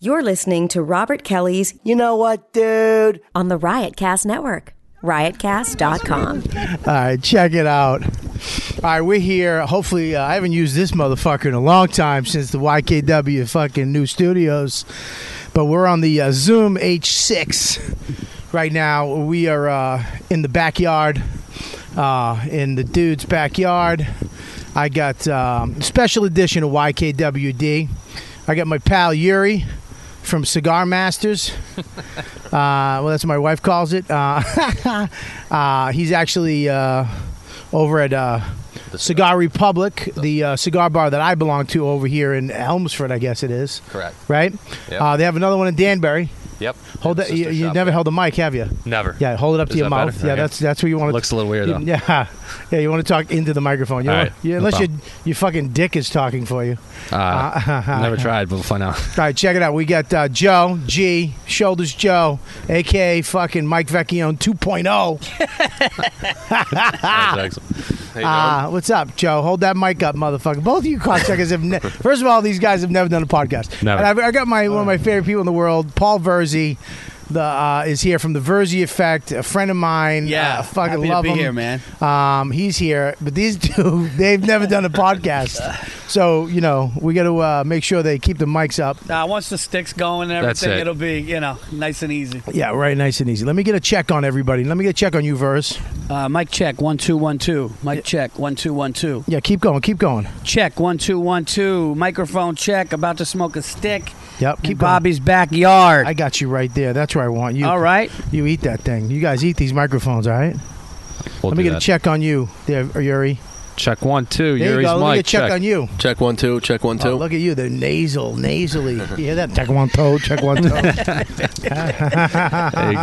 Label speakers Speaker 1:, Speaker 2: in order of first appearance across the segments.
Speaker 1: You're listening to Robert Kelly's
Speaker 2: You know what, dude?
Speaker 1: on the Riotcast Network, riotcast.com.
Speaker 3: All right, check it out. All right, we're here. Hopefully, uh, I haven't used this motherfucker in a long time since the YKW fucking new studios, but we're on the uh, Zoom H6 right now. We are uh, in the backyard, uh, in the dude's backyard. I got um, special edition of YKWd. I got my pal Yuri from Cigar Masters. Uh, well, that's what my wife calls it. Uh, uh, he's actually uh, over at uh, Cigar, Republic, the uh, cigar bar that I belong to over here in Helmsford, I guess it is.
Speaker 4: Correct.
Speaker 3: Right?
Speaker 4: Yep.
Speaker 3: Uh, they have another one in Danbury.
Speaker 4: Yep.
Speaker 3: Hold
Speaker 4: It's
Speaker 3: that.
Speaker 4: just
Speaker 3: You,
Speaker 4: a
Speaker 3: you
Speaker 4: shop
Speaker 3: never
Speaker 4: there.
Speaker 3: held a mic, have you?
Speaker 4: Never.
Speaker 3: Yeah, hold it up to
Speaker 4: Is
Speaker 3: your
Speaker 4: that
Speaker 3: mouth.
Speaker 4: better?
Speaker 3: Yeah,
Speaker 4: Okay.
Speaker 3: that's that's where you want to.
Speaker 4: Looks a little weird,
Speaker 3: you-
Speaker 4: though.
Speaker 3: Yeah, yeah. You want to talk into the microphone. You
Speaker 4: All
Speaker 3: want-
Speaker 4: right,
Speaker 3: yeah,
Speaker 4: no
Speaker 3: unless your
Speaker 4: problem.
Speaker 3: your fucking dick is talking for you. Ah,
Speaker 4: Uh, never tried, but we'll find out.
Speaker 3: All right, check it out. We got uh, Joe G, Shoulders Joe, aka fucking Mike Vecchione oh. 2.0.
Speaker 4: Ah.
Speaker 3: Uh, what's up, Joe? Hold that mic up, motherfucker. Both of you cocksuckers have. Ne- First of all, these guys have never done a podcast.
Speaker 4: Never.
Speaker 3: And I've, I got my one of my favorite people in the world, Paul Verzi. The, uh, is here from the Verzi Effect, a friend of mine.
Speaker 2: Yeah,
Speaker 3: uh, fucking
Speaker 2: happy to
Speaker 3: love
Speaker 2: be
Speaker 3: him.
Speaker 2: here, man.
Speaker 3: Um, he's here, but these two, they've never done a podcast, so you know we got to uh, make sure they keep the mics up.
Speaker 2: Uh, once the stick's going and
Speaker 4: That's
Speaker 2: everything,
Speaker 4: it.
Speaker 2: will be, you know, nice and easy.
Speaker 3: Yeah, right. Nice and easy. Let me get a check on everybody. Let me get a check on you, Verse.
Speaker 2: Uh, mic check, one, two, one, two. Mic check, one, two, one, two.
Speaker 3: Yeah, keep going. Keep going.
Speaker 2: Check, one, two, one, two. Microphone check, about to smoke a stick.
Speaker 3: Yep.
Speaker 2: in
Speaker 3: Keep going.
Speaker 2: Bobby's backyard.
Speaker 3: I got you right there. That's where I want you.
Speaker 2: All right.
Speaker 3: You eat that thing. You guys eat these microphones, all right? Let
Speaker 4: We'll do
Speaker 3: me get a
Speaker 4: that.
Speaker 3: check on you, there, Yuri.
Speaker 4: Check one, two.
Speaker 3: There
Speaker 4: Yuri's
Speaker 3: you go. Let me
Speaker 4: mic.
Speaker 3: get a check, on you.
Speaker 5: Check one, two. Check one, two.
Speaker 4: Uh,
Speaker 3: Oh, look at you, the nasal, nasally. you hear that? Check one toe. Check one toe.
Speaker 4: There you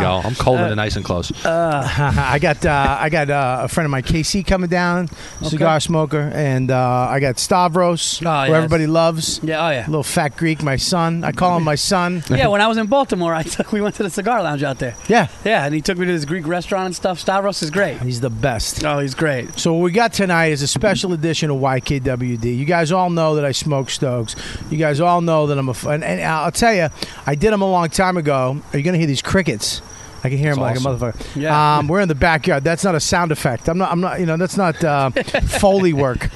Speaker 4: go. I'm cold and nice and close.
Speaker 3: I got uh, I got uh, a friend of mine, KC, coming down, cigar smoker, and uh, I got Stavros,
Speaker 2: Oh,
Speaker 3: who
Speaker 2: yes.
Speaker 3: everybody loves.
Speaker 2: Yeah, oh, yeah.
Speaker 3: Little fat Greek, my son. I call him my son.
Speaker 2: Yeah, when I was in Baltimore, I took, we went to the cigar lounge out there.
Speaker 3: Yeah,
Speaker 2: Yeah, and he took me to this Greek restaurant and stuff. Stavros is great.
Speaker 3: he's the best.
Speaker 2: Oh, he's great.
Speaker 3: So what we got tonight is a special edition of YKWd. You guys all know that I smoke Stokes. You guys all know that I'm a f- and, and I'll tell you, I did them a long time ago. Are you gonna hear these crickets? I can hear them
Speaker 4: That's
Speaker 3: like a motherfucker.
Speaker 2: Yeah.
Speaker 3: Um, we're in the backyard. That's not a sound effect. I'm not. I'm not. You know, that's not uh, foley work.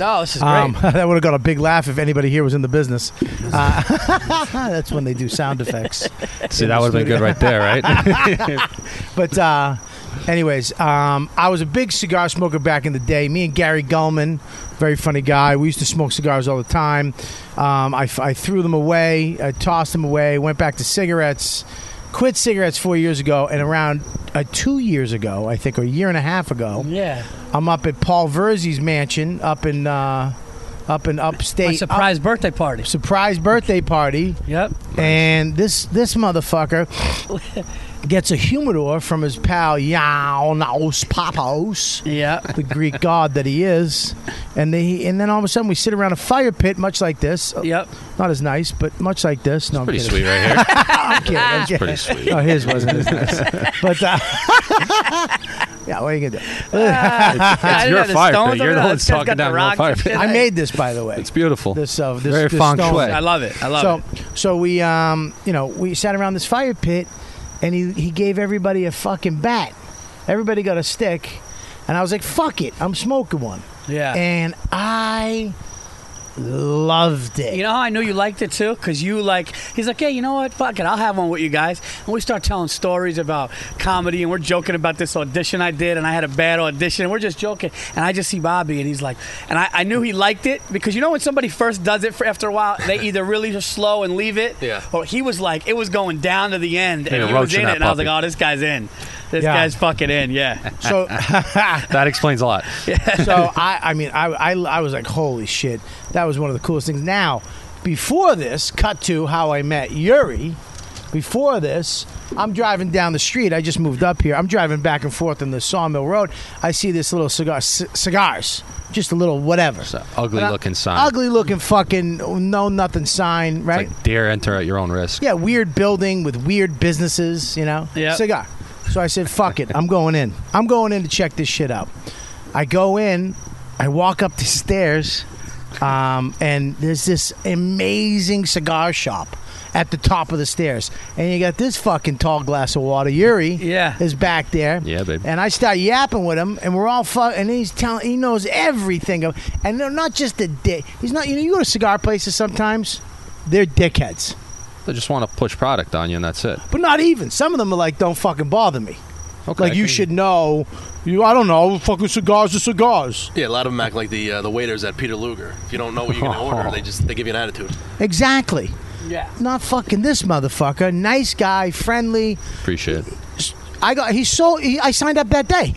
Speaker 2: No, this is great.
Speaker 3: Um, that would have got a big laugh if anybody here was in the business. Uh, that's when they do sound effects.
Speaker 4: See, that would have been good right there, right?
Speaker 3: But uh, anyways, um, I was a big cigar smoker back in the day. Me and Gary Gulman, very funny guy. We used to smoke cigars all the time. Um, I, I threw them away. I tossed them away. Went back to cigarettes. Quit cigarettes four years ago, and around uh, two years ago, I think, or a year and a half ago,
Speaker 2: yeah.
Speaker 3: I'm up at Paul Verzi's mansion up in uh, up in
Speaker 2: My
Speaker 3: upstate. up-
Speaker 2: surprise birthday party.
Speaker 3: surprise birthday party.
Speaker 2: Yep.
Speaker 3: And this this motherfucker gets a humidor from his pal Yaunaos Papos,
Speaker 2: Yeah.
Speaker 3: the Greek god that he is. And they and then all of a sudden we sit around a fire pit much like this. Oh,
Speaker 2: Yep.
Speaker 3: Not as nice, but much like this. No, I'm
Speaker 4: Pretty
Speaker 3: kidding.
Speaker 4: sweet Oh, right here.
Speaker 3: I'm kidding. I'm kidding.
Speaker 4: Pretty sweet.
Speaker 3: No, his wasn't as nice. But uh, yeah, what are you gonna do?
Speaker 2: I
Speaker 4: It's
Speaker 2: didn't
Speaker 4: your
Speaker 2: have the
Speaker 4: fire
Speaker 2: stones
Speaker 4: pit. You're
Speaker 2: over
Speaker 4: the
Speaker 2: there.
Speaker 4: one that's
Speaker 2: This guy's
Speaker 4: talking
Speaker 2: got the
Speaker 4: down the
Speaker 2: rocks
Speaker 4: fire
Speaker 2: and
Speaker 4: pit.
Speaker 2: shit.
Speaker 3: I made this by the way.
Speaker 4: It's beautiful.
Speaker 3: This, uh, this-
Speaker 4: Very
Speaker 3: this
Speaker 4: feng
Speaker 3: stone.
Speaker 4: shui.
Speaker 2: I love it. I love
Speaker 3: so,
Speaker 2: it.
Speaker 3: So we, um, you know, we sat around this fire pit, and he, he gave everybody a fucking bat. Everybody got a stick, and I was like, "Fuck it, I'm smoking one,"
Speaker 2: Yeah.
Speaker 3: and I loved it.
Speaker 2: you know how I knew you liked it too? Because you like, he's like, hey, you know what? Fuck it. I'll have one with you guys. And we start telling stories about comedy and we're joking about this audition I did and I had a bad audition and we're just joking. And I just see Bobby and he's like, and I, I knew he liked it because you know when somebody first does it for after a while, they either really just slow and leave it.
Speaker 5: Yeah.
Speaker 2: Or he was like, it was going down to the end
Speaker 4: a
Speaker 2: and he
Speaker 4: roach
Speaker 2: was
Speaker 4: in
Speaker 2: in it.
Speaker 4: that
Speaker 2: And I was like,
Speaker 4: puppy.
Speaker 2: oh, this guy's in. This
Speaker 3: Yeah.
Speaker 2: guy's fucking in. Yeah.
Speaker 3: so
Speaker 4: That explains a lot.
Speaker 3: so I, I mean, I, I, I was like, holy shit, that was one of the coolest things. Now, before this, cut to how I met Yuri. Before this, I'm driving down the street. I just moved up here. I'm driving back and forth on the Sawmill Road. I see this little cigar, c- cigars, just a little whatever.
Speaker 4: It's an ugly
Speaker 3: And I-
Speaker 4: looking sign.
Speaker 3: uh, Ugly looking fucking no nothing sign,
Speaker 4: It's
Speaker 3: right?
Speaker 4: like dare enter at your own risk.
Speaker 3: yeah, weird building with weird businesses, you know?
Speaker 2: Yeah.
Speaker 3: Cigar. So I said, fuck it, I'm going in. I'm going in to check this shit out. I go in, I walk up the stairs, Um, and there's this amazing cigar shop at the top of the stairs. And you got this fucking tall glass of water. Yuri
Speaker 2: Yeah.
Speaker 3: is back there.
Speaker 4: Yeah, babe.
Speaker 3: And I start yapping with him, and we're all fuck. And he's telling, he knows everything. Of, and they're not just the dick. He's not, you know, you go to cigar places sometimes, they're dickheads.
Speaker 4: They just want to push product on you, and that's it.
Speaker 3: But not even. Some of them are like, don't fucking bother me.
Speaker 4: Okay,
Speaker 3: Like
Speaker 4: I
Speaker 3: you
Speaker 4: can-
Speaker 3: should know. You, I don't know. Fucking cigars are cigars.
Speaker 5: Yeah, a lot of them act like the uh, the waiters at Peter Luger. If you don't know what you're gonna order, they just they give you an attitude.
Speaker 3: Exactly.
Speaker 2: Yeah.
Speaker 3: Not fucking this motherfucker. Nice guy, friendly.
Speaker 4: appreciate. It.
Speaker 3: I got. He so. He, I signed up that day.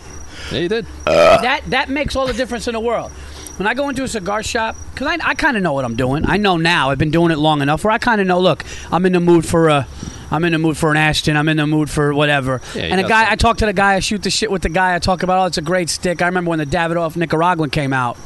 Speaker 4: Yeah, you did.
Speaker 2: that that makes all the difference in the world. When I go into a cigar shop, because I, I kind of know what I'm doing. I know now. I've been doing it long enough where I kind of know. Look, I'm in the mood for a, I'm in the mood for an Ashton. I'm in the mood for whatever.
Speaker 4: Yeah, you
Speaker 2: and a
Speaker 4: got
Speaker 2: guy, I
Speaker 4: something.
Speaker 2: talk to the guy. I shoot the shit with the guy. I talk about, oh, it's a great stick. I remember when the Davidoff Nicaraguan came out.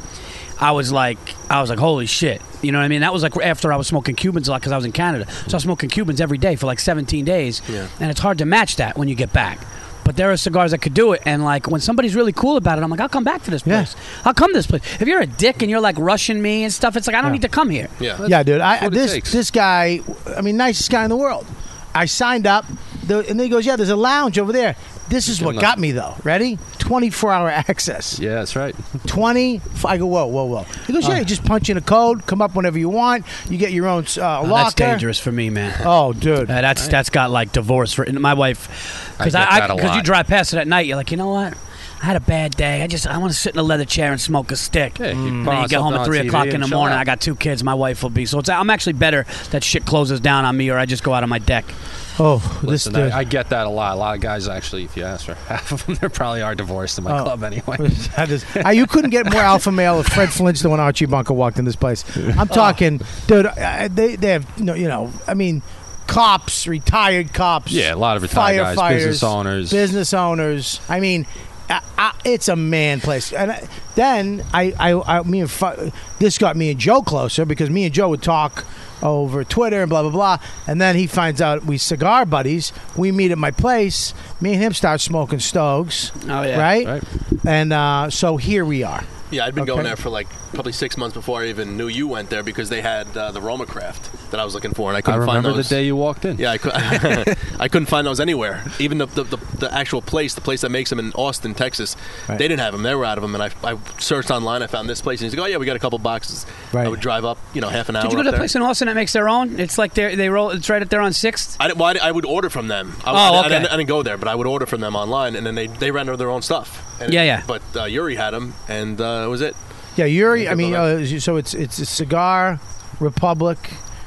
Speaker 2: I was like, I was like, holy shit. You know what I mean? That was like after I was smoking Cubans a lot because I was in Canada. So I was smoking Cubans every day for like 17 days.
Speaker 5: Yeah.
Speaker 2: And it's hard to match that when you get back. But there are cigars that could do it. And like when somebody's really cool about it, I'm like, I'll come back to this
Speaker 3: Yeah.
Speaker 2: place. I'll come to this place. If you're a dick and you're like rushing me and stuff, it's like, I don't need to come here.
Speaker 5: Yeah.
Speaker 3: yeah, dude. I
Speaker 4: what it
Speaker 3: this
Speaker 4: takes.
Speaker 3: this guy. I mean, nicest guy in the world. I signed up, the, and then he goes, "Yeah, there's a lounge over there." This is what
Speaker 4: Good
Speaker 3: got me though. Ready? 24 hour access.
Speaker 4: Yeah, that's right.
Speaker 3: 20. I go, whoa, whoa, whoa. He goes,
Speaker 4: Uh.
Speaker 3: yeah, you just punch in a code, come up whenever you want. You get your own uh,
Speaker 2: Oh,
Speaker 3: locker.
Speaker 2: that's dangerous for me, man.
Speaker 3: Oh, dude.
Speaker 2: Uh, that's that's got like divorce for and my wife because
Speaker 4: I get
Speaker 2: I
Speaker 4: that a
Speaker 2: because you
Speaker 4: lot.
Speaker 2: drive past it at night you're like you know what I had a bad day I just I want to sit in a leather chair and smoke a stick
Speaker 4: Yeah, you
Speaker 2: and
Speaker 4: put
Speaker 2: then
Speaker 4: on
Speaker 2: you get
Speaker 4: something
Speaker 2: home at
Speaker 4: on
Speaker 2: three
Speaker 4: TV
Speaker 2: o'clock in
Speaker 4: and
Speaker 2: the
Speaker 4: chill
Speaker 2: morning
Speaker 4: out.
Speaker 2: I got two kids my wife will be so it's I'm actually better that shit closes down on me or I just go out on my deck
Speaker 3: Oh,
Speaker 4: Listen,
Speaker 3: this dude.
Speaker 4: I, I get that a lot. A lot of guys, actually, if you ask for half of them, they probably are divorced in my
Speaker 3: Oh.
Speaker 4: club anyway.
Speaker 3: That is- Ah, you couldn't get more alpha male if Fred Flintstone and Archie Bunker walked in this place. I'm
Speaker 4: Oh.
Speaker 3: talking, dude. I, they they have no, you know. I mean, cops, retired cops.
Speaker 4: Yeah, a lot of retired guys,
Speaker 3: firefighters,
Speaker 4: business owners.
Speaker 3: business owners. I mean, I, I, it's a man place. And I, then I, I, I, me and Fu- this got me and Joe closer because me and Joe would talk over Twitter and blah blah blah. And then he finds out we cigar buddies. We meet at my place. Me and him start smoking Stogs.
Speaker 2: Oh, yeah.
Speaker 3: right?
Speaker 4: Right.
Speaker 3: And uh, so here we are.
Speaker 5: Yeah, I'd been
Speaker 3: Okay.
Speaker 5: going there for like probably six months before I even knew you went there because they had uh, the Roma craft that I was looking for, and I
Speaker 4: I
Speaker 5: couldn't find
Speaker 4: remember the
Speaker 5: those.
Speaker 4: day you walked in.
Speaker 5: Yeah, I, cou- I couldn't find those anywhere. Even the, the, the, the actual place, the place that makes them in Austin, Texas,
Speaker 3: Right.
Speaker 5: they didn't have them. They were out of them. And I, I searched online. I found this place, and he's like, "Oh yeah, we got a couple boxes."
Speaker 3: Right.
Speaker 5: I would drive up, you know, half an hour.
Speaker 2: Did you go
Speaker 5: up
Speaker 2: to the
Speaker 5: there.
Speaker 2: place in Austin that makes their own it's like they they roll it's right up there on Sixth
Speaker 5: I, didn't, well, I, didn't- I would order from them. I,
Speaker 2: Oh,
Speaker 5: I,
Speaker 2: okay.
Speaker 5: I, didn't, I didn't go there, but I would order from them online, and then they they ran out of their own stuff. And
Speaker 2: Yeah, yeah.
Speaker 5: But uh, Yuri had them, and uh, that was it.
Speaker 3: Yeah, Yuri.
Speaker 5: Yeah,
Speaker 3: I mean,
Speaker 5: go
Speaker 3: uh, so it's it's a cigar republic.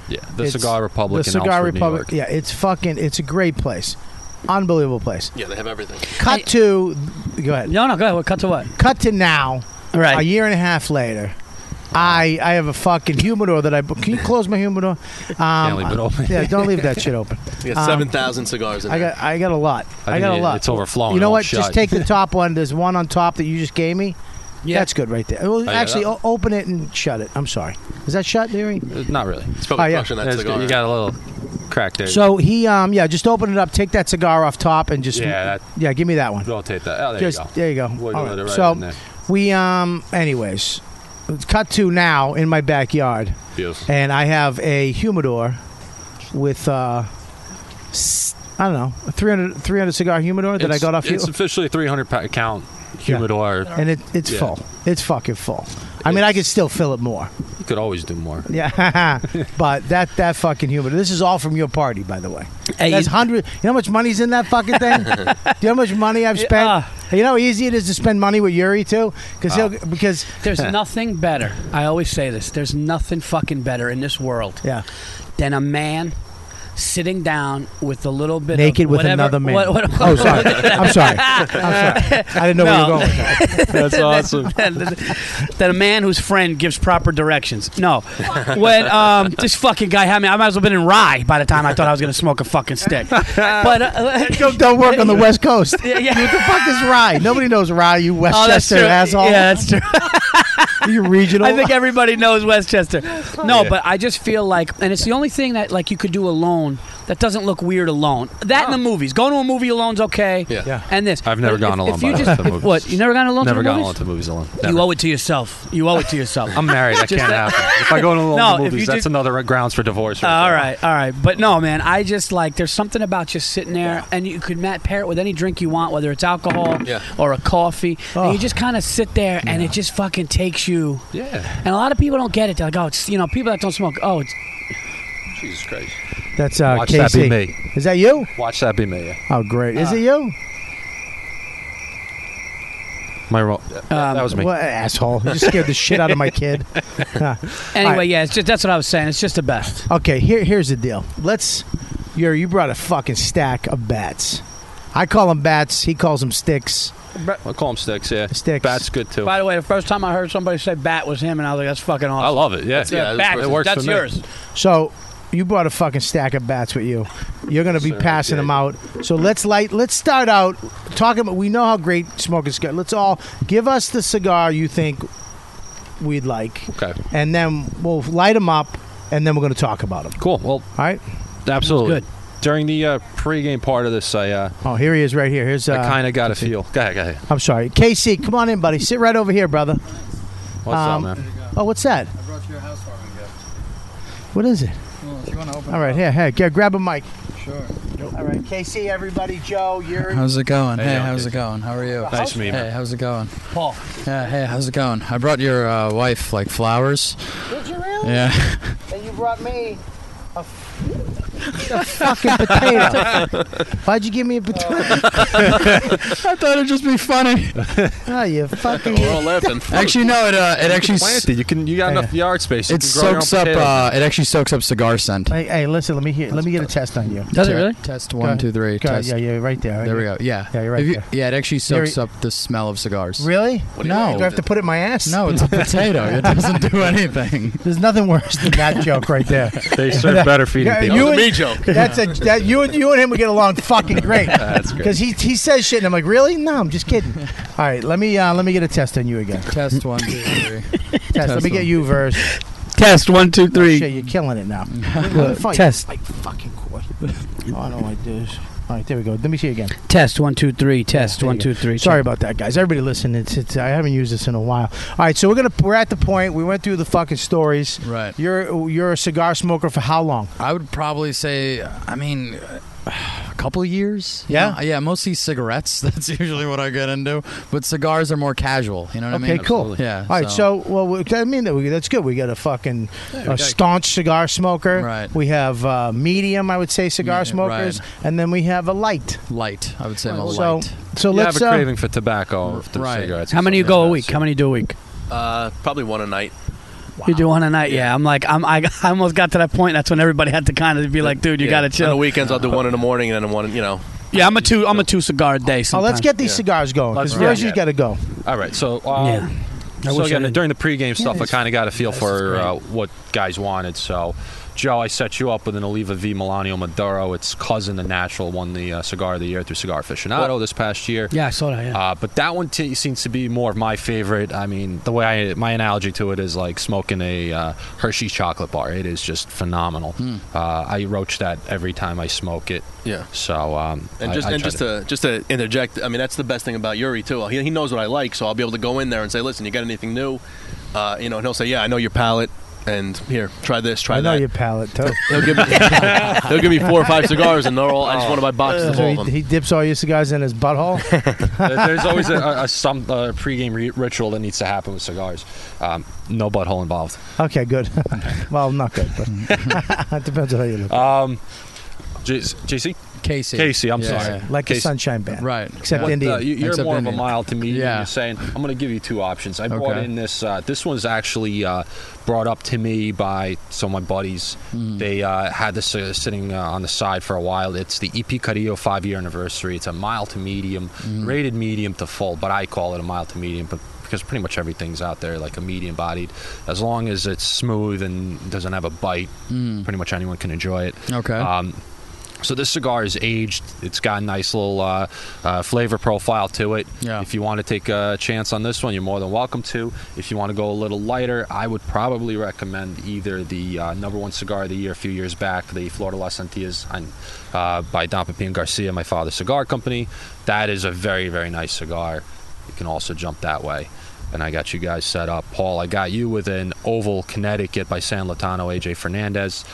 Speaker 4: Yeah, the
Speaker 3: It's-
Speaker 4: Cigar Republic.
Speaker 3: The
Speaker 4: in
Speaker 3: cigar
Speaker 4: Elmsford, New
Speaker 3: republic.
Speaker 4: York.
Speaker 3: Yeah, it's fucking. It's a great place. Unbelievable place.
Speaker 5: Yeah, they have everything.
Speaker 3: Cut
Speaker 2: I-
Speaker 3: to. Go ahead.
Speaker 2: No no go ahead cut to what
Speaker 3: Cut to now.
Speaker 2: Right.
Speaker 3: A year and a half later. I, I have a fucking humidor that I bu- can you close my humidor? Um,
Speaker 4: leave it open.
Speaker 3: yeah, don't leave that shit open.
Speaker 5: You
Speaker 3: Um,
Speaker 5: got seven thousand cigars in
Speaker 3: I
Speaker 5: there.
Speaker 3: got I got a lot. I,
Speaker 4: I think
Speaker 3: got a
Speaker 4: it-
Speaker 3: lot.
Speaker 4: it's overflowing.
Speaker 3: You know
Speaker 4: It
Speaker 3: what?
Speaker 4: won't
Speaker 3: Just
Speaker 4: shut.
Speaker 3: take the top one. There's one on top that you just gave me.
Speaker 2: Yeah.
Speaker 3: That's good right there. Well,
Speaker 4: yeah,
Speaker 3: actually,
Speaker 4: that-
Speaker 3: o- open it and shut it. I'm sorry. Is that shut, Leary?
Speaker 4: Uh, Not really.
Speaker 5: It's probably
Speaker 3: oh, yeah.
Speaker 5: crushing that
Speaker 4: It's-
Speaker 5: cigar.
Speaker 4: You got a little crack there.
Speaker 3: So he, um, yeah, just open it up. Take that cigar off top and just
Speaker 4: Yeah, that-
Speaker 3: yeah, give me that one.
Speaker 4: rotate that. Oh, there
Speaker 3: just
Speaker 4: you go.
Speaker 3: there you go.
Speaker 4: Wiggle
Speaker 3: All
Speaker 4: it right
Speaker 3: so
Speaker 4: in there.
Speaker 3: we, um, anyways, it's cut to now in my backyard,
Speaker 4: Beautiful.
Speaker 3: and I have a humidor with uh, s- I don't know, a 300, 300 cigar humidor that I
Speaker 4: It's-
Speaker 3: got off you,
Speaker 4: It's officially a 300 pack count humidor.
Speaker 3: and it, it's
Speaker 4: Yeah.
Speaker 3: full. It's fucking full. I mean, I could still fill it more.
Speaker 4: You could always do more.
Speaker 3: Yeah, but that that fucking humidor. This is all from your party, by the way.
Speaker 2: Hey,
Speaker 3: That's
Speaker 2: you-
Speaker 3: hundred. You know how much money's in that fucking thing? Do you know how much money I've spent?
Speaker 2: ah.
Speaker 3: you know how easy it is to spend money with Yuri too, because he'll
Speaker 2: Uh,
Speaker 3: because
Speaker 2: There's nothing better I always say this there's nothing fucking better in this world
Speaker 3: yeah.
Speaker 2: than a man sitting down with a little bit
Speaker 3: Naked
Speaker 2: of
Speaker 3: with
Speaker 2: whatever-
Speaker 3: another man.
Speaker 2: what- what-
Speaker 3: oh, sorry. I'm sorry. I'm sorry. I didn't know where you were
Speaker 2: No.
Speaker 3: going. With that.
Speaker 4: That's awesome.
Speaker 2: that a man whose friend gives proper directions. No, when um, this fucking guy had me, I might as well been in rye by the time I thought I was gonna smoke a fucking stick. But uh,
Speaker 3: Don't work on the West Coast.
Speaker 2: yeah, yeah.
Speaker 3: The fuck is Rye? Nobody knows Rye. You
Speaker 2: Oh, that's
Speaker 3: Westchester
Speaker 2: true.
Speaker 3: asshole.
Speaker 2: Yeah, that's true.
Speaker 3: You regional.
Speaker 2: I think everybody knows Westchester. No,
Speaker 4: Yeah.
Speaker 2: but I just feel like, and it's the only thing that like you could do alone that doesn't look weird alone. That in the movies. Going to a movie alone's okay.
Speaker 5: Yeah. Yeah.
Speaker 2: And this.
Speaker 4: I've never
Speaker 2: But
Speaker 4: gone
Speaker 2: if-
Speaker 4: alone
Speaker 2: If
Speaker 4: by
Speaker 2: you
Speaker 4: the-
Speaker 2: just,
Speaker 4: the movies.
Speaker 2: What? You never gone alone
Speaker 4: Never
Speaker 2: to the
Speaker 4: gone
Speaker 2: movies?
Speaker 4: alone to the movies alone.
Speaker 2: You
Speaker 4: Never.
Speaker 2: owe it to yourself. You owe it to yourself.
Speaker 4: I'm married. That
Speaker 2: Just
Speaker 4: can't
Speaker 2: that-
Speaker 4: happen. If I go alone
Speaker 2: No,
Speaker 4: to the
Speaker 2: if
Speaker 4: movies,
Speaker 2: you
Speaker 4: that's
Speaker 2: do-
Speaker 4: another grounds for divorce. Right
Speaker 2: all
Speaker 4: there.
Speaker 2: right, all right, but no, man. I just like there's something about just sitting there, and you could Matt pair it with any drink you want, whether it's alcohol
Speaker 5: Yeah.
Speaker 2: or a coffee,
Speaker 3: Oh.
Speaker 2: and you just kind of sit there, and it just fucking takes you.
Speaker 4: Yeah.
Speaker 2: And a lot of people don't get it. They're like, oh, it's you know, people that don't smoke. Oh, it's,
Speaker 4: Jesus Christ.
Speaker 3: That's uh,
Speaker 4: Watch that
Speaker 3: Casey.
Speaker 4: be me.
Speaker 3: Is that you?
Speaker 4: Watch that be me.
Speaker 3: Oh, great.
Speaker 2: Uh,
Speaker 3: Is it you?
Speaker 4: My role. that was me.
Speaker 3: Um, What asshole? You just scared the shit out of my kid.
Speaker 2: anyway,
Speaker 3: right.
Speaker 2: yeah. It's just that's what I was saying. It's just the best.
Speaker 3: Okay, here here's the deal. Let's. You're, you brought a fucking stack of bats. I call them bats. He calls them sticks.
Speaker 4: I call them sticks. Yeah.
Speaker 3: Sticks.
Speaker 4: Bat's good too.
Speaker 2: By the way, the first time I heard somebody say bat was him, and I was like, that's fucking awesome.
Speaker 4: I love it. Yeah.
Speaker 5: yeah, that's
Speaker 2: bat.
Speaker 5: perfect.
Speaker 4: It works
Speaker 2: that's
Speaker 4: for me.
Speaker 2: yours.
Speaker 3: So you brought a fucking stack of bats with you. You're gonna be
Speaker 4: Sure,
Speaker 3: passing
Speaker 4: yeah.
Speaker 3: them out. So let's light. Let's start out talking. about We know how great smoking cigar. Let's all give us the cigar you think we'd like,
Speaker 4: Okay.
Speaker 3: and then we'll light them up, and then we're gonna talk about them.
Speaker 4: Cool. Well,
Speaker 3: All right.
Speaker 4: absolutely.
Speaker 2: good.
Speaker 4: During the uh, pregame part of this, I uh,
Speaker 3: Oh, here he is, right here. Here's. Uh,
Speaker 4: I kind of got a feel. Go ahead. Go ahead.
Speaker 3: I'm sorry, KC. Come on in, buddy. Sit right over here, brother.
Speaker 4: What's
Speaker 3: Um,
Speaker 4: up, man?
Speaker 3: Oh, what's that?
Speaker 6: I brought you a housewarming gift.
Speaker 3: What is it?
Speaker 6: Well, if you want to open
Speaker 3: All right,
Speaker 6: it
Speaker 3: here, here, g- grab a mic.
Speaker 6: up, sure.
Speaker 3: All right, KC, everybody, Joe, you're.
Speaker 6: How's it going?
Speaker 4: Hey,
Speaker 6: Hey,
Speaker 4: Alan,
Speaker 6: how's
Speaker 4: good.
Speaker 6: it going? How are you?
Speaker 4: Nice to meet you, man.
Speaker 6: Hey, how's it going?
Speaker 2: Paul.
Speaker 6: Yeah, hey, how's it going? I brought your uh, wife like flowers.
Speaker 3: Did you really?
Speaker 6: Yeah.
Speaker 3: And you brought me a, fucking potato. Why'd you give
Speaker 6: Oh.
Speaker 3: me a potato?
Speaker 6: I thought it'd just be funny.
Speaker 3: oh, you fucking.
Speaker 5: We're all laughing.
Speaker 6: actually, no. It uh, it actually s-
Speaker 4: planted. You can. You got enough yard space. You
Speaker 6: it
Speaker 4: can grow your own
Speaker 6: soaks up.
Speaker 4: potatoes.
Speaker 6: Uh, it actually soaks up cigar scent.
Speaker 3: Hey, hey, listen, let me hear. Let me get a test on you.
Speaker 2: Does it
Speaker 6: Te-
Speaker 2: really?
Speaker 6: Test
Speaker 3: Go
Speaker 6: one,
Speaker 3: ahead.
Speaker 6: two, three.
Speaker 3: Go ahead,
Speaker 6: Test.
Speaker 3: Yeah, yeah, right there. right
Speaker 6: There we
Speaker 3: there.
Speaker 6: go. Yeah.
Speaker 3: Yeah, you're right
Speaker 6: If you-
Speaker 3: there.
Speaker 6: yeah, it actually
Speaker 3: You're-
Speaker 6: soaks up the smell of cigars.
Speaker 3: Really?
Speaker 5: What do you
Speaker 6: No.
Speaker 5: mean?
Speaker 3: Do I have to put it in my ass?
Speaker 6: No, it's a potato. It doesn't do anything.
Speaker 3: There's nothing worse than that joke right there.
Speaker 4: They serve better feeding
Speaker 3: Yeah,
Speaker 4: people.
Speaker 5: That
Speaker 3: you
Speaker 5: was a
Speaker 3: and-
Speaker 5: me joke.
Speaker 3: That's a that you and you and him would get along fucking great.
Speaker 4: That's great.
Speaker 3: Because he he says shit and I'm like, really? No, I'm just kidding. All right, let me uh, let me get a test on you again.
Speaker 6: Test one, two, three.
Speaker 3: Test. Let me get you verse. Oh,
Speaker 2: Test one, two, three.
Speaker 3: Shit, you're killing it now. Fuck,
Speaker 2: test.
Speaker 3: Like fucking court. Oh, I don't like this. All right, there we go. Let me see you again.
Speaker 2: Test one, two, three. Test
Speaker 3: there
Speaker 2: one,
Speaker 3: you
Speaker 2: two, three.
Speaker 3: Sorry about that, guys. Everybody, listen. It's, it's I haven't used this in a while. All right, so we're gonna we're at the point. We went through the fucking stories.
Speaker 6: Right.
Speaker 3: You're you're a cigar smoker for how long?
Speaker 6: I would probably say, I mean, a couple of years. you
Speaker 3: Yeah?
Speaker 6: know? yeah, mostly cigarettes. That's usually what I get into. But cigars are more casual. You know what I
Speaker 3: okay,
Speaker 6: mean?
Speaker 3: cool.
Speaker 4: Absolutely.
Speaker 6: Yeah.
Speaker 3: All right, so, well, we, I mean that we, that's good. We got a fucking a staunch cigar smoker.
Speaker 6: Right.
Speaker 3: We have uh, medium, I would say, cigar
Speaker 6: Yeah,
Speaker 3: smokers,
Speaker 6: right.
Speaker 3: and then we have a light.
Speaker 6: light. I would say I'm a
Speaker 3: so,
Speaker 6: light.
Speaker 3: so
Speaker 4: You have
Speaker 3: let's
Speaker 4: a
Speaker 3: uh,
Speaker 4: craving for tobacco, for
Speaker 6: Right.
Speaker 4: cigarettes.
Speaker 2: How
Speaker 4: or
Speaker 2: many you
Speaker 4: something
Speaker 2: go a
Speaker 4: like
Speaker 2: week?
Speaker 4: that.
Speaker 2: How many you do a week?
Speaker 5: Uh, probably one a night.
Speaker 2: You do one a night, yeah. I'm like, I'm, I, I almost got to that point. That's when everybody had to kind of be like, dude, you
Speaker 5: Yeah.
Speaker 2: gotta
Speaker 5: On the
Speaker 2: chill.
Speaker 5: weekends, I'll do one in the morning and then one. You know,
Speaker 2: Yeah, I'm a two, I'm a two cigar a day.
Speaker 3: oh, let's
Speaker 2: sometimes.
Speaker 3: get these
Speaker 5: Yeah.
Speaker 3: cigars going.
Speaker 4: Let's
Speaker 3: Because
Speaker 4: rock
Speaker 3: Virgil's
Speaker 4: it.
Speaker 3: got to go.
Speaker 4: All right, so
Speaker 2: Yeah.
Speaker 4: uh,
Speaker 2: I
Speaker 4: so
Speaker 2: wish I
Speaker 4: again,
Speaker 2: did.
Speaker 4: during the pregame stuff, I
Speaker 2: it's-
Speaker 4: kind of got a feel
Speaker 2: this is
Speaker 4: for
Speaker 2: great.
Speaker 4: uh, what guys wanted. So, Joe, I set you up with an Oliva V Milano Maduro. Its cousin, the Natural, won the uh, Cigar of the Year through Cigar Aficionado this past year.
Speaker 2: Yeah, I saw that. Yeah.
Speaker 4: Uh, but that one t- seems to be more of my favorite. I mean, the way I, my analogy to it is like smoking a uh, Hershey chocolate bar. It is just phenomenal.
Speaker 2: Hmm.
Speaker 4: Uh, I roach that every time I smoke it.
Speaker 5: Yeah.
Speaker 4: So um,
Speaker 5: and
Speaker 4: I-
Speaker 5: just
Speaker 4: I
Speaker 5: and
Speaker 4: try
Speaker 5: just
Speaker 4: to-
Speaker 5: to just to interject. I mean, that's the best thing about Yuri too. He, he knows what I like, so I'll be able to go in there and say, "Listen, you got anything new?" Uh, you know, and he'll say, "Yeah, I know your palate." And here, try this, try
Speaker 3: I know
Speaker 5: that.
Speaker 3: your palate, too.
Speaker 5: They'll give me they'll give me four or five cigars, and they're all. I just want to buy boxes of
Speaker 3: So
Speaker 5: all of
Speaker 3: he,
Speaker 5: them.
Speaker 3: he dips all your cigars in his butthole.
Speaker 4: There- There's always a, a, a some uh, pregame re- ritual that needs to happen with cigars. Um, no butthole involved.
Speaker 3: okay, good. well, not good, but it depends on how you look.
Speaker 4: J- JC,
Speaker 6: Casey.
Speaker 4: Casey, I'm
Speaker 6: Yeah,
Speaker 4: sorry.
Speaker 6: yeah.
Speaker 3: like
Speaker 4: Casey.
Speaker 3: a sunshine band.
Speaker 6: Right.
Speaker 3: Except
Speaker 4: What,
Speaker 3: Indian.
Speaker 4: uh, you- you're
Speaker 6: Except
Speaker 4: more
Speaker 6: Indian.
Speaker 4: of a mild to me.
Speaker 6: Yeah.
Speaker 4: You're saying I'm going to give you two options. I brought
Speaker 6: Okay.
Speaker 4: in this. Uh, this one's actually uh, brought up to me by some of my buddies.
Speaker 6: Hmm.
Speaker 4: They uh, had this uh, sitting uh, on the side for a while. It's the E EP Carillo five year anniversary. It's a mild to medium,
Speaker 6: Hmm.
Speaker 4: rated medium to full, but I call it a mild to medium. But because pretty much everything's out there like a medium bodied, as long as it's smooth and doesn't have a bite, pretty much anyone can enjoy it.
Speaker 6: Hmm. Okay.
Speaker 4: Um, So this cigar is aged. It's got a nice little uh, uh, flavor profile to it.
Speaker 6: Yeah.
Speaker 4: If you want to take a chance on this one, you're more than welcome to. If you want to go a little lighter, I would probably recommend either the uh, number one cigar of the year a few years back, the Florida Las Antillas on- uh, by Don Pepin Garcia, my father's cigar company. That is a very, very nice cigar. You can also jump that way. And I got you guys set up. Paul, I got you with an Oval Connecticut by San Latano, AJ Fernandez.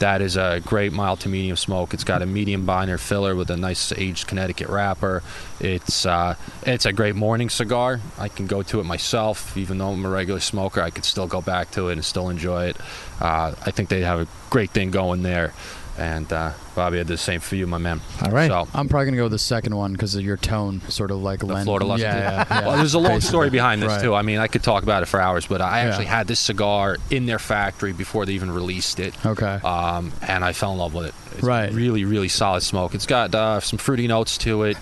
Speaker 4: That is a great mild to medium smoke. It's got a medium binder filler with a nice aged Connecticut wrapper. It's uh, it's a great morning cigar. I can go to it myself, even though I'm a regular smoker. I could still go back to it and still enjoy it. Uh, I think they have a great thing going there. And uh, Bobby, I did the same for you, my man.
Speaker 6: All right.
Speaker 4: So,
Speaker 6: I'm probably gonna go with the second one because of your tone, sort of like
Speaker 4: the
Speaker 6: lend-
Speaker 4: Florida Lust.
Speaker 6: Yeah, yeah, yeah.
Speaker 4: Well, there's a long story
Speaker 6: Basically.
Speaker 4: behind this
Speaker 6: Right.
Speaker 4: too. I mean, I could talk about it for hours, but I
Speaker 6: Yeah.
Speaker 4: actually had this cigar in their factory before they even released it.
Speaker 6: Okay.
Speaker 4: Um, and I fell in love with it. It's
Speaker 6: Right.
Speaker 4: Really, really solid smoke. It's got uh, some fruity notes to it.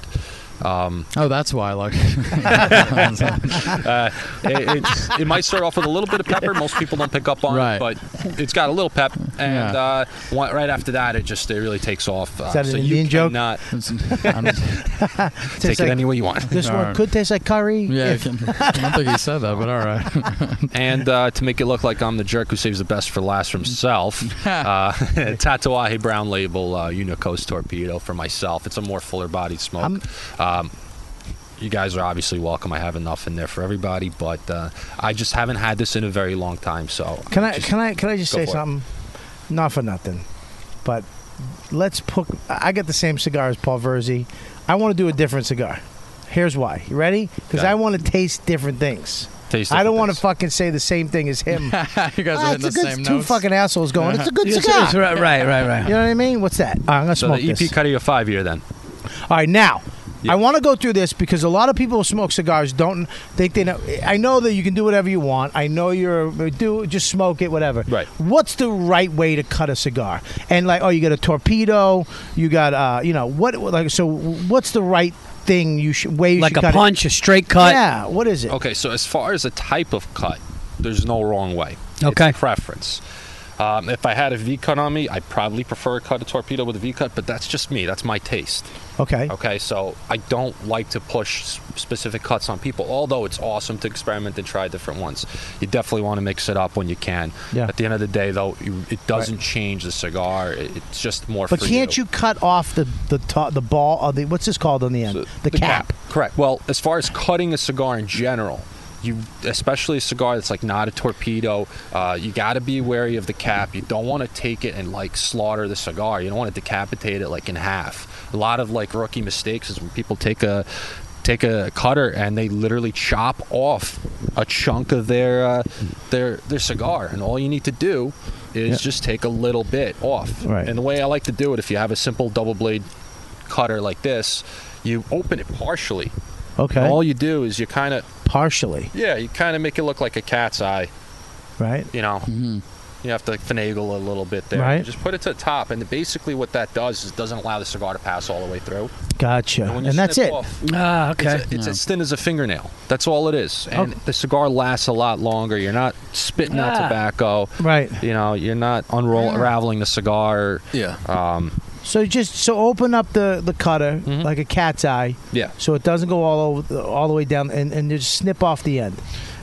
Speaker 4: Um,
Speaker 6: oh, that's why I like.
Speaker 4: uh, it, it's, it might start off with a little bit of pepper. Most people don't pick up on
Speaker 6: Right.
Speaker 4: it, but it's got a little pep. And
Speaker 6: Yeah.
Speaker 4: uh, one, right after that, it just it really takes off. Uh,
Speaker 3: Is that
Speaker 4: so
Speaker 3: an
Speaker 4: you
Speaker 3: Indian joke?
Speaker 4: cannot
Speaker 6: I'm,
Speaker 4: take
Speaker 3: Tastes
Speaker 4: it
Speaker 3: like-
Speaker 4: any way you want.
Speaker 3: This one
Speaker 6: Alright.
Speaker 3: could taste like curry.
Speaker 6: yeah, I,
Speaker 3: if-
Speaker 6: can, I don't think he said that, but all right.
Speaker 4: and uh, to make it look like I'm the jerk who saves the best for last for himself, uh, Tatuaje Brown Label uh, Unicos Torpedo for myself. It's a more fuller bodied smoke. Um, you guys are obviously welcome. I have enough in there for everybody, but uh, I just haven't had this in a very long time. So
Speaker 3: Can I
Speaker 4: just-
Speaker 3: can I can I just
Speaker 4: go
Speaker 3: say
Speaker 4: for it.
Speaker 3: something? Not for nothing, but let's put. I got the same cigar as Paul Verzi. I want to do a different cigar. Here's why. You ready? Because
Speaker 4: Okay.
Speaker 3: I want to taste different things.
Speaker 4: taste
Speaker 3: I don't want to
Speaker 4: this.
Speaker 3: fucking say the same thing as him.
Speaker 6: you guys are
Speaker 3: Ah,
Speaker 6: hitting
Speaker 3: it's
Speaker 6: the
Speaker 3: a good,
Speaker 6: same
Speaker 3: two
Speaker 6: notes.
Speaker 3: fucking assholes going. It's a good
Speaker 2: Yes,
Speaker 3: cigar.
Speaker 2: yes, right, right, right, right.
Speaker 3: You know what I mean? What's that? All right, I'm gonna
Speaker 4: So
Speaker 3: smoke
Speaker 4: the E EP
Speaker 3: this.
Speaker 4: cut of your five year then.
Speaker 3: All right, now
Speaker 4: Yeah.
Speaker 3: I want to go through this because a lot of people who smoke cigars don't think they know. I know that you can do whatever you want. I know you're do just smoke it, whatever.
Speaker 4: Right.
Speaker 3: What's the right way to cut a cigar? And like, oh, you got a torpedo. You got uh, you know what? Like, so what's the right thing you should way you
Speaker 2: Like
Speaker 3: should
Speaker 2: a
Speaker 3: cut it?
Speaker 2: punch, a straight cut.
Speaker 3: Yeah. What is it?
Speaker 4: Okay, so as far as the type of cut, there's no wrong way. It's
Speaker 2: Okay.
Speaker 4: preference. Um, if I had a V cut on me, I probably prefer a cut a torpedo with a V cut, but that's just me. That's my taste.
Speaker 3: Okay.
Speaker 4: Okay, so I don't like to push s- specific cuts on people, although it's awesome to experiment and try different ones. You definitely want to mix it up when you can.
Speaker 3: Yeah.
Speaker 4: At the end of the day, though, you- it doesn't change the cigar. It- It's just more.
Speaker 3: But
Speaker 4: for
Speaker 3: can't you. cut off the the to- the ball of the what's this called on the end? the, cap.
Speaker 4: Correct. Well, as far as cutting a cigar in general, you especially a cigar that's like not a torpedo, uh, you got to be wary of the cap. You don't want to take it and like slaughter the cigar. You don't want to decapitate it like in half. A lot of like rookie mistakes is when people take a take a cutter and they literally chop off a chunk of their uh, their their cigar, and all you need to do is just take a little bit off.
Speaker 3: Right.
Speaker 4: And the way I like to do it, if you have a simple double blade cutter like this, you open it partially.
Speaker 3: Okay.
Speaker 4: And all you do is you kind of,
Speaker 3: Partially.
Speaker 4: yeah, you kind of make it look like a cat's eye.
Speaker 3: Right.
Speaker 4: You know, you have to finagle a little bit there.
Speaker 3: Mm-hmm. Right.
Speaker 4: You just put it to the top, and basically what that does is it doesn't allow the cigar to pass all the way through.
Speaker 3: Gotcha.
Speaker 4: when
Speaker 3: And,
Speaker 4: you
Speaker 3: that's
Speaker 4: snip
Speaker 3: it.
Speaker 4: off,
Speaker 2: Ah, okay.
Speaker 4: It's, a- it's as thin as a fingernail. That's all it is. And the cigar lasts a lot longer. You're not spitting out
Speaker 2: Ah.
Speaker 4: tobacco.
Speaker 3: Right.
Speaker 4: You know, you're not unroll- unraveling the cigar.
Speaker 5: Yeah.
Speaker 4: Um,
Speaker 3: So just so open up the the cutter
Speaker 4: Mhm.
Speaker 3: like a cat's eye,
Speaker 4: yeah.
Speaker 3: so it doesn't go all over the- all the way down, and and just snip off the end.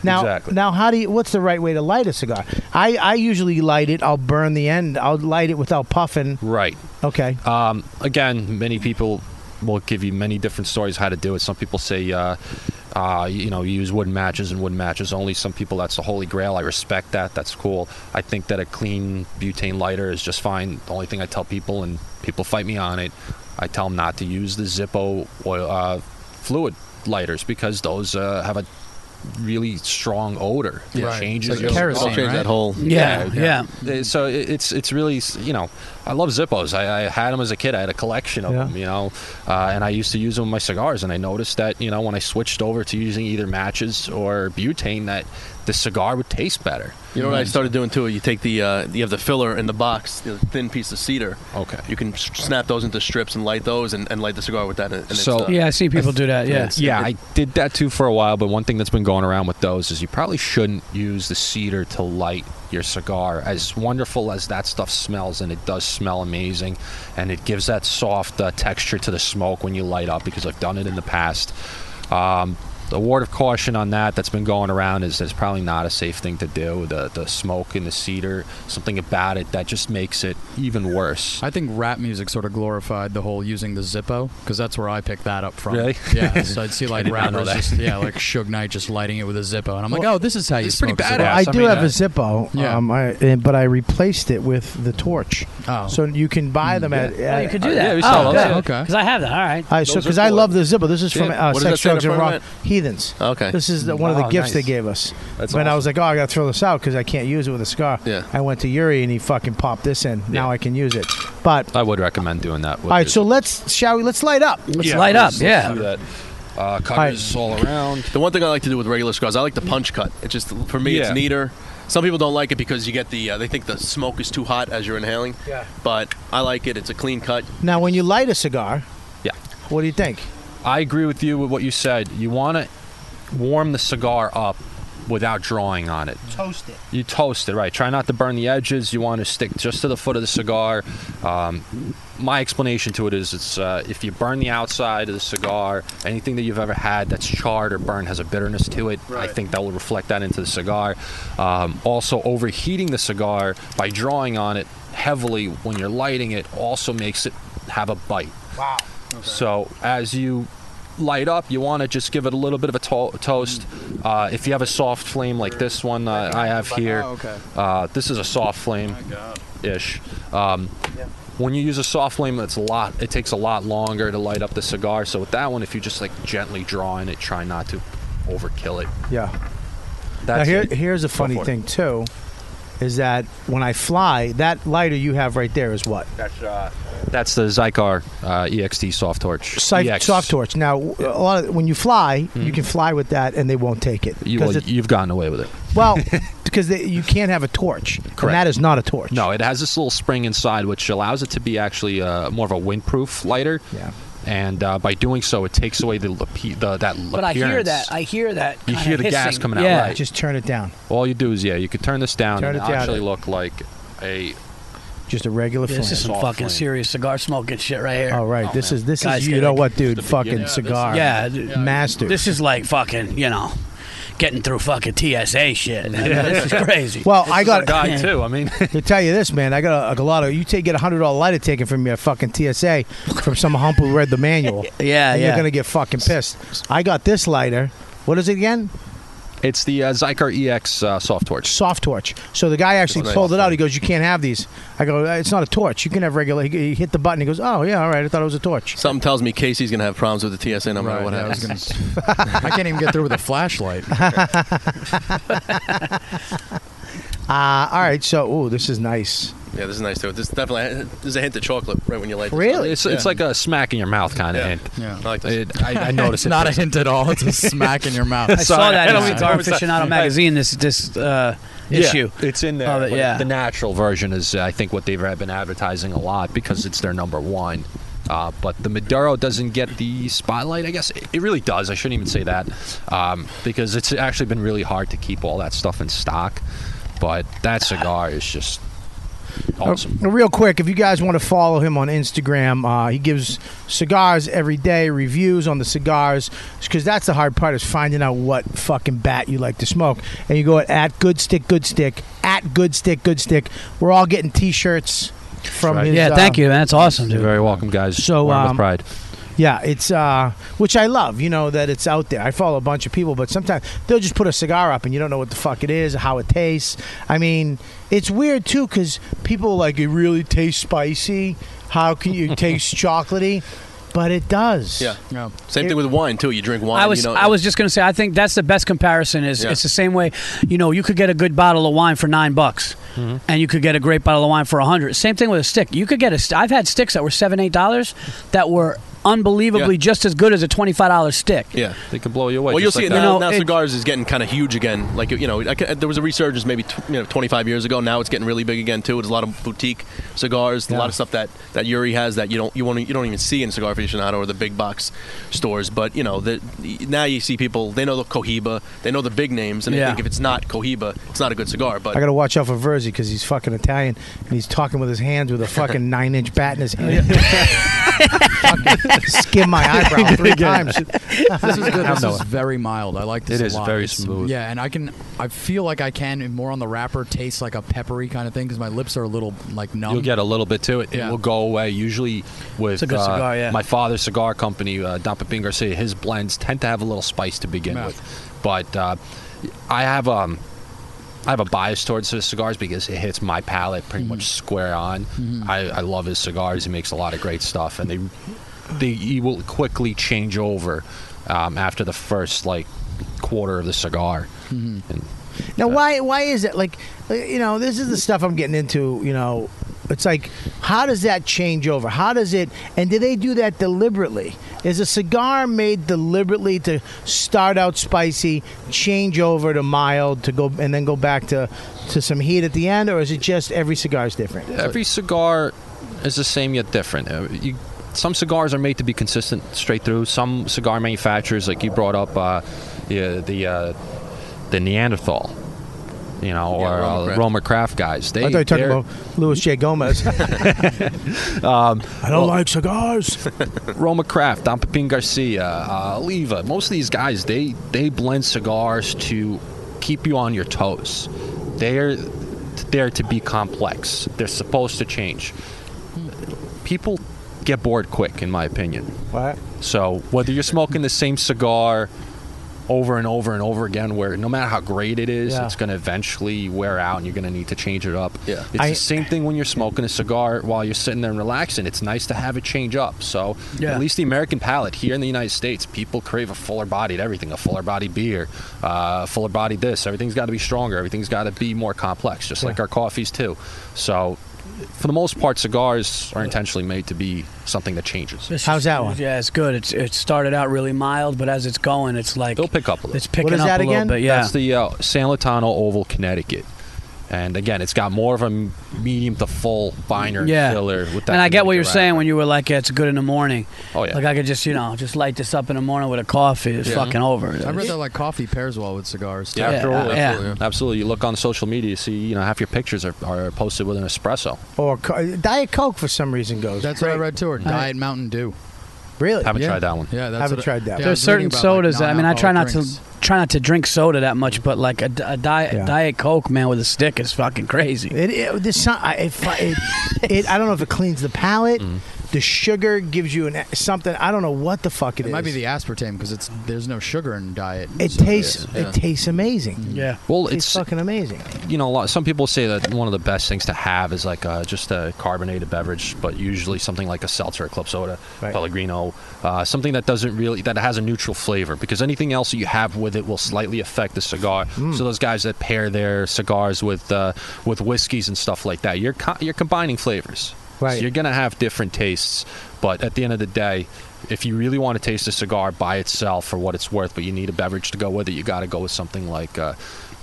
Speaker 3: Now,
Speaker 4: Exactly.
Speaker 3: now, how do you? What's the right way to light a cigar? I I usually light it. I'll burn the end. I'll light it without puffing.
Speaker 4: Right.
Speaker 3: Okay.
Speaker 4: Um, again, many people will give you many different stories how to do it. Some people say, uh, uh, you know, use wooden matches and wooden matches only. Some people, that's the holy grail. I respect that. That's cool. I think that a clean butane lighter is just fine. The only thing I tell people, and people fight me on it, I tell them not to use the Zippo oil, uh, fluid lighters because those uh, have a really strong odor. It
Speaker 6: Right.
Speaker 4: changes
Speaker 6: Like
Speaker 4: your
Speaker 5: I'll
Speaker 6: kerosene,
Speaker 5: change
Speaker 6: right?
Speaker 5: that whole.
Speaker 2: yeah, yeah.
Speaker 4: yeah, uh, so it- it's it's really you know I love Zippos. I, I had them as a kid. I had a collection of
Speaker 3: Yeah.
Speaker 4: them, you know, uh, and I used to use them with my cigars. And I noticed that you know when I switched over to using either matches or butane, that the cigar would taste better.
Speaker 5: You know what I started doing too? You take the uh, you have the filler in the box, the thin piece of cedar.
Speaker 4: Okay.
Speaker 5: You can s- snap those into strips and light those, and, and light the cigar with that. And it's,
Speaker 4: So-
Speaker 5: uh,
Speaker 2: Yeah, I see people do that. Yeah.
Speaker 5: Yes.
Speaker 4: Yeah, I did that too for a while, but one thing that's been going around with those is you probably shouldn't use the cedar to light your cigar. As wonderful as that stuff smells, and it does smell amazing, and it gives that soft uh, texture to the smoke when you light up, because I've done it in the past. Um, the word of caution on that that's been going around is that's probably not a safe thing to do. The the smoke and the cedar, something about it that just makes it even worse.
Speaker 6: I think rap music sort of glorified the whole using the Zippo because that's where I picked that up from.
Speaker 4: Really?
Speaker 6: Yeah. So I'd see like
Speaker 4: did not know
Speaker 6: rappers,
Speaker 4: that.
Speaker 6: just, yeah, like Suge Knight just lighting it with a Zippo, and I'm like, oh, this is how you.
Speaker 4: it's pretty
Speaker 6: smoke
Speaker 4: badass.
Speaker 6: a cigar.
Speaker 4: I
Speaker 3: I do
Speaker 4: mean,
Speaker 3: have
Speaker 4: uh,
Speaker 3: a Zippo,
Speaker 6: yeah.
Speaker 3: um, I, and- but I replaced it with the torch.
Speaker 6: Oh.
Speaker 3: So you can buy them at.
Speaker 2: Oh,
Speaker 3: at
Speaker 2: you could do
Speaker 4: uh,
Speaker 2: that.
Speaker 4: yeah, we saw
Speaker 2: oh,
Speaker 4: those,
Speaker 2: okay.
Speaker 6: yeah. Okay.
Speaker 2: Because I have that. All right.
Speaker 3: I so
Speaker 5: Those
Speaker 3: because
Speaker 5: are
Speaker 3: I
Speaker 5: cool.
Speaker 3: love the Zippo. This is from uh,
Speaker 5: What does that
Speaker 3: Sex,
Speaker 5: say in
Speaker 3: Drugs,
Speaker 5: the
Speaker 3: and
Speaker 5: front
Speaker 3: Rock
Speaker 5: of
Speaker 3: Heathens.
Speaker 5: Okay.
Speaker 3: This is the, one of the
Speaker 4: Wow,
Speaker 3: gifts they
Speaker 4: nice.
Speaker 3: gave us.
Speaker 4: That's
Speaker 3: but I
Speaker 4: awesome.
Speaker 3: was like, oh, I gotta throw this out because I can't use it with a cigar.
Speaker 5: Yeah.
Speaker 3: I went to Yuri and he fucking popped this in. Now I can use it. But
Speaker 4: I would recommend doing that.
Speaker 3: all right, so let's shall we? Let's light up.
Speaker 2: Let's light up. Yeah.
Speaker 4: Uh,
Speaker 3: cutters
Speaker 4: cutters all around.
Speaker 5: The one thing I like to do with regular cigars, I like the punch cut. It just for me, it's
Speaker 4: Yeah.
Speaker 5: neater. Some people don't like it because you get the uh, they think the smoke is too hot as you're inhaling.
Speaker 3: Yeah.
Speaker 5: But I like it. It's a clean cut.
Speaker 3: Now, when you light a cigar,
Speaker 4: Yeah.
Speaker 3: what do you think?
Speaker 4: I agree with you with what you said. You want to warm the cigar up without drawing on it.
Speaker 3: Toast it.
Speaker 4: You toast it, right? Try not to burn the edges. You want to stick just to the foot of the cigar. Um, my explanation to it is it's uh, if you burn the outside of the cigar, anything that you've ever had that's charred or burned has a bitterness to it. I
Speaker 5: Right.
Speaker 4: think that will reflect that into the cigar. Um, also, overheating the cigar by drawing on it heavily when you're lighting it also makes it have a bite.
Speaker 3: Wow.
Speaker 4: So as you light up, you want to just give it a little bit of a to- toast. Uh, if you have a soft flame like this one uh, I have here,
Speaker 6: okay.
Speaker 4: uh, this is a soft flame ish. Um, when you use a soft flame, it's a lot. It takes a lot longer to light up the cigar. So with that one, if you just like gently draw in it, try not to overkill it.
Speaker 3: Yeah. Now
Speaker 4: That's
Speaker 3: here,
Speaker 4: it.
Speaker 3: here's a funny
Speaker 4: for it.
Speaker 3: thing too, is that when I fly, that lighter you have right there is what
Speaker 4: That's the Zycar uh, EXT soft torch. E
Speaker 3: Cy-
Speaker 4: EX.
Speaker 3: soft torch. Now, a lot of, when you fly,
Speaker 5: Mm-hmm.
Speaker 3: you can fly with that, and they won't take it.
Speaker 4: You,
Speaker 3: 'Cause
Speaker 4: well,
Speaker 3: it-
Speaker 4: you've gotten away with it.
Speaker 3: well, because they, you can't have a torch. And
Speaker 4: Correct.
Speaker 3: that is not a torch.
Speaker 4: No, it has this little spring inside, which allows it to be actually uh, more of a windproof lighter.
Speaker 3: Yeah.
Speaker 4: And uh, by doing so, it takes away the, lape- the that.
Speaker 2: But I hear that. I hear that.
Speaker 4: You
Speaker 2: kinda
Speaker 4: hear the gas
Speaker 2: hissing.
Speaker 4: coming out,
Speaker 2: Yeah.
Speaker 4: right.
Speaker 3: Just turn it down.
Speaker 4: All you do is yeah, you could turn this down
Speaker 3: Turn it
Speaker 4: and it'll
Speaker 3: down.
Speaker 4: actually look like a.
Speaker 3: Just a regular flame.
Speaker 2: Yeah, This is some
Speaker 4: Soft
Speaker 2: fucking
Speaker 4: flame.
Speaker 2: serious cigar smoking shit right here.
Speaker 3: All right, this is this
Speaker 2: Guys,
Speaker 3: is you
Speaker 2: get
Speaker 3: know
Speaker 2: it.
Speaker 3: what, dude?
Speaker 4: The
Speaker 3: Fucking
Speaker 4: beginning.
Speaker 3: cigar.
Speaker 2: Yeah, th-
Speaker 3: master.
Speaker 2: This is like fucking, you know, getting through fucking TSA shit. I mean, this is crazy.
Speaker 3: well, I got
Speaker 4: guy too. I mean,
Speaker 3: to tell you this, man. I got a, a lot of you take get a hundred dollar lighter taken from your fucking TSA from some hump who read the manual.
Speaker 2: yeah,
Speaker 3: and
Speaker 2: yeah.
Speaker 3: you're gonna get fucking pissed. I got this lighter. What is it again?
Speaker 4: it's the uh, Zycar EX uh, soft torch.
Speaker 3: Soft torch. So the guy actually
Speaker 5: Soft
Speaker 3: pulled it out.
Speaker 5: torch.
Speaker 3: He goes, "You can't have these." I go, "Uh, "It's not a torch. You can have regular." He, he hit the button. He goes, "Oh yeah, all right. I thought it was a torch."
Speaker 5: Something tells me Casey's gonna have problems with the TSA no matter
Speaker 6: Right,
Speaker 5: what
Speaker 6: yeah, I, was
Speaker 5: happens.
Speaker 6: gonna, I can't even get through with a flashlight.
Speaker 3: Uh, all right. So, ooh, this is nice.
Speaker 5: Yeah, this is nice too. This definitely this is a hint of chocolate right when you light. This.
Speaker 3: Really?
Speaker 4: It's it's like a smack in your mouth kind of
Speaker 5: Yeah.
Speaker 4: hint.
Speaker 5: I like this.
Speaker 4: It, I, I noticed
Speaker 6: it's
Speaker 4: it.
Speaker 6: not a hint at all. It's a smack in your mouth.
Speaker 2: I saw that in
Speaker 4: don't mean
Speaker 2: Cigar
Speaker 4: to-
Speaker 2: Aficionado magazine. This this uh,
Speaker 4: Yeah,
Speaker 2: issue.
Speaker 4: It's in there.
Speaker 2: of it,
Speaker 4: but
Speaker 2: yeah.
Speaker 4: The natural version is, uh, I think, what they've been advertising a lot because it's their number one. Uh, but the Maduro doesn't get the spotlight, I guess. It, it really does. I shouldn't even say that um, because it's actually been really hard to keep all that stuff in stock. But that cigar is just
Speaker 2: Oh.
Speaker 4: awesome.
Speaker 3: Uh, Real quick, if you guys want to follow him on Instagram, uh, he gives cigars every day, reviews on the cigars, because that's the hard part is finding out what fucking bat you like to smoke. And you go at, at Good Stick, Good Stick, at Good Stick, Good Stick. We're all getting T-shirts from
Speaker 4: right.
Speaker 3: his.
Speaker 2: yeah,
Speaker 3: uh,
Speaker 2: thank you, man. That's awesome,
Speaker 4: You're
Speaker 2: dude.
Speaker 4: very welcome, guys.
Speaker 3: So,
Speaker 4: Wear 'em
Speaker 3: um,
Speaker 4: with pride.
Speaker 3: Yeah, it's uh, which I love. You know that it's out there. I follow a bunch of people, but sometimes they'll just put a cigar up, and you don't know what the fuck it is, how it tastes. I mean, it's weird too because people are like it really tastes spicy. How can you taste chocolatey? But it does.
Speaker 5: Yeah.
Speaker 6: Yeah.
Speaker 5: Same thing with wine too. You drink wine.
Speaker 2: I was
Speaker 5: you know,
Speaker 2: I was just gonna say I think that's the best comparison. Is
Speaker 5: Yeah.
Speaker 2: it's the same way, you know, you could get a good bottle of wine for nine bucks,
Speaker 5: Mm-hmm.
Speaker 2: and you could get a great bottle of wine for a hundred. Same thing with a stick. You could get a. St- I've had sticks that were seven eight dollars that were unbelievably
Speaker 5: Yeah.
Speaker 2: just as good as a twenty-five dollar stick.
Speaker 5: Yeah.
Speaker 4: They could blow you away.
Speaker 5: Well, you'll
Speaker 4: just
Speaker 5: see it
Speaker 4: like
Speaker 5: now.
Speaker 4: that.
Speaker 2: know,
Speaker 5: now
Speaker 2: it-
Speaker 5: cigars is getting kind of huge again. Like you know, I ca- there was a resurgence maybe tw- you know 25 years ago. Now it's getting really big again too. There's a lot of boutique cigars, a lot of stuff that, that Yuri has that you don't you won't you don't even see in cigar aficionado or the big box stores. But you know, the, now you see people they know the Cohiba, they know the big names, and they
Speaker 2: Yeah.
Speaker 5: think if it's not Cohiba, it's not a good cigar. But
Speaker 3: I gotta watch out for Verzi because he's fucking Italian and he's talking with his hands with a fucking nine inch bat in his hand. Fucking Skim my eyebrow three times.
Speaker 6: This is good.
Speaker 4: Have
Speaker 6: This
Speaker 4: no
Speaker 6: is
Speaker 4: one.
Speaker 6: very mild. I like this.
Speaker 4: It
Speaker 6: a
Speaker 4: is
Speaker 6: lot.
Speaker 4: very
Speaker 6: It's-
Speaker 4: smooth.
Speaker 6: Yeah, and I can. I feel like I can more on the wrapper. Taste like a peppery kind of thing because my lips are a little like numb.
Speaker 4: You'll get a little bit to it.
Speaker 6: Yeah.
Speaker 4: It will go away. Usually, with
Speaker 2: a good
Speaker 4: uh,
Speaker 2: cigar, yeah.
Speaker 4: my father's cigar company, uh, Don Pepin Garcia, his blends tend to have a little spice to begin
Speaker 6: Yeah.
Speaker 4: with. But uh, I have um, I have a bias towards his cigars because it hits my palate pretty much
Speaker 2: Mm-hmm.
Speaker 4: square on. I, I love his cigars. He makes a lot of great stuff, and they they you will quickly change over um, after the first like quarter of the cigar. And
Speaker 3: Now, why why is it like, like, you know, this is the stuff I'm getting into. You know, it's like, how does that change over? How does it? And do they do that deliberately? Is a cigar made deliberately to start out spicy, change over to mild, to go and then go back to to some heat at the end, or is it just every cigar is different?
Speaker 4: every cigar is the same yet different. Uh, You, some cigars are made to be consistent straight through. Some cigar manufacturers, like you brought up, uh, the the, uh, the Neanderthal, you know,
Speaker 5: Yeah,
Speaker 4: or
Speaker 5: Roma
Speaker 4: uh,
Speaker 5: Craft.
Speaker 4: Roma Craft guys. They
Speaker 3: I thought you were talking
Speaker 4: they're-
Speaker 3: about Louis J. Gomez. I don't like cigars.
Speaker 4: Roma Craft, Don Pepin Garcia, uh, Oliva. Most of these guys, they they blend cigars to keep you on your toes. They're there to be complex. They're supposed to change. People get bored quick, in my opinion.
Speaker 3: What?
Speaker 4: So whether you're smoking the same cigar over and over and over again, where no matter how great it is,
Speaker 2: Yeah.
Speaker 4: it's going to eventually wear out, and you're going to need to change it up.
Speaker 5: Yeah.
Speaker 4: it's
Speaker 3: I-
Speaker 4: the same thing when you're smoking a cigar while you're sitting there and relaxing. It's nice to have it change up. So
Speaker 2: Yeah.
Speaker 4: at least the American palate here in the United States, people crave a fuller bodied everything, a fuller bodied beer, uh, fuller bodied this. Everything's got to be stronger. Everything's got to be more complex, just like our coffees too. So. For the most part, cigars are intentionally made to be something that changes.
Speaker 2: This
Speaker 3: How's
Speaker 2: is-
Speaker 3: that one?
Speaker 2: Yeah, it's good. It's it started out really mild, but as it's going, it's like
Speaker 4: They'll pick up a little.
Speaker 2: It's picking
Speaker 3: What is
Speaker 2: up
Speaker 3: that
Speaker 2: a
Speaker 3: again?
Speaker 2: little bit. Yeah,
Speaker 4: That's the uh, San Latano Oval, Connecticut. And again, it's got more of a m- medium to full binder and
Speaker 2: yeah.
Speaker 4: filler with that.
Speaker 2: and I get what you're saying
Speaker 4: When
Speaker 2: when you were like, yeah, "It's good in the morning."
Speaker 4: Oh, yeah.
Speaker 2: Like I could just you know just light this up in the morning with a coffee. It's
Speaker 5: Yeah.
Speaker 2: fucking over.
Speaker 6: I read that like coffee pairs well with cigars. too.
Speaker 4: yeah, after all,
Speaker 2: yeah.
Speaker 4: absolutely. absolutely. You look on social media, you see, you know, half your pictures are, are posted with an espresso.
Speaker 3: Or co- Diet Coke for some reason goes.
Speaker 6: That's
Speaker 3: great.
Speaker 6: what I read too. Or Diet Mountain Dew.
Speaker 3: Really?
Speaker 4: Haven't
Speaker 6: yeah.
Speaker 4: tried that one.
Speaker 6: Yeah, that's
Speaker 3: Haven't
Speaker 6: what I-
Speaker 3: tried that.
Speaker 6: yeah, I
Speaker 3: There's
Speaker 2: There's
Speaker 6: was reading
Speaker 2: certain
Speaker 6: about,
Speaker 2: sodas.
Speaker 6: Like,
Speaker 2: that, I mean, I try not
Speaker 6: non-alcoholic
Speaker 2: to try not to drink soda that much, but like a, a diet
Speaker 3: Yeah.
Speaker 2: diet Coke man with a stick is fucking crazy.
Speaker 3: It, it, this, so- I- it, fi- it, it, I don't know if it cleans the palate. The sugar gives you an, something. I don't know what the fuck
Speaker 6: drinks. It
Speaker 3: is.
Speaker 6: might be the aspartame because it's there's no sugar in diet.
Speaker 3: It
Speaker 6: so-
Speaker 3: tastes.
Speaker 5: yeah.
Speaker 3: It tastes amazing.
Speaker 2: Yeah.
Speaker 4: Well,
Speaker 3: It tastes
Speaker 4: it's
Speaker 3: fucking amazing.
Speaker 4: you know, a lot, some people say that one of the best things to have is like uh, just a carbonated beverage, but usually something like a seltzer, a club soda,
Speaker 3: Right.
Speaker 4: Pellegrino, uh, something that doesn't really that has a neutral flavor because anything else that you have with it will slightly affect the cigar. So those guys that pair their cigars with uh, with whiskeys and stuff like that, you're co- you're combining flavors.
Speaker 3: Right.
Speaker 4: So you're gonna have different tastes, but at the end of the day. If you really want to taste a cigar by itself for what it's worth, but you need a beverage to go with it, you got to go with something like, uh,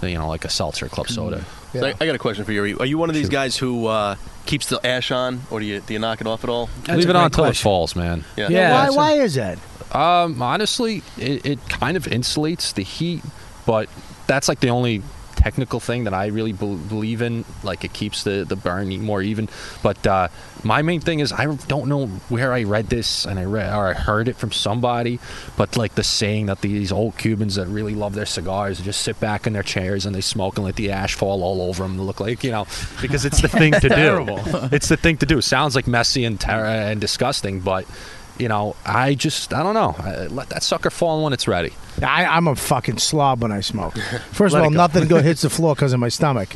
Speaker 4: you know, like a seltzer, club soda.
Speaker 5: So I, I got a question for you. Are you one of these guys who uh, keeps the ash on, or do you do you knock it off at all?
Speaker 2: That's
Speaker 4: Leave
Speaker 2: a
Speaker 4: it on
Speaker 2: great
Speaker 4: till it
Speaker 2: question.
Speaker 4: falls, man.
Speaker 2: Yeah,
Speaker 3: why?
Speaker 2: so-
Speaker 3: Why is that?
Speaker 4: Um, honestly, it, it kind of insulates the heat, but that's like the only technical thing that I really bel believe in. Like it keeps the the burn e- more even. But uh, my main thing is I don't know where I read this and I read or I heard it from somebody, but like the saying that these old Cubans that really love their cigars just sit back in their chairs and they smoke and let the ash fall all over them. Look like you know because it's the thing to do. it's the thing to do. Sounds like messy and ter- and disgusting, but you know, I just, I don't know. I, let that sucker fall when it's ready.
Speaker 3: I, I'm a fucking slob when I smoke. First of
Speaker 4: Let it
Speaker 3: all,
Speaker 4: go.
Speaker 3: nothing go hits the floor because of my stomach.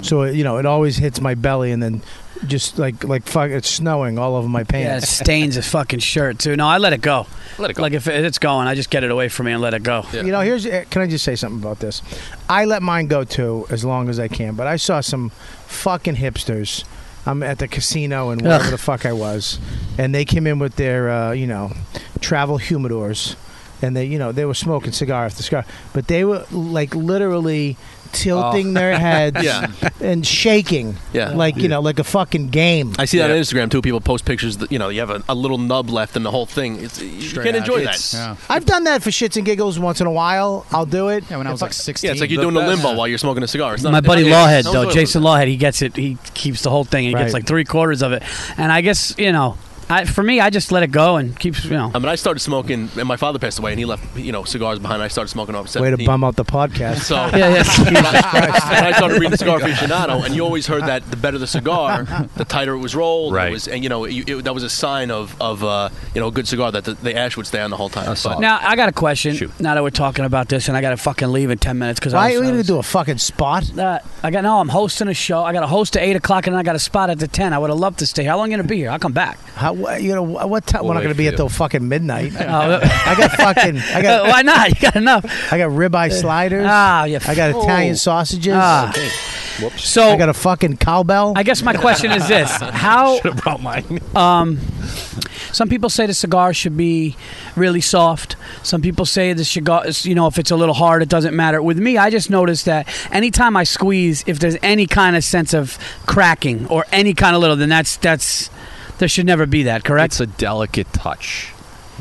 Speaker 3: So you know, it always hits my belly, and then just like like fuck, it's snowing all over my
Speaker 2: Yeah, it
Speaker 3: pants.
Speaker 2: stains a fucking shirt too. No, I let it go.
Speaker 4: Let it go.
Speaker 2: Like if it- it's going, I just get it away from me and let it go.
Speaker 5: Yeah.
Speaker 3: You know, here's eh, can I just say something about this? I let mine go too as long as I can, but I saw some fucking hipsters. I'm at the casino and wherever the fuck I was, and they came in with their uh, you know travel humidors, and they you know they were smoking cigar after cigar, but they were like literally tilting their heads
Speaker 5: Oh. Yeah.
Speaker 3: and shaking,
Speaker 5: Yeah.
Speaker 3: like you know like a fucking game.
Speaker 5: I see that
Speaker 4: Yeah.
Speaker 5: on Instagram too. People post pictures that you know you have a, a little nub left in the whole thing. It's, you can't
Speaker 6: out.
Speaker 5: enjoy
Speaker 4: It's-
Speaker 5: that.
Speaker 6: Yeah.
Speaker 3: I've done that for shits and giggles once in a while. I'll do it.
Speaker 6: Yeah, when I was like 16.
Speaker 5: Yeah, it's like you're
Speaker 4: The
Speaker 5: doing the
Speaker 4: best.
Speaker 5: limbo while you're smoking a cigar. It's not
Speaker 2: My
Speaker 5: it's
Speaker 2: buddy
Speaker 5: not-
Speaker 2: Lawhead,
Speaker 5: it's
Speaker 2: though,
Speaker 5: enjoyable.
Speaker 2: Jason Lawhead, he gets it. He keeps the whole thing. He
Speaker 3: Right.
Speaker 2: gets like three quarters of it. And I guess, you know, I, for me, I just let it go and keeps, you know.
Speaker 5: I mean, I started smoking, and my father passed away, and he left you know cigars behind. I started smoking off.
Speaker 3: Way to bum out the podcast.
Speaker 5: So
Speaker 2: Yeah, yes.
Speaker 5: when, I, when I started reading Cigar Aficionado, and you always heard that the better the cigar, the tighter it was rolled. It
Speaker 4: Right.
Speaker 5: was, and you know you, it, that was a sign of of uh, you know a good cigar that the, the ash would stay on the whole time.
Speaker 4: That's
Speaker 5: But-
Speaker 4: all.
Speaker 2: Now, I got a question.
Speaker 4: Shoot.
Speaker 2: Now that we're talking about this, and I got to fucking leave in 10 minutes because I
Speaker 3: Why
Speaker 2: was,
Speaker 3: are we
Speaker 2: I
Speaker 3: gonna
Speaker 2: was-
Speaker 3: do a fucking spot?
Speaker 2: Uh, I got no. I'm hosting a show. I got a host at eight o'clock, and then I got a spot at the ten. I would have loved to stay. How long you gonna be here? I'll come back.
Speaker 3: How wha- you know wha- what time? We're
Speaker 4: We'll
Speaker 3: not
Speaker 4: wait
Speaker 3: gonna
Speaker 4: for
Speaker 3: be at
Speaker 4: you.
Speaker 3: till fucking midnight.
Speaker 2: Uh,
Speaker 3: I got fucking. I
Speaker 2: uh,
Speaker 3: got.
Speaker 2: why not? You got enough.
Speaker 3: I got ribeye sliders.
Speaker 2: Ah, yeah.
Speaker 3: I got Italian sausages.
Speaker 2: Ah.
Speaker 4: Whoops.
Speaker 2: So
Speaker 3: I got a fucking cowbell.
Speaker 2: I guess my question is this: How um,
Speaker 4: Should have brought mine.
Speaker 2: some people say the cigar should be really soft. Some people say the cigar, is, you know, if it's a little hard, it doesn't matter. With me, I just noticed that anytime I squeeze, if there's any kind of sense of cracking or any kind of little, then that's that's there should never be that. Correct?
Speaker 4: It's a delicate touch.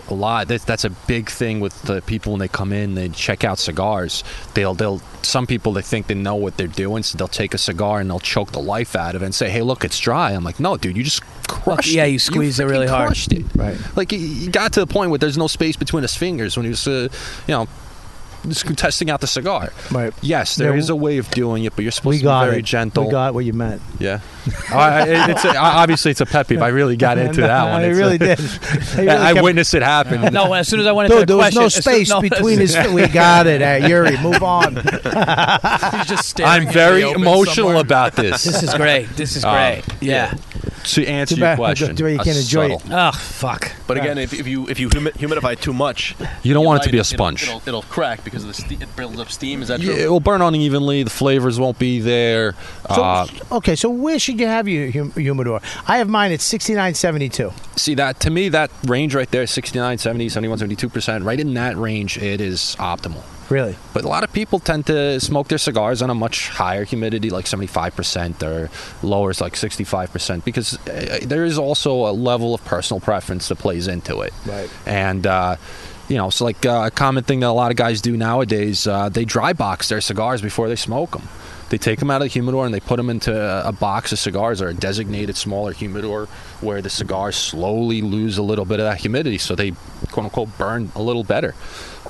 Speaker 4: A lot. That's, that's a big thing with the people when they come in. They check out cigars. They'll they'll. Some people they think they know what they're doing, so they'll take a cigar and they'll choke the life out of it and say, "Hey, look, it's dry." I'm like, "No, dude, you just crushed
Speaker 2: yeah,
Speaker 4: it.
Speaker 2: you squeezed it
Speaker 4: freaking
Speaker 2: really hard."
Speaker 4: Crushed it.
Speaker 3: Right.
Speaker 4: Like he- he got to the point where there's no space between his fingers when he was, uh, you know, just testing out the cigar.
Speaker 3: Right.
Speaker 4: Yes, there is
Speaker 3: Yeah,
Speaker 4: a way of doing it, but you're supposed
Speaker 3: we
Speaker 4: to be
Speaker 3: got
Speaker 4: very
Speaker 3: it.
Speaker 4: gentle.
Speaker 3: We got what you meant.
Speaker 4: yeah. Oh, I, I- it's a, obviously it's a pet peeve. I really got into that one.
Speaker 3: I
Speaker 4: It's a-
Speaker 3: really did. I really
Speaker 4: I
Speaker 3: kept-
Speaker 4: witnessed it happen.
Speaker 2: no, as soon as I went into
Speaker 3: Dude,
Speaker 2: the
Speaker 3: there was
Speaker 2: question,
Speaker 3: no
Speaker 2: as soon-
Speaker 3: space
Speaker 2: no,
Speaker 3: between his. We got it, uh, Yuri. Move on.
Speaker 6: He's just staring
Speaker 4: I'm
Speaker 6: into
Speaker 4: very
Speaker 6: the open
Speaker 4: emotional
Speaker 6: somewhere.
Speaker 4: about this.
Speaker 2: This is great. This is
Speaker 5: Oh,
Speaker 4: Uh,
Speaker 2: great. yeah.
Speaker 4: to answer
Speaker 3: Too
Speaker 4: your
Speaker 3: bad-
Speaker 4: question,
Speaker 3: too bad you
Speaker 4: a
Speaker 3: can't enjoy it.
Speaker 4: subtle.
Speaker 2: Oh fuck.
Speaker 5: But again, if, if you if you humi- humidify too much,
Speaker 4: You don't
Speaker 5: you
Speaker 4: want it to
Speaker 5: light
Speaker 4: be a
Speaker 5: it'll-
Speaker 4: sponge.
Speaker 5: It'll, it'll crack because of the ste- it builds up steam. Is that
Speaker 4: Yeah,
Speaker 5: true?
Speaker 4: it will burn unevenly. The flavors won't be there.
Speaker 3: So,
Speaker 4: uh,
Speaker 3: okay, so where should you have your hum- humidor? I have mine at sixty nine seventy two.
Speaker 4: see that to me, that range right there, 69, 70, 71, 72 percent, right in that range, it is optimal.
Speaker 3: Really?
Speaker 4: But a lot of people tend to smoke their cigars on a much higher humidity, like 75%, or lower is like 65%, because uh, there is also a level of personal preference that plays into it.
Speaker 3: Right.
Speaker 4: And, uh, you know, it's like uh, a common thing that a lot of guys do nowadays. Uh, they dry box their cigars before they smoke them. They take them out of the humidor and they put them into a- a box of cigars or a designated smaller humidor where the cigars slowly lose a little bit of that humidity, so they quote unquote burn a little better.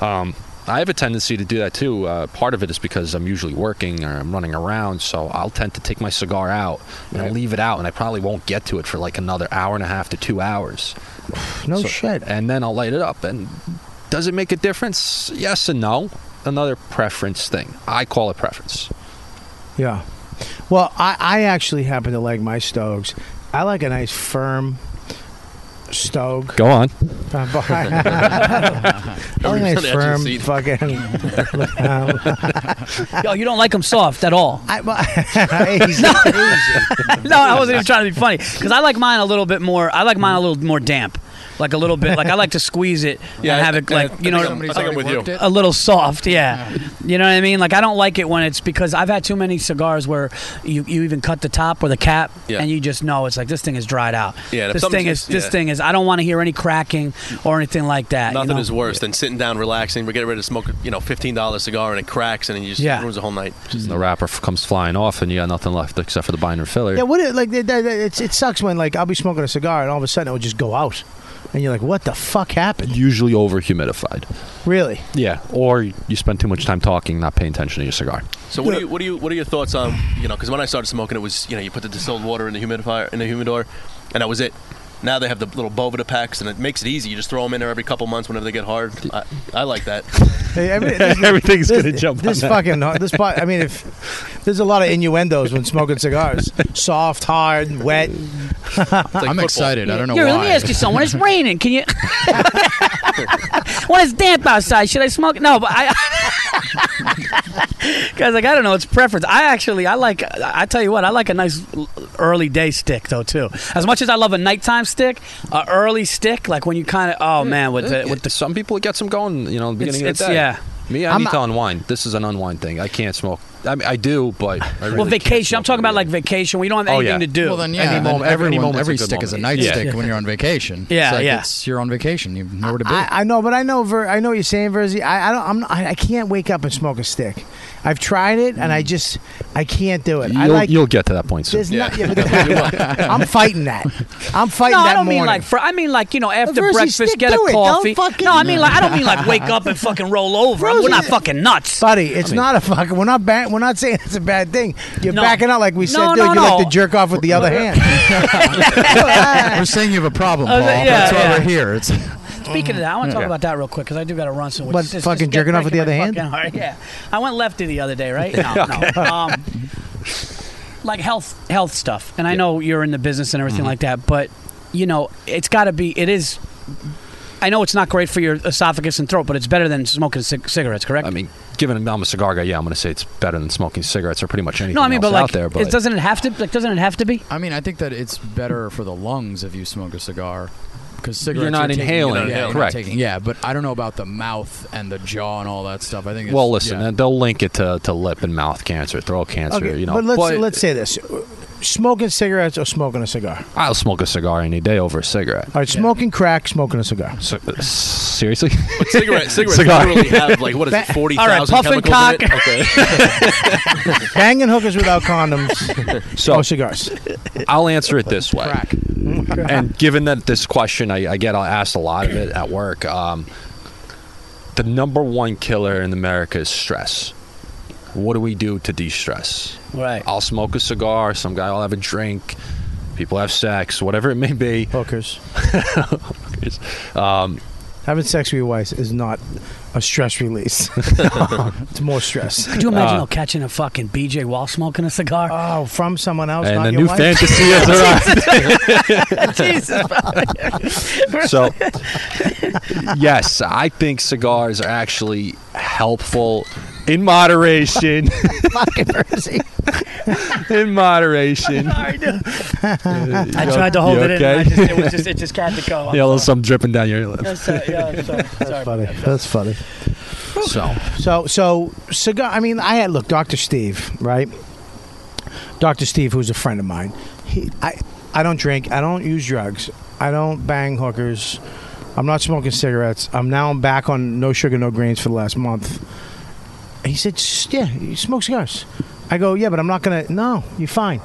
Speaker 4: Um, I have a tendency to do that too. Uh, part of it is because I'm usually working or I'm running around, so I'll tend to take my cigar out and I'll leave it out, and I probably won't get to it for like another hour and a half to two hours.
Speaker 3: No
Speaker 4: So-
Speaker 3: shit.
Speaker 4: And then I'll light it up. And does it make a difference? Yes and no. Another preference thing. I call it preference.
Speaker 3: Yeah. Well, I, I actually happen to like my stoves. I like a nice firm stove.
Speaker 4: Go on.
Speaker 3: Uh, but- I like a nice
Speaker 5: Everybody's on the edge of
Speaker 3: firm
Speaker 5: the seat.
Speaker 3: fucking. um,
Speaker 2: Yo, you don't like them soft at all.
Speaker 3: I, well, easy, easy.
Speaker 2: No, I wasn't even trying to be funny because I like mine a little bit more. I like mine a little more damp, like a little bit. Like I like to squeeze it
Speaker 5: Yeah,
Speaker 2: and have
Speaker 5: I-
Speaker 2: it
Speaker 5: I-
Speaker 2: like
Speaker 5: I
Speaker 2: you
Speaker 5: think
Speaker 2: know
Speaker 5: I'm- I think I'm with you.
Speaker 6: Worked it.
Speaker 2: a little soft. Yeah, you know what I mean. Like I don't like it when it's because I've had too many cigars where you, you even cut the top or the cap
Speaker 5: Yeah.
Speaker 2: and you just know it's like this thing is dried out.
Speaker 5: Yeah, and if
Speaker 2: this
Speaker 5: something's
Speaker 2: thing is
Speaker 5: just-
Speaker 2: this
Speaker 5: yeah.
Speaker 2: thing is. I don't want to hear any cracking or anything like that. you
Speaker 5: Nothing
Speaker 2: know?
Speaker 5: is worse than sitting down, relaxing. We're getting ready to smoke, you know, fifteen dollar cigar, and it cracks, and then you just
Speaker 2: Yeah.
Speaker 5: ruins the whole night.
Speaker 4: And the wrapper f- comes flying off, and you got nothing left except for the binder filler.
Speaker 3: yeah, what it, like that, that, that- it's, it sucks when like I'll be smoking a cigar and all of a sudden it would just go out, and you're like, what the fuck happened?
Speaker 4: Usually over humidified.
Speaker 3: Really?
Speaker 4: Yeah. Or you spend too much time talking, not paying attention to your cigar.
Speaker 5: So what do you what do you what are your thoughts on you know? Because when I started smoking, it was you know you put the distilled water in the humidifier in the humidor, and that was it. Now they have the little Bovida packs, and it makes it easy. You just throw them in there every couple months whenever they get hard. I, I like that.
Speaker 3: Hey, every- this-
Speaker 4: Everything's
Speaker 3: this-
Speaker 4: going to jump
Speaker 3: This
Speaker 4: on that.
Speaker 3: fucking this part. I mean, if there's a lot of innuendos when smoking cigars, soft, hard, wet.
Speaker 5: It's like
Speaker 6: I'm
Speaker 5: football.
Speaker 6: excited. I don't know
Speaker 2: Here,
Speaker 6: why.
Speaker 2: let me ask you something. When it's raining, can you? when it's damp outside, should I smoke? No, but I. Guys, like I don't know, it's preference. I actually, I like. I tell you what, I like a nice early day stick though too. As much as I love a nighttime stick, a early stick, like when you kind of,
Speaker 3: Mm,
Speaker 2: oh man, with the with the
Speaker 4: some people it gets them going. You know, the beginning
Speaker 2: It's-
Speaker 4: of the day.
Speaker 2: it's-
Speaker 4: Me, I
Speaker 6: I'm
Speaker 4: need to
Speaker 6: not-
Speaker 4: unwind. This is an unwind thing. I can't smoke. I mean, I do, but I really
Speaker 2: well
Speaker 4: can't
Speaker 2: vacation. I'm
Speaker 4: smoke
Speaker 2: talking about
Speaker 4: really.
Speaker 2: like vacation. We don't have
Speaker 4: Oh,
Speaker 2: anything
Speaker 4: yeah.
Speaker 2: to do.
Speaker 6: Well, then, yeah.
Speaker 4: Any
Speaker 6: then
Speaker 4: moment- every
Speaker 6: every
Speaker 4: moment's
Speaker 6: every
Speaker 4: a good
Speaker 6: stick is a
Speaker 4: moment.
Speaker 6: night
Speaker 4: Yeah.
Speaker 6: stick when you're on vacation.
Speaker 2: Yeah,
Speaker 6: it's like
Speaker 2: yeah.
Speaker 6: It's, you're on vacation. You have nowhere to be.
Speaker 3: I, I know, but I know. Ver, I know what you're saying, Verzi. I, I don't. I'm. Not, I, I can't wake up and smoke a stick. I've tried it, and I just. I can't do it.
Speaker 4: Mm. You'll,
Speaker 3: I like.
Speaker 4: you'll get to that point soon.
Speaker 3: there's not- yeah, but- I'm fighting that. I'm fighting
Speaker 2: no,
Speaker 3: that
Speaker 2: I don't
Speaker 3: morning.
Speaker 2: mean like. For, I mean like you know after
Speaker 3: Verzi,
Speaker 2: breakfast,
Speaker 3: stick
Speaker 2: get a
Speaker 3: to it. Don't
Speaker 2: coffee.
Speaker 3: fucking-
Speaker 2: no, I mean like I don't mean like wake up and fucking roll over. I'm-
Speaker 3: Verzi-
Speaker 2: We're not fucking nuts.
Speaker 3: Buddy, it's not a fucking. We're not. Ba- we're not saying it's a bad thing. You're
Speaker 2: No.
Speaker 3: backing out like we said.
Speaker 2: No,
Speaker 3: dude,
Speaker 2: no,
Speaker 3: you like
Speaker 2: no.
Speaker 3: to jerk off with the other hand.
Speaker 6: we're saying you have a problem,
Speaker 2: I
Speaker 6: Paul.
Speaker 2: was like, yeah,
Speaker 6: That's why
Speaker 2: yeah.
Speaker 6: we're here. It's
Speaker 2: Speaking of that, I
Speaker 4: Mm.
Speaker 2: want to talk about that real quick because I do got to run somewhere.
Speaker 3: What,
Speaker 2: It's just-
Speaker 3: fucking
Speaker 2: it's get-
Speaker 3: jerking off with the
Speaker 2: breaking
Speaker 3: other
Speaker 2: my
Speaker 3: hand?
Speaker 2: fucking heart. Yeah, I went lefty the other day, right? No, no. Um, like health, health stuff, and I know you're in the business and
Speaker 4: Mm-hmm.
Speaker 2: everything like that, but you know, it's got to be. It is. I know it's not great for your esophagus and throat, but it's better than smoking cig- cigarettes, correct?
Speaker 4: I mean, given I'm a cigar guy, yeah, I'm going to say it's better than smoking cigarettes or pretty much anything
Speaker 2: no, I mean,
Speaker 4: else
Speaker 2: but like,
Speaker 4: out there. But
Speaker 2: it, doesn't it have to? Like, doesn't it have to be?
Speaker 6: I mean, I think that it's better for the lungs if you smoke a cigar because cigarettes
Speaker 4: You're not
Speaker 6: taking-
Speaker 4: inhaling,
Speaker 6: yeah, you're not
Speaker 4: correct.
Speaker 6: taking- yeah, but I don't know about the mouth and the jaw and all that stuff. I think. It's,
Speaker 4: well, listen,
Speaker 6: yeah.
Speaker 4: they'll link it to, to lip and mouth cancer, throat cancer.
Speaker 3: Okay,
Speaker 4: you know,
Speaker 3: but let's let's say this: smoking cigarettes or smoking a cigar.
Speaker 4: I'll smoke a cigar any day over a cigarette.
Speaker 3: All right, smoking crack, smoking a cigar.
Speaker 4: So, seriously,
Speaker 5: But cigarette, cigarettes
Speaker 4: Cigar.
Speaker 5: literally have like what is it, forty
Speaker 2: All right,
Speaker 5: thousand
Speaker 2: puff and
Speaker 5: chemicals
Speaker 2: cock.
Speaker 5: in it?
Speaker 3: Banging hookers without condoms.
Speaker 4: so
Speaker 3: oh, cigars.
Speaker 4: I'll answer it this way.
Speaker 6: Crack.
Speaker 4: and given that this question I, I get asked a lot of it at work, um, the number one killer in America is stress. What do we do to de-stress?
Speaker 2: Right.
Speaker 4: I'll smoke a cigar. Some guy will have a drink. People have sex, whatever it may be.
Speaker 3: Hookers.
Speaker 4: It's-
Speaker 3: Having sex with your wife is not a stress release. it's more stress.
Speaker 2: Could you
Speaker 4: Uh,
Speaker 2: imagine though, catching a fucking BJ while smoking a cigar?
Speaker 3: Oh, from someone else,
Speaker 4: and
Speaker 3: not
Speaker 4: the
Speaker 3: your
Speaker 4: new
Speaker 3: wife.
Speaker 4: fantasy has arrived.
Speaker 2: Jesus.
Speaker 4: so, yes, I think cigars are actually helpful in moderation. in moderation.
Speaker 2: Sorry, dude. I tried to hold
Speaker 4: You
Speaker 2: it in.
Speaker 4: okay?
Speaker 2: I just, it, was just, it just had to go. I'm
Speaker 4: Yeah, a little
Speaker 2: sorry.
Speaker 4: something dripping down your lip.
Speaker 2: I'm sorry. Yeah, I'm sorry. Sorry.
Speaker 3: Funny. That's funny.
Speaker 4: So,
Speaker 3: So, so cigar. I mean, I had look, Doctor Steve, right? Doctor Steve, who's a friend of mine. He, I, I don't drink. I don't use drugs. I don't bang hookers. I'm not smoking cigarettes. I'm now I'm back on no sugar, no grains for the last month. He said, "S- "Yeah, you smoke cigars." I go, "Yeah, but I'm not gonna." No, you're fine.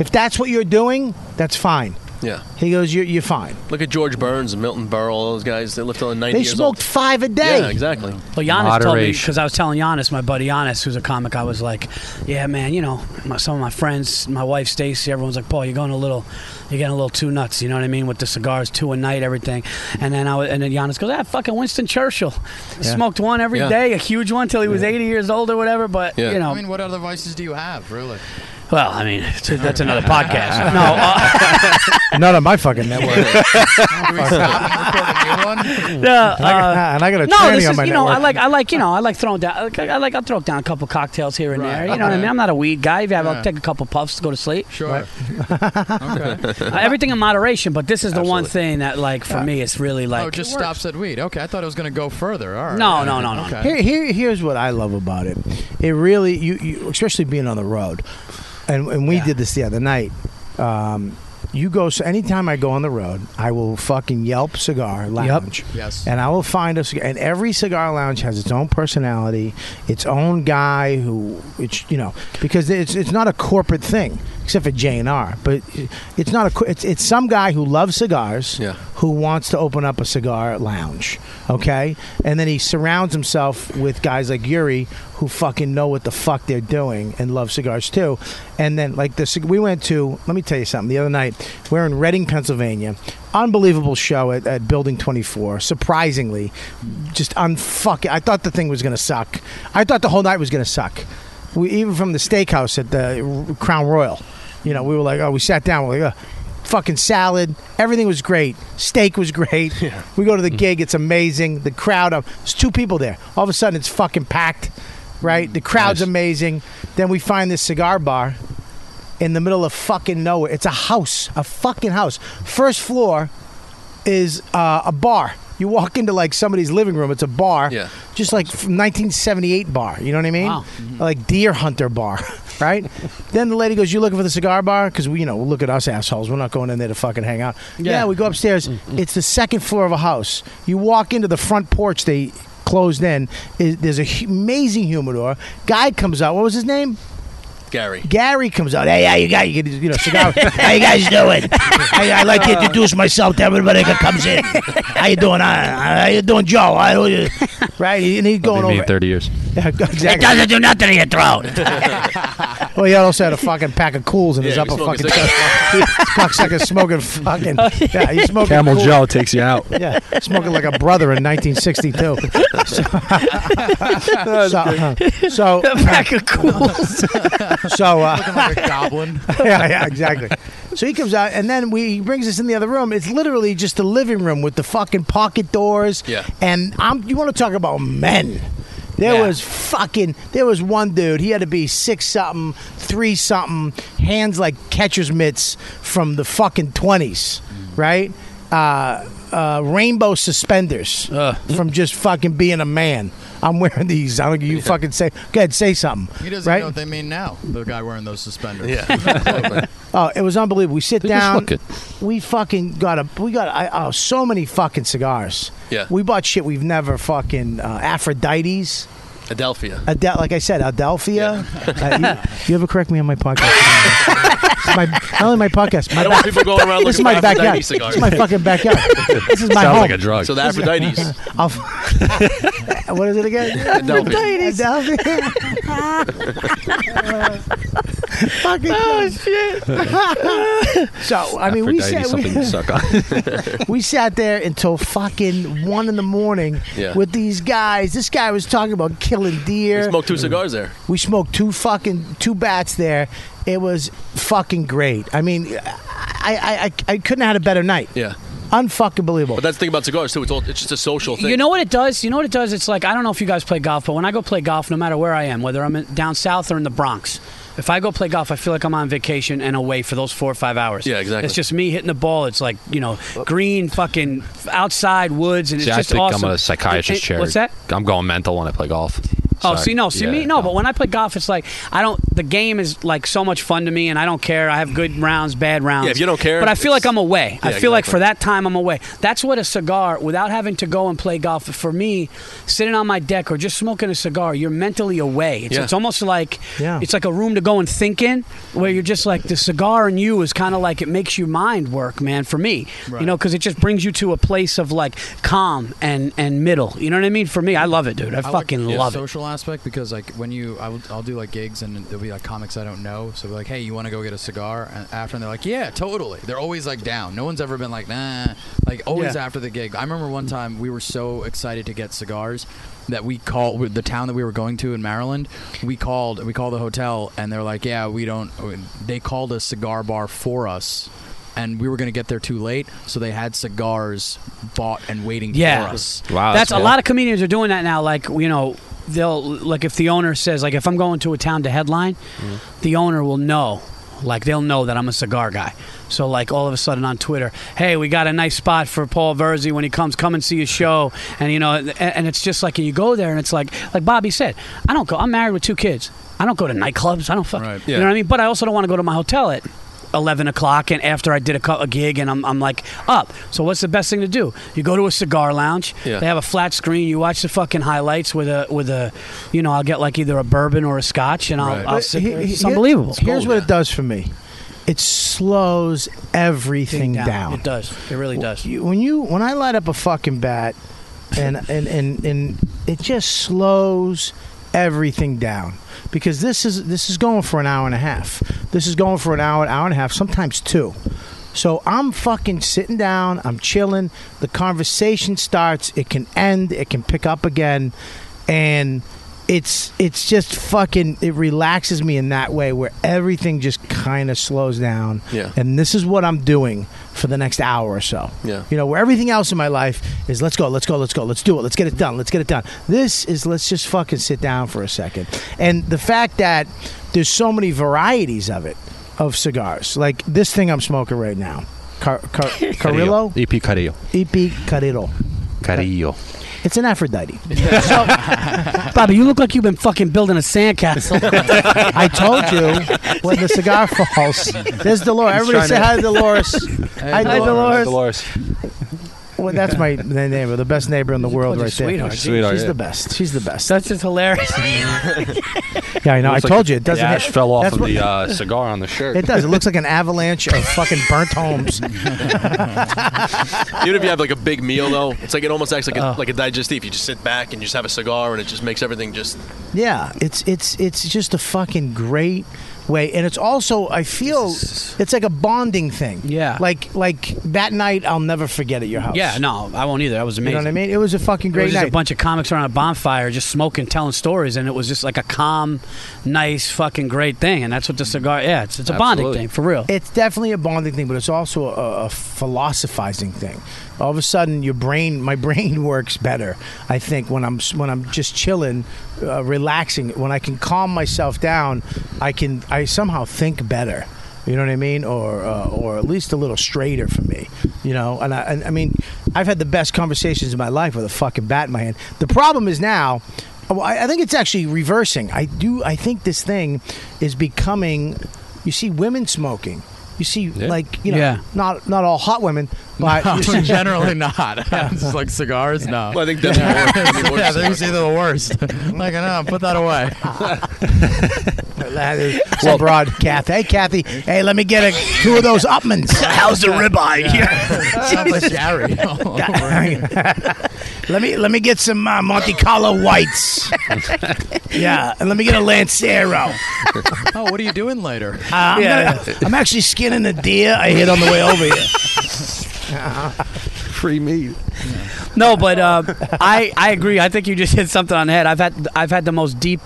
Speaker 3: If that's what you're doing, that's fine.
Speaker 5: Yeah.
Speaker 3: He goes, "You're, you're fine."
Speaker 5: Look at George Burns and Milton Berle, all those guys. They lived till ninety
Speaker 3: They
Speaker 5: years
Speaker 3: smoked
Speaker 5: old.
Speaker 3: five a day.
Speaker 5: Yeah, exactly.
Speaker 2: Well, Giannis told me
Speaker 4: Moderation.
Speaker 2: because I was telling Giannis, my buddy Giannis, who's a comic. I was like, "Yeah, man, you know, my, some of my friends, my wife Stacy, everyone's like, Paul, you're going a little, you're getting a little too nuts. You know what I mean? With the cigars, two a night, everything." And then I was, and then Giannis goes, "Ah, fucking Winston Churchill, smoked one every day,
Speaker 5: Yeah.
Speaker 2: a huge one till he was 80 years old or whatever." But
Speaker 5: Yeah.
Speaker 2: you know,
Speaker 6: I mean, what other vices do you have, really?
Speaker 2: well, I mean, it's- that's another podcast. No, uh,
Speaker 3: Not on my fucking network.
Speaker 6: Do we stop and record a new one?
Speaker 2: no, uh,
Speaker 3: and I got a
Speaker 2: No,
Speaker 3: tranny
Speaker 2: this
Speaker 3: on
Speaker 2: is
Speaker 3: my
Speaker 2: you know
Speaker 3: network.
Speaker 2: I like I like you know I like throwing down like, I like I'll throw down a couple cocktails here and there. You know what I mean? I'm not a weed guy. If I have, I'll
Speaker 6: Yeah.
Speaker 2: take a couple puffs to go to sleep.
Speaker 6: Sure. okay.
Speaker 2: Uh, everything in moderation, but this is the one
Speaker 4: Absolutely.
Speaker 2: thing that like for me it's really like
Speaker 6: oh, it just
Speaker 2: it works.
Speaker 6: stops at weed. Okay, I thought it was going to go further. All right.
Speaker 2: No, no, no, no.
Speaker 6: Okay.
Speaker 3: Here, here, here's what I love about it. It really, you, you especially being on the road, and, and we
Speaker 2: Yeah.
Speaker 3: did this the other night. Um, you go so anytime I go on the road, I will fucking Yelp Cigar Lounge,
Speaker 6: Yes.
Speaker 3: and I will find a cigar. And every cigar lounge has its own personality, its own guy who, it's you know, because it's it's not a corporate thing except for J and R, but it- it's not a co- it's it's some guy who loves cigars,
Speaker 5: Yeah.
Speaker 3: who wants to open up a cigar lounge, okay? And then he surrounds himself with guys like Yuri who fucking know what the fuck they're doing and love cigars too. And then like this we went to, let me tell you something, the other night, we're in Reading, Pennsylvania. Unbelievable show at, at Building 24. Surprisingly, just unfucking I thought the thing was going to suck. I thought the whole night was going to suck. We even from the steakhouse at the R- Crown Royal. You know, we were like, oh, we sat down, we're like, oh, fucking salad. Everything was great. Steak was great. We go to the gig. It's amazing. The crowd. Of, there's two people there. All of a sudden, it's fucking packed. right? The crowd's
Speaker 4: Nice.
Speaker 3: amazing. Then we find this cigar bar in the middle of fucking nowhere. It's a house, a fucking house. First floor is uh, a bar. You walk into like somebody's living room. It's a bar,
Speaker 5: Yeah.
Speaker 3: just like f- 1978 bar. You know what I mean?
Speaker 2: Wow.
Speaker 3: Like Deer Hunter bar, right? then the lady goes, "You looking for the cigar bar?" Because we, you know, look at us assholes. We're not going in there to fucking hang out. Yeah,
Speaker 2: Yeah.
Speaker 3: we go upstairs. It's the second floor of a house. You walk into the front porch. They closed in. Is there's a hu- amazing humidor. Guy comes out. What was his name?
Speaker 5: Gary.
Speaker 3: Gary comes out. Hey, how you guys, you, know, cigar. how you guys doing? I, I like to introduce myself to everybody that comes in. How you doing? I, how you doing, Joe? I, how you- right, and he's going
Speaker 4: Maybe
Speaker 3: over.
Speaker 4: in 30 years.
Speaker 3: Yeah, exactly.
Speaker 7: doesn't do nothing to your throat.
Speaker 3: Well, he also had a fucking pack of cools in his
Speaker 5: Yeah, he
Speaker 3: upper
Speaker 5: was
Speaker 3: fucking
Speaker 5: smoking
Speaker 3: throat. Cocksucker smoking fucking. Yeah, he's smoking.
Speaker 8: Camel
Speaker 3: cool-
Speaker 8: Joe takes you out.
Speaker 3: Yeah, smoking like a brother in 1962. So, so, so,
Speaker 2: Pack of cools.
Speaker 3: so uh,
Speaker 6: like a goblin.
Speaker 3: yeah, yeah, exactly. So he comes out, and then we he brings us in the other room. It's literally just the living room with the fucking pocket doors.
Speaker 5: Yeah.
Speaker 3: And I'm, you want to talk about men? There
Speaker 5: Yeah.
Speaker 3: was fucking. There was one dude. He had to be six something, three something, hands like catcher's mitts from the fucking twenties, right? Uh, uh, rainbow suspenders from just fucking being a man. I'm wearing these. I don't give you fucking say. Go ahead, say something.
Speaker 6: He doesn't
Speaker 3: right?
Speaker 6: know what they mean now. The guy wearing those suspenders.
Speaker 5: Yeah.
Speaker 3: Oh, it was unbelievable. We sit
Speaker 4: They just
Speaker 3: down.
Speaker 4: look good.
Speaker 3: We fucking got a. We got I, oh, so many fucking cigars.
Speaker 5: Yeah.
Speaker 3: We bought shit we've never fucking uh, Aphrodite's.
Speaker 5: Adelphia.
Speaker 3: Adel- like I said, Adelphia. Uh, you, you ever correct me on my podcast? It's my, not only my podcast. My
Speaker 5: I don't want people going around
Speaker 3: this is
Speaker 5: looking
Speaker 3: my
Speaker 5: for
Speaker 3: backyard.
Speaker 5: Aphrodite
Speaker 3: This is
Speaker 5: cigars.
Speaker 3: my fucking backyard. This is my
Speaker 4: Sounds
Speaker 3: home.
Speaker 4: like a drug.
Speaker 5: So the Aphrodite's.
Speaker 3: I'll f- what is it again?
Speaker 5: Adelphia.
Speaker 3: Adelphia. Fucking
Speaker 5: Oh,
Speaker 3: shit. so I mean, we
Speaker 4: Aphrodite,
Speaker 3: sat
Speaker 4: something
Speaker 3: we,
Speaker 4: to suck on.
Speaker 3: we sat there until fucking one in the morning
Speaker 5: Yeah.
Speaker 3: with these guys. This guy was talking about killing
Speaker 5: We
Speaker 3: deer.
Speaker 5: smoked two cigars there.
Speaker 3: We smoked two fucking two bats there. It was fucking great. I mean, I I, I, I couldn't have had a better night.
Speaker 5: Yeah.
Speaker 3: Unfucking believable.
Speaker 5: But that's the thing about cigars too. It's all it's just a social thing.
Speaker 2: You know what it does? You know what it does? It's like I don't know if you guys play golf, but when I go play golf, no matter where I am, whether I'm in, down south or in the Bronx, if I go play golf, I feel like I'm on vacation and away for those four or five hours.
Speaker 5: Yeah, exactly.
Speaker 2: It's just me hitting the ball. It's like you know, green fucking outside woods, and
Speaker 4: See,
Speaker 2: it's
Speaker 4: I
Speaker 2: just
Speaker 4: think
Speaker 2: awesome.
Speaker 4: I'm a psychiatrist
Speaker 2: And-
Speaker 4: chair.
Speaker 2: What's that?
Speaker 4: I'm going mental when I play golf.
Speaker 2: Oh,
Speaker 4: So,
Speaker 2: see, no, see
Speaker 4: yeah,
Speaker 2: me, no, But when I play golf, it's like I don't. The game is like so much fun to me, and I don't care. I have good rounds, bad rounds.
Speaker 5: Yeah, if you don't care,
Speaker 2: but I feel like
Speaker 5: it's-
Speaker 2: I'm away. I
Speaker 5: Yeah,
Speaker 2: feel like
Speaker 5: exactly.
Speaker 2: for that time, I'm away. That's what a cigar, without having to go and play golf, for me, sitting on my deck or just smoking a cigar, you're mentally away. It's,
Speaker 5: Yeah.
Speaker 2: it's almost like
Speaker 3: Yeah.
Speaker 2: it's like a room to go and think in, where you're just like the cigar and you is kind of like it makes your mind work, man. For me, you know, because it just brings you to a place of like calm and and middle. You know what I mean? For me, I love it, dude. I,
Speaker 6: I
Speaker 2: fucking
Speaker 6: like the
Speaker 2: love it.
Speaker 6: social aspect because like when you I will, I'll do like gigs and there'll be like comics I don't know so be like hey you want to go get a cigar and after and they're like yeah totally they're always like down no one's ever been like nah like always
Speaker 2: Yeah.
Speaker 6: after the gig I remember one time we were so excited to get cigars that we called the town that we were going to in Maryland we called we called the hotel and they're like yeah we don't uh, they called a cigar bar for us and we were going to get there too late so they had cigars bought and waiting
Speaker 2: Yeah.
Speaker 6: for us
Speaker 4: Wow,
Speaker 2: that's,
Speaker 4: that's
Speaker 2: a
Speaker 4: cool.
Speaker 2: lot of comedians are doing that now. Like you know, they'll like if the owner says like if I'm going to a town to headline, the owner will know. Like they'll know that I'm a cigar guy. So like all of a sudden on Twitter, hey, we got a nice spot for Paul Verzi when he comes. Come and see his show. And you know, and, and it's just like and you go there and it's like like Bobby said, I don't go. I'm married with two kids. I don't go to nightclubs. I don't fuck.
Speaker 6: Right.
Speaker 2: You know what I mean? But I also don't want to go to my hotel at 11 o'clock and after I did a, co- a gig and I'm, I'm like up. So what's the best thing to do? You go to a cigar lounge.
Speaker 5: Yeah.
Speaker 2: They have a flat screen. You watch the fucking highlights with a with a, you know, I'll get like either a bourbon or a scotch and I'll,
Speaker 5: Right.
Speaker 2: I'll
Speaker 3: But
Speaker 2: sit
Speaker 3: Uh, he-
Speaker 2: there.
Speaker 3: he-
Speaker 2: It's unbelievable.
Speaker 3: Here's
Speaker 5: gold,
Speaker 3: what
Speaker 5: yeah.
Speaker 3: it does for me. It slows everything down.
Speaker 2: It does. It really does.
Speaker 3: You- when you when I light up a fucking bat, and and and and it just slows everything down because this is this is going for an hour and a half. This is going for an hour, hour and a half, sometimes two. So I'm fucking sitting down. I'm chilling. The conversation starts. It can end. It can pick up again, and it's it's just fucking it relaxes me in that way where everything just kind of slows down.
Speaker 5: Yeah.
Speaker 3: And this is what I'm doing for the next hour or so.
Speaker 5: Yeah.
Speaker 3: You know, where everything else in my life is let's go, let's go, let's go, let's do it, let's get it done, let's get it done. This is let's just fucking sit down for a second. And the fact that there's so many varieties of it of cigars. Like this thing I'm smoking right now. Car- car- Carrillo,
Speaker 4: EP Carillo.
Speaker 3: EP Carrillo.
Speaker 4: Carillo.
Speaker 3: It's an Aphrodite.
Speaker 2: Bobby, you look like you've been fucking building a sandcastle.
Speaker 3: I told you when the cigar falls. There's Dolores. Everybody
Speaker 4: trying
Speaker 3: say
Speaker 4: to-
Speaker 3: hi, to Dolores. hi, Dolores.
Speaker 6: Dolores.
Speaker 4: Dolores.
Speaker 3: Well, that's my the neighbor, the best neighbor in the world,
Speaker 2: bunch
Speaker 3: right
Speaker 2: of
Speaker 3: there.
Speaker 2: sweethearts.
Speaker 4: Sweetheart,
Speaker 3: She's
Speaker 4: yeah.
Speaker 3: the best. She's the best.
Speaker 2: That's just hilarious.
Speaker 3: yeah, I know. I
Speaker 4: Looks like
Speaker 3: told you it doesn't.
Speaker 4: the ash
Speaker 3: hit-
Speaker 4: fell off
Speaker 3: that's
Speaker 4: of
Speaker 3: what-
Speaker 4: the uh, cigar on the shirt.
Speaker 3: It does. It looks like an avalanche of fucking burnt homes.
Speaker 5: Even if you have like a big meal though, it's like it almost acts like
Speaker 3: Oh.
Speaker 5: a, like a digestive. You just sit back and you just have a cigar, and it just makes everything just
Speaker 3: Yeah, it's it's it's just a fucking great way, and it's also I feel it's like a bonding thing.
Speaker 2: Yeah.
Speaker 3: like like that night I'll never forget at your house.
Speaker 2: yeah, no, I won't either. That was
Speaker 3: you
Speaker 2: amazing.
Speaker 3: know what I mean. It was a fucking
Speaker 2: There
Speaker 3: great
Speaker 2: was just
Speaker 3: night.
Speaker 2: a bunch of comics around a bonfire, just smoking, telling stories, and it was just like a calm, nice, fucking great thing. And that's what the cigar. Yeah, it's, it's a bonding
Speaker 4: Absolutely.
Speaker 2: thing for real.
Speaker 3: It's definitely a bonding thing, but it's also a, a philosophizing thing. All of a sudden, your brain, my brain works better. I think when I'm s- when I'm just chilling, uh, relaxing, when I can calm myself down, I can I somehow think better. You know what I mean, or uh, or at least a little straighter for me. You know, and I and, I mean, I've had the best conversations in my life with a fucking bat in my hand. The problem is now. oh, I I think it's actually reversing. I do. I think this thing is becoming you see women smoking. You see, like you know,
Speaker 2: Yeah.
Speaker 3: not not all hot women, but
Speaker 6: No, generally not. it's like cigars. No.
Speaker 5: Well, I think that's more- I mean, more
Speaker 6: yeah, they're
Speaker 5: cigar.
Speaker 6: either the worst. like, no, put that away.
Speaker 3: well, broad Kathy. Hey, Kathy. Hey, let me get a, two of those upmans. How's the ribeye?
Speaker 6: Sounds like Oh, Gary. all over.
Speaker 3: let me let me get some uh, Monte Carlo whites. yeah, and let me get a Lancero.
Speaker 6: oh, what are you doing later?
Speaker 3: Uh, I'm,
Speaker 2: Yeah.
Speaker 3: gonna- I'm actually skinning a deer I hit on the way over here.
Speaker 4: Free meat.
Speaker 2: No, but uh, I I agree. I think you just hit something on the head. I've had I've had the most deep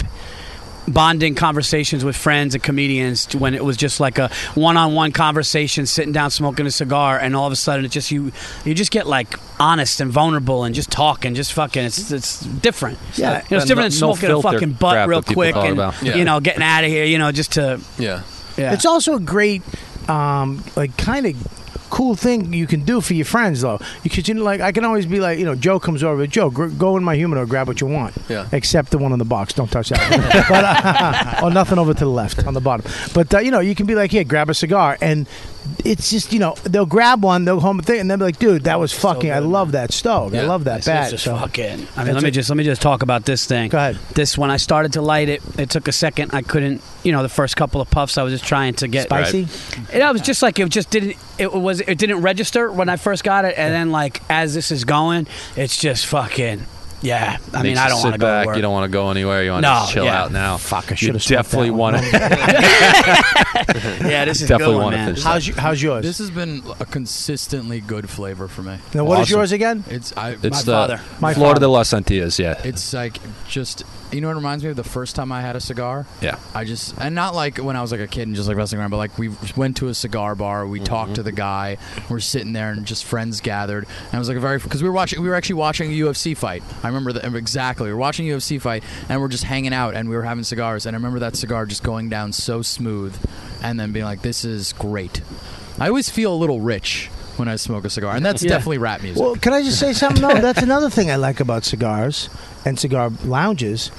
Speaker 2: bonding conversations with friends and comedians to when it was just like a one-on-one conversation sitting down smoking a cigar and all of a sudden it just you you just get like honest and vulnerable and just talking just fucking it's it's different
Speaker 3: Yeah.
Speaker 2: you know, it's
Speaker 4: And no-
Speaker 2: different than
Speaker 4: no
Speaker 2: smoking a
Speaker 4: filter
Speaker 2: fucking butt
Speaker 4: crap
Speaker 2: real
Speaker 4: that people
Speaker 2: quick
Speaker 4: talk
Speaker 2: and
Speaker 4: about.
Speaker 5: Yeah.
Speaker 2: you know getting out of here you know just to
Speaker 5: yeah.
Speaker 2: yeah
Speaker 3: It's also a great, um, like, kind of cool thing you can do for your friends, though. Because, you know, like, I can always be like, you know, Joe comes over, Joe, gr- go in my humidor, grab what you want.
Speaker 5: Yeah.
Speaker 3: Except the one on the box. Don't touch that one. but, uh, or nothing over to the left on the bottom. But, uh, you know, you can be like, here, grab a cigar. And it's just, you know, they'll grab one, they'll home thing, and they'll be like, dude, that was fucking, I
Speaker 2: good,
Speaker 3: love that stove. I
Speaker 5: Yeah.
Speaker 3: love that
Speaker 2: This
Speaker 3: bat.
Speaker 2: is just
Speaker 3: So-
Speaker 2: fucking. I
Speaker 3: That's
Speaker 2: mean, let me
Speaker 3: it.
Speaker 2: just let me just talk about this thing.
Speaker 3: Go ahead.
Speaker 2: This when I started to light it, it took a second. I couldn't, you know, the first couple of puffs, I was just trying to get
Speaker 3: Spicy?
Speaker 2: And I was just like, it just didn't. It was it didn't register when I first got it, and then like as this is going, it's just fucking. Yeah, I mean,
Speaker 4: Makes
Speaker 2: I
Speaker 4: you
Speaker 2: don't
Speaker 4: sit
Speaker 2: want to go
Speaker 4: back.
Speaker 2: to work.
Speaker 4: You don't want to go anywhere. You want
Speaker 2: No,
Speaker 4: to just chill
Speaker 2: yeah.
Speaker 4: out now.
Speaker 3: Fuck, I
Speaker 4: You
Speaker 3: should've smoked
Speaker 4: definitely
Speaker 3: that one.
Speaker 4: want to.
Speaker 2: yeah, this is
Speaker 4: Definitely
Speaker 2: good one,
Speaker 4: wanna
Speaker 2: man.
Speaker 4: finish that.
Speaker 3: How's, you, how's yours?
Speaker 6: This has been a consistently good flavor for me.
Speaker 3: now, what is
Speaker 4: Awesome.
Speaker 3: yours again?
Speaker 6: It's I.
Speaker 4: It's
Speaker 6: my
Speaker 4: the
Speaker 6: father.
Speaker 3: My
Speaker 4: Florida
Speaker 3: father.
Speaker 4: de Las Antillas. Yeah,
Speaker 6: It's like just you know what it reminds me of the first time I had a cigar.
Speaker 4: yeah.
Speaker 6: I just and not like when I was like a kid and just like messing around, but like we went to a cigar bar. We talked to the guy. We're sitting there and just friends gathered. And it was like a very because we were watching. We were actually watching a UFC fight. I remember that exactly. We were watching a UFC fight and we're just hanging out and we were having cigars. And I remember that cigar just going down so smooth, and then being like, "This is great." I always feel a little rich when I smoke a cigar, and that's definitely rap music.
Speaker 3: Well, can I just say something? though? that's another thing I like about cigars and cigar lounges.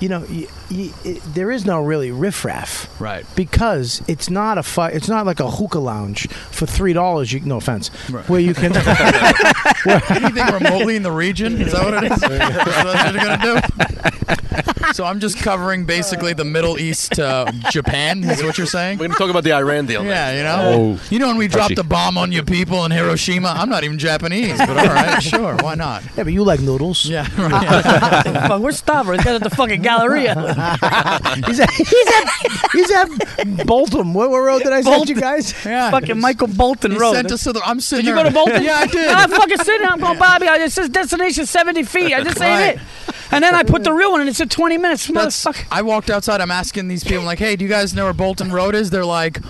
Speaker 3: You know, y y it, there is no really riffraff.
Speaker 6: right.
Speaker 3: Because it's not a fu- it's not like a hookah lounge for three dollars. You no offense,
Speaker 6: Right.
Speaker 3: where you can
Speaker 6: anything remotely in the region? Is that what it is? That's what you're gonna do. So I'm just covering basically the Middle East to Japan. Is what you're saying?
Speaker 5: We're gonna talk about the Iran deal. next.
Speaker 6: Yeah, you know.
Speaker 4: Oh.
Speaker 6: You know when we dropped
Speaker 4: Touchy.
Speaker 6: a bomb on your people in Hiroshima? I'm not even Japanese, but all right, sure, why not?
Speaker 3: yeah, but you like noodles.
Speaker 6: Yeah, right.
Speaker 2: Fuck, We're starving. It's at the fucking Galleria.
Speaker 3: he's at he's at, he's at Bolton. What, what road did I send you
Speaker 2: Bolton.
Speaker 3: guys?
Speaker 6: yeah.
Speaker 2: fucking Michael Bolton
Speaker 6: He
Speaker 2: Road.
Speaker 6: sent us to the. I'm sitting.
Speaker 2: Did you
Speaker 6: there-
Speaker 2: go to Bolton?
Speaker 6: Yeah, I did.
Speaker 2: I'm fucking sitting. I'm going, Bobby. It says destination 70 feet. I just ain't
Speaker 6: Right.
Speaker 2: it. and then I put the real one, and it said 20 minutes.
Speaker 6: That's,
Speaker 2: Motherfucker.
Speaker 6: I walked outside. I'm asking these people, I'm like, hey, do you guys know where Bolton Road is? They're like,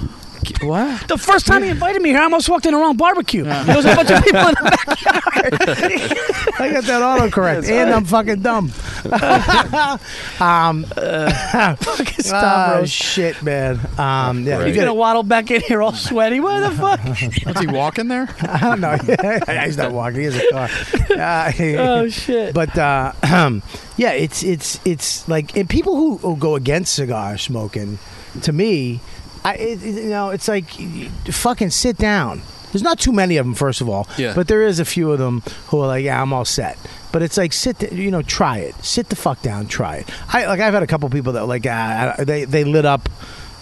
Speaker 6: "K- what?
Speaker 2: The first time he invited me here, I almost walked in the wrong barbecue. There was a bunch of people in the back.
Speaker 3: I got that autocorrect, and I'm fucking dumb. um,
Speaker 2: Fucking stop,
Speaker 3: ah,
Speaker 2: bro.
Speaker 3: shit, man. Um, yeah,
Speaker 5: Right.
Speaker 3: you
Speaker 2: You're gonna
Speaker 3: gotta,
Speaker 2: waddle back in here all sweaty. Where the fuck?
Speaker 6: Was he walking there?
Speaker 3: I don't know. he's not walking. He has a car. Uh,
Speaker 2: Oh shit.
Speaker 3: but uh, yeah, it's it's it's like and people who, who go against cigar smoking, to me, I it, it- you know it's like fucking sit down. There's not too many of them, first of all,
Speaker 5: Yeah.
Speaker 3: but there is a few of them who are like, yeah, I'm all set. But it's like sit, the, you know, try it. Sit the fuck down, try it. I like I've had a couple people that like ah, they they lit up.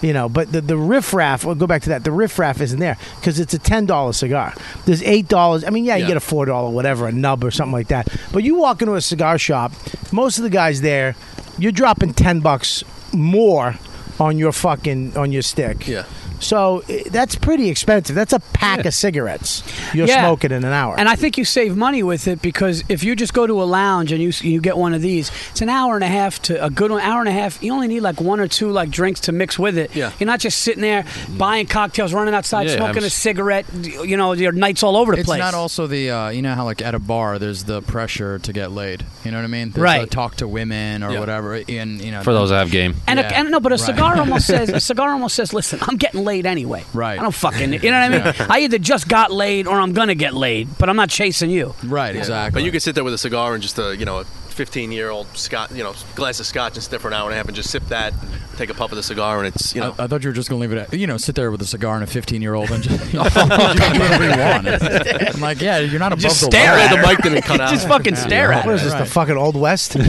Speaker 3: You know, but the, the riffraff, we'll go back to that. The riffraff isn't there because it's a $10 cigar. There's $8. I mean, yeah, you
Speaker 5: Yeah.
Speaker 3: get a four dollar whatever, a nub or something like that. But you walk into a cigar shop, most of the guys there, you're dropping ten bucks more on your fucking on your stick.
Speaker 5: Yeah.
Speaker 3: So i- that's pretty expensive. That's a pack of cigarettes you're
Speaker 2: Yeah.
Speaker 3: smoking in an hour.
Speaker 2: And I think you save money with it because if you just go to a lounge and you you get one of these, it's an hour and a half to a good one, hour and a half. You only need like one or two like drinks to mix with it.
Speaker 5: Yeah.
Speaker 2: You're not just sitting there buying cocktails, running outside,
Speaker 4: Yeah,
Speaker 2: smoking
Speaker 4: I'm
Speaker 2: a
Speaker 4: s-
Speaker 2: cigarette. You know, your nights all over the
Speaker 6: It's
Speaker 2: place.
Speaker 6: not also the uh, you know how like at a bar there's the pressure to get laid. You know what I mean? There's
Speaker 2: Right.
Speaker 6: the talk to women or
Speaker 5: Yeah.
Speaker 6: whatever. And you know
Speaker 4: For those that have game.
Speaker 2: And, a,
Speaker 6: Yeah,
Speaker 2: and no, but a
Speaker 6: right.
Speaker 2: cigar almost says a cigar almost says, "Listen, I'm getting laid anyway.
Speaker 6: Right.
Speaker 2: I don't fucking. You know what I mean? I either just got laid or I'm gonna get laid, but I'm not chasing you.
Speaker 6: Right, exactly.
Speaker 5: But you could sit there with a cigar and just a you know a 15 year old scotch you know glass of scotch and sit there for an hour and a half and just sip that, take a puff of the cigar and it's you know.
Speaker 6: I, I thought you were just gonna leave it at you know sit there with a cigar and a 15 year old and just you know, you can do whatever you want. I'm like, yeah, you're not above
Speaker 2: Just
Speaker 6: the
Speaker 2: stare
Speaker 6: law.
Speaker 2: at
Speaker 5: the mic didn't cut out.
Speaker 2: Just fucking stare at
Speaker 3: what
Speaker 2: it.
Speaker 3: is this, the
Speaker 6: Right.
Speaker 3: fucking Old West? Bring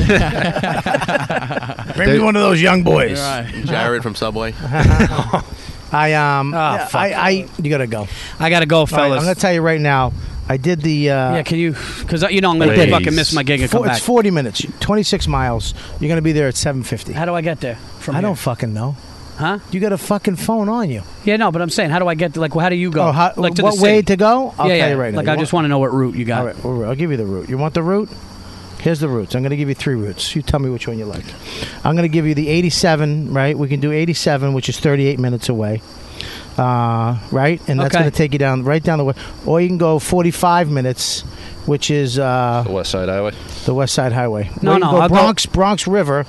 Speaker 3: me one of those young boys.
Speaker 6: Right.
Speaker 5: Jared from Subway.
Speaker 3: I um, yeah,
Speaker 2: Ah, fuck.
Speaker 3: I, I, you gotta go.
Speaker 2: I gotta go,
Speaker 3: All right, I'm
Speaker 2: fellas.
Speaker 3: gonna tell you right now. I did the. Uh,
Speaker 2: yeah, can you? Because you know I'm gonna
Speaker 4: Please.
Speaker 2: fucking miss my gig and
Speaker 3: four-
Speaker 2: come back.
Speaker 3: it's 40 minutes, 26 miles. You're gonna be there at 7:50.
Speaker 2: How do I get there? From
Speaker 3: I
Speaker 2: here?
Speaker 3: don't fucking know.
Speaker 2: huh?
Speaker 3: You got a fucking phone on you.
Speaker 2: Yeah, no, but I'm saying, how do I get? To, like, how do you go?
Speaker 3: Oh, how,
Speaker 2: like
Speaker 3: what
Speaker 2: the
Speaker 3: way
Speaker 2: city?
Speaker 3: to go? I'll
Speaker 2: yeah,
Speaker 3: tell
Speaker 2: yeah.
Speaker 3: you right now.
Speaker 2: like,
Speaker 3: You
Speaker 2: I just want to know what route you got.
Speaker 3: All right, all right, I'll give you the route. You want the route? Here's the routes. I'm going to give you three routes. You tell me which one you like. I'm going to give you the 87, right? We can do 87, which is 38 minutes away. Uh, right? And that's
Speaker 2: Okay.
Speaker 3: going to take you down right down the way. Or you can go 45 minutes, which is uh,
Speaker 4: The West Side Highway.
Speaker 3: the West Side Highway.
Speaker 2: No,
Speaker 3: Or you can
Speaker 2: no,
Speaker 3: go
Speaker 2: I'll go-
Speaker 3: Bronx Bronx River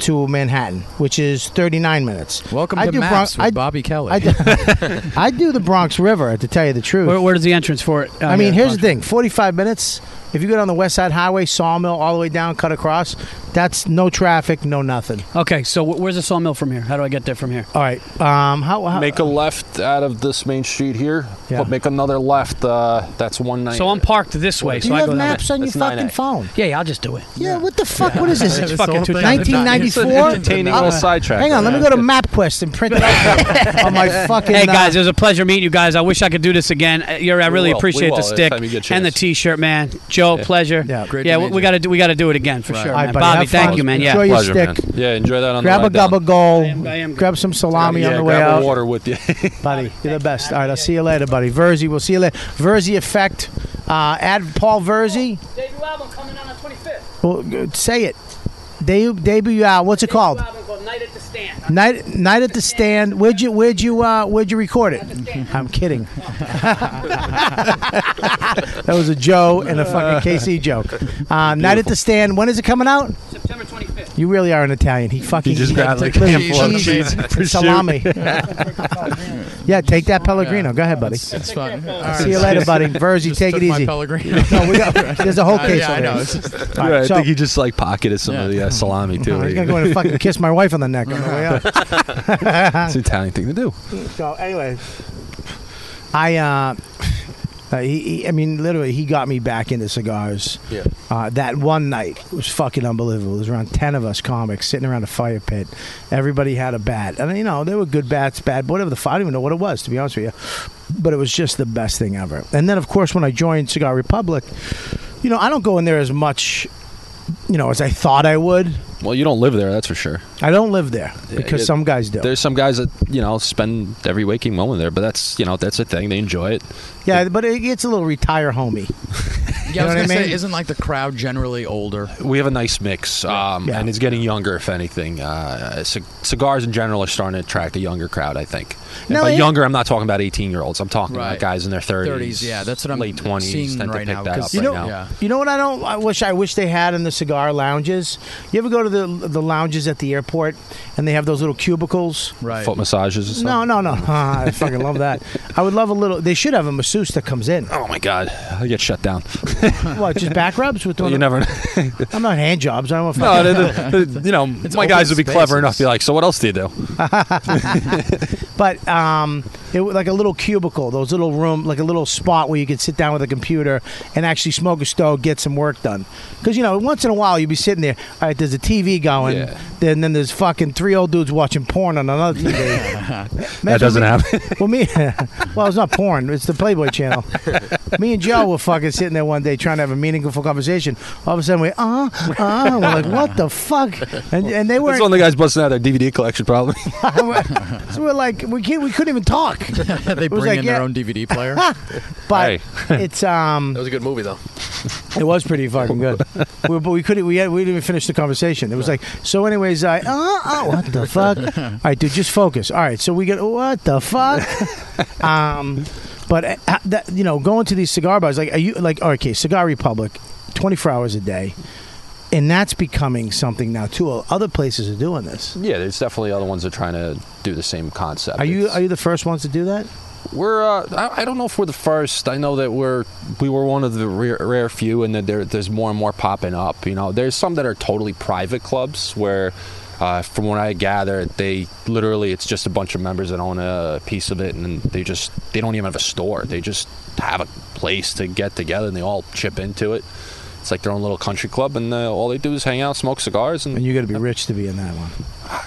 Speaker 3: to Manhattan, which is 39 minutes.
Speaker 6: Welcome
Speaker 3: I
Speaker 6: to
Speaker 3: do Bron-
Speaker 6: Maps with
Speaker 3: I-
Speaker 6: Bobby Kelly.
Speaker 3: I do, I do the Bronx River, to tell you the truth.
Speaker 2: Where, where's the entrance for it? Oh,
Speaker 3: I mean,
Speaker 2: yeah,
Speaker 3: here's the
Speaker 2: Bronx.
Speaker 3: thing: forty-five minutes. If you go down the West Side Highway, Sawmill, all the way down, cut across. That's no traffic, no nothing.
Speaker 2: Okay, so wh- where's the sawmill from here? How do I get there from here?
Speaker 3: All right. Um, how? how
Speaker 4: Make a left out of this main street here,
Speaker 3: Yeah.
Speaker 4: but make another left. Uh, that's one ninety.
Speaker 2: So I'm parked this way,
Speaker 3: do
Speaker 2: so
Speaker 3: you
Speaker 2: I
Speaker 3: have
Speaker 2: go down
Speaker 3: maps on your
Speaker 4: That's 9A.
Speaker 3: fucking phone?
Speaker 2: there. Yeah, yeah, I'll just do it.
Speaker 3: Yeah. What the fuck? What is this?
Speaker 2: It's fucking
Speaker 6: whole thing.
Speaker 3: 1994.
Speaker 4: entertaining
Speaker 3: I'll-
Speaker 4: little sidetrack.
Speaker 3: Hang on, let me go to MapQuest and print it out on my fucking.
Speaker 2: Hey
Speaker 3: uh,
Speaker 2: guys, it was a pleasure meeting you guys. I wish I could do this again. Uh, You're, I
Speaker 4: We
Speaker 2: really
Speaker 4: will. We
Speaker 2: appreciate
Speaker 4: will
Speaker 2: the
Speaker 4: next
Speaker 2: stick
Speaker 4: time you get a
Speaker 2: and the
Speaker 4: chance.
Speaker 2: T-shirt, man. Joe, pleasure.
Speaker 3: Yeah.
Speaker 6: Great
Speaker 2: yeah,
Speaker 6: to
Speaker 2: we,
Speaker 6: meet
Speaker 2: we
Speaker 6: you.
Speaker 2: gotta do. We gotta do it again for
Speaker 6: Right.
Speaker 2: sure,
Speaker 3: All right,
Speaker 2: man.
Speaker 3: buddy,
Speaker 2: Bobby,
Speaker 3: have
Speaker 2: thank
Speaker 3: fun.
Speaker 2: you, man.
Speaker 3: Enjoy
Speaker 2: Yeah.
Speaker 3: your
Speaker 4: Pleasure, man.
Speaker 3: stick.
Speaker 4: Yeah, enjoy that on
Speaker 3: Grab
Speaker 4: the
Speaker 3: a
Speaker 4: ride down.
Speaker 3: gobble goal.
Speaker 2: am- I am-
Speaker 3: Grab some salami
Speaker 4: yeah,
Speaker 3: on the
Speaker 4: grab
Speaker 3: way
Speaker 4: a
Speaker 3: out.
Speaker 4: water with you.
Speaker 3: buddy. You're the best. All right, I'll see you later, buddy. Verzi, we'll see you later. Verzi Effect. Uh, add Paul Verzi.
Speaker 2: Debut album coming out on 25th.
Speaker 3: Well, g- say it. Debut, debut uh, What's it called?
Speaker 2: Night at the Stand.
Speaker 3: Night, night at the stand. Where'd you, where'd you, uh, where'd you record it? I'm kidding. that was a Joe and a fucking KC joke. Uh, night at the stand. When is it coming out?
Speaker 2: September 25th.
Speaker 3: You really are an Italian. He fucking
Speaker 4: just
Speaker 3: he
Speaker 4: grabbed, like,
Speaker 3: took
Speaker 4: a
Speaker 3: little
Speaker 4: handful of
Speaker 3: cheese
Speaker 4: cheese
Speaker 3: and salami. yeah, take that Pellegrino. Go ahead, buddy.
Speaker 6: It's, it's fun.
Speaker 3: See you later, buddy. Verzi,
Speaker 6: Just
Speaker 3: take
Speaker 6: took
Speaker 3: it
Speaker 6: my
Speaker 3: easy.
Speaker 6: Pellegrino.
Speaker 3: No, we got, there's a whole case
Speaker 6: yeah, I
Speaker 3: over
Speaker 6: know.
Speaker 3: here.
Speaker 6: It's just-
Speaker 3: All right,
Speaker 4: I
Speaker 3: so- oh,
Speaker 4: think he just like pocketed some of the uh, salami too.
Speaker 3: He's gonna go in and fucking kiss my wife on the neck on the way out.
Speaker 4: it's an Italian thing to do.
Speaker 3: So anyway, I uh, uh, he, he, I mean, literally, he got me back into cigars.
Speaker 5: Yeah.
Speaker 3: Uh, that one night was fucking unbelievable. There was around ten of us comics sitting around a fire pit. Everybody had a bat, and you know they were good bats, bad, whatever the. F- I don't even know what it was to be honest with you, but it was just the best thing ever. And then of course when I joined Cigar Republic, you know I don't go in there as much, you know, as I thought I would.
Speaker 4: Well, you don't live there, that's for sure.
Speaker 3: I don't live there
Speaker 4: Yeah,
Speaker 3: because
Speaker 4: yeah.
Speaker 3: some guys do.
Speaker 4: There's some guys that you know spend every waking moment there, but that's you know that's a thing. They enjoy it.
Speaker 3: Yeah, but it, it's a little retire homey.
Speaker 6: Yeah, I
Speaker 3: You know
Speaker 6: was
Speaker 3: what I
Speaker 6: gonna
Speaker 3: mean?
Speaker 6: say, isn't like the crowd generally older?
Speaker 4: We have a nice mix, um,
Speaker 3: Yeah.
Speaker 4: and it's getting younger, if anything. Uh, c- cigars in general are starting to attract a younger crowd, I think. And
Speaker 3: No,
Speaker 4: by
Speaker 3: it-
Speaker 4: younger, I'm not talking about 18 year olds. I'm talking
Speaker 6: Right.
Speaker 4: about guys in their 30s.
Speaker 6: 30s, yeah, that's what I'm
Speaker 4: late 20s
Speaker 6: seeing
Speaker 4: tend to
Speaker 6: right
Speaker 4: pick
Speaker 6: now,
Speaker 4: that
Speaker 6: 'cause
Speaker 4: up
Speaker 3: you
Speaker 4: right
Speaker 3: know,
Speaker 4: now.
Speaker 6: Yeah.
Speaker 3: you know what I don't. I wish I wish they had in the cigar lounges. You ever go to the the lounges at the airport and they have those little cubicles?
Speaker 6: Right.
Speaker 4: Foot massages and
Speaker 3: No,
Speaker 4: stuff.
Speaker 3: no, no. I fucking love that. I would love a little. They should have a masseuse that comes in.
Speaker 4: Oh my God! I get shut down.
Speaker 3: What? Just back rubs with.
Speaker 4: you never.
Speaker 3: I'm not hand jobs. I don't want.
Speaker 4: no,
Speaker 3: fucking-
Speaker 4: the- the- you know, my
Speaker 6: open
Speaker 4: guys would be clever enough
Speaker 6: spaces.
Speaker 4: to be like, "So what else do you do?"
Speaker 3: But um, it was like a little cubicle, those little room, like a little spot where you could sit down with a computer and actually smoke a stove, get some work done. Because you know, once in a while you'd be sitting there. All right, there's a TV going,
Speaker 4: Yeah.
Speaker 3: then then there's fucking three old dudes watching porn on another TV.
Speaker 4: That doesn't happen.
Speaker 3: well, me, well, it's not porn. It's the Playboy Channel. me and Joe were fucking sitting there one day trying to have a meaningful conversation. All of a sudden we, uh, uh, we're like, what the fuck? And, and they were
Speaker 4: That's one of the guys busting out their DVD collection, probably.
Speaker 3: so we're like, we can't, we couldn't even talk.
Speaker 6: they bring
Speaker 3: like,
Speaker 6: in their
Speaker 3: yeah.
Speaker 6: own DVD player.
Speaker 3: But it's um,
Speaker 5: That was a good movie, though.
Speaker 3: It was pretty fucking good. we, but we couldn't. We, had, we didn't even finish the conversation. It was like so. Anyways, I uh, oh, what the fuck? All right, dude, just focus. All right, so we get what the fuck? um, but uh, ha- that, you know, going to these cigar bars, like are you like okay, Cigar Republic, twenty four hours a day. And that's becoming something now too. Other places are doing this.
Speaker 4: yeah, there's definitely other ones that are trying to do the same concept.
Speaker 3: Are you
Speaker 4: It's-
Speaker 3: are you the first ones to do that?
Speaker 4: We're uh, I, I don't know if we're the first. I know that we're we were one of the rare, rare few, and that there, there's more and more popping up. You know, there's some that are totally private clubs where. Uh, from what I gather, they literally it's just a bunch of members that own a piece of it, and they just they don't even have a store. They just have a place to get together, and they all chip into it. It's like their own little country club, and uh, all they do is hang out, smoke cigars, and
Speaker 3: And you got to be rich to be in that one.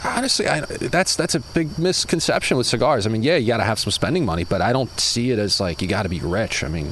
Speaker 4: honestly, I, that's that's a big misconception with cigars. I mean, yeah, you got to have some spending money, but I don't see it as like you got to be rich. I mean,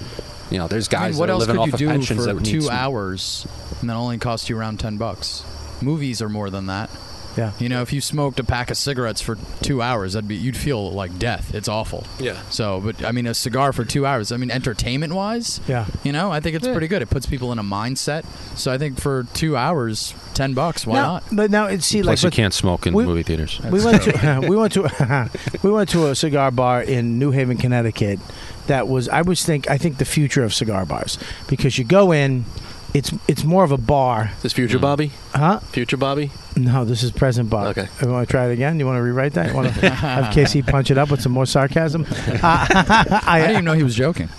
Speaker 4: you know, there's
Speaker 6: I
Speaker 4: guys
Speaker 6: mean, what
Speaker 4: that are
Speaker 6: else
Speaker 4: living
Speaker 6: could
Speaker 4: off
Speaker 6: you
Speaker 4: of
Speaker 6: do
Speaker 4: pensions
Speaker 6: for
Speaker 4: that need
Speaker 6: two
Speaker 4: some-
Speaker 6: hours and that only costs you around ten bucks? Movies are more than that.
Speaker 3: Yeah.
Speaker 6: You know, if you smoked a pack of cigarettes for two hours, that'd be you'd feel like death. It's awful.
Speaker 4: Yeah.
Speaker 6: So, but I mean, a cigar for two hours. I mean, entertainment wise.
Speaker 3: Yeah.
Speaker 6: You know, I think it's pretty good. It puts people in a mindset. So I think for two hours, ten bucks. Why
Speaker 3: Now-
Speaker 6: not?
Speaker 3: But now it's see
Speaker 4: Plus,
Speaker 3: like
Speaker 4: you
Speaker 3: with-
Speaker 4: can't smoke in
Speaker 3: we-
Speaker 4: movie theaters.
Speaker 3: we went to we went to we went to a cigar bar in New Haven, Connecticut. That was I was think I think the future of cigar bars because you go in, it's it's more of a bar,
Speaker 5: Is this Future Bobby?
Speaker 3: huh?
Speaker 5: Future Bobby?
Speaker 3: No, this is present bar.
Speaker 5: Okay.
Speaker 3: You want to try it again? You want to rewrite that? You want to have Casey punch it up with some more sarcasm? Uh, I-
Speaker 6: I didn't even know he was joking.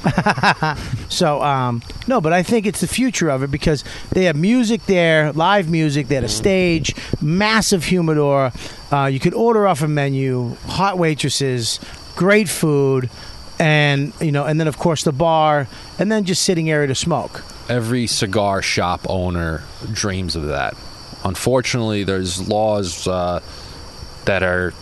Speaker 3: so um, no, but I think it's the future of it because they have music there, live music. They had a stage, massive humidor. Uh, you could order off a menu, hot waitresses, great food, and you know, and then of course the bar, and then just sitting area to smoke.
Speaker 4: Every cigar shop owner dreams of that. Unfortunately, there's laws uh, that are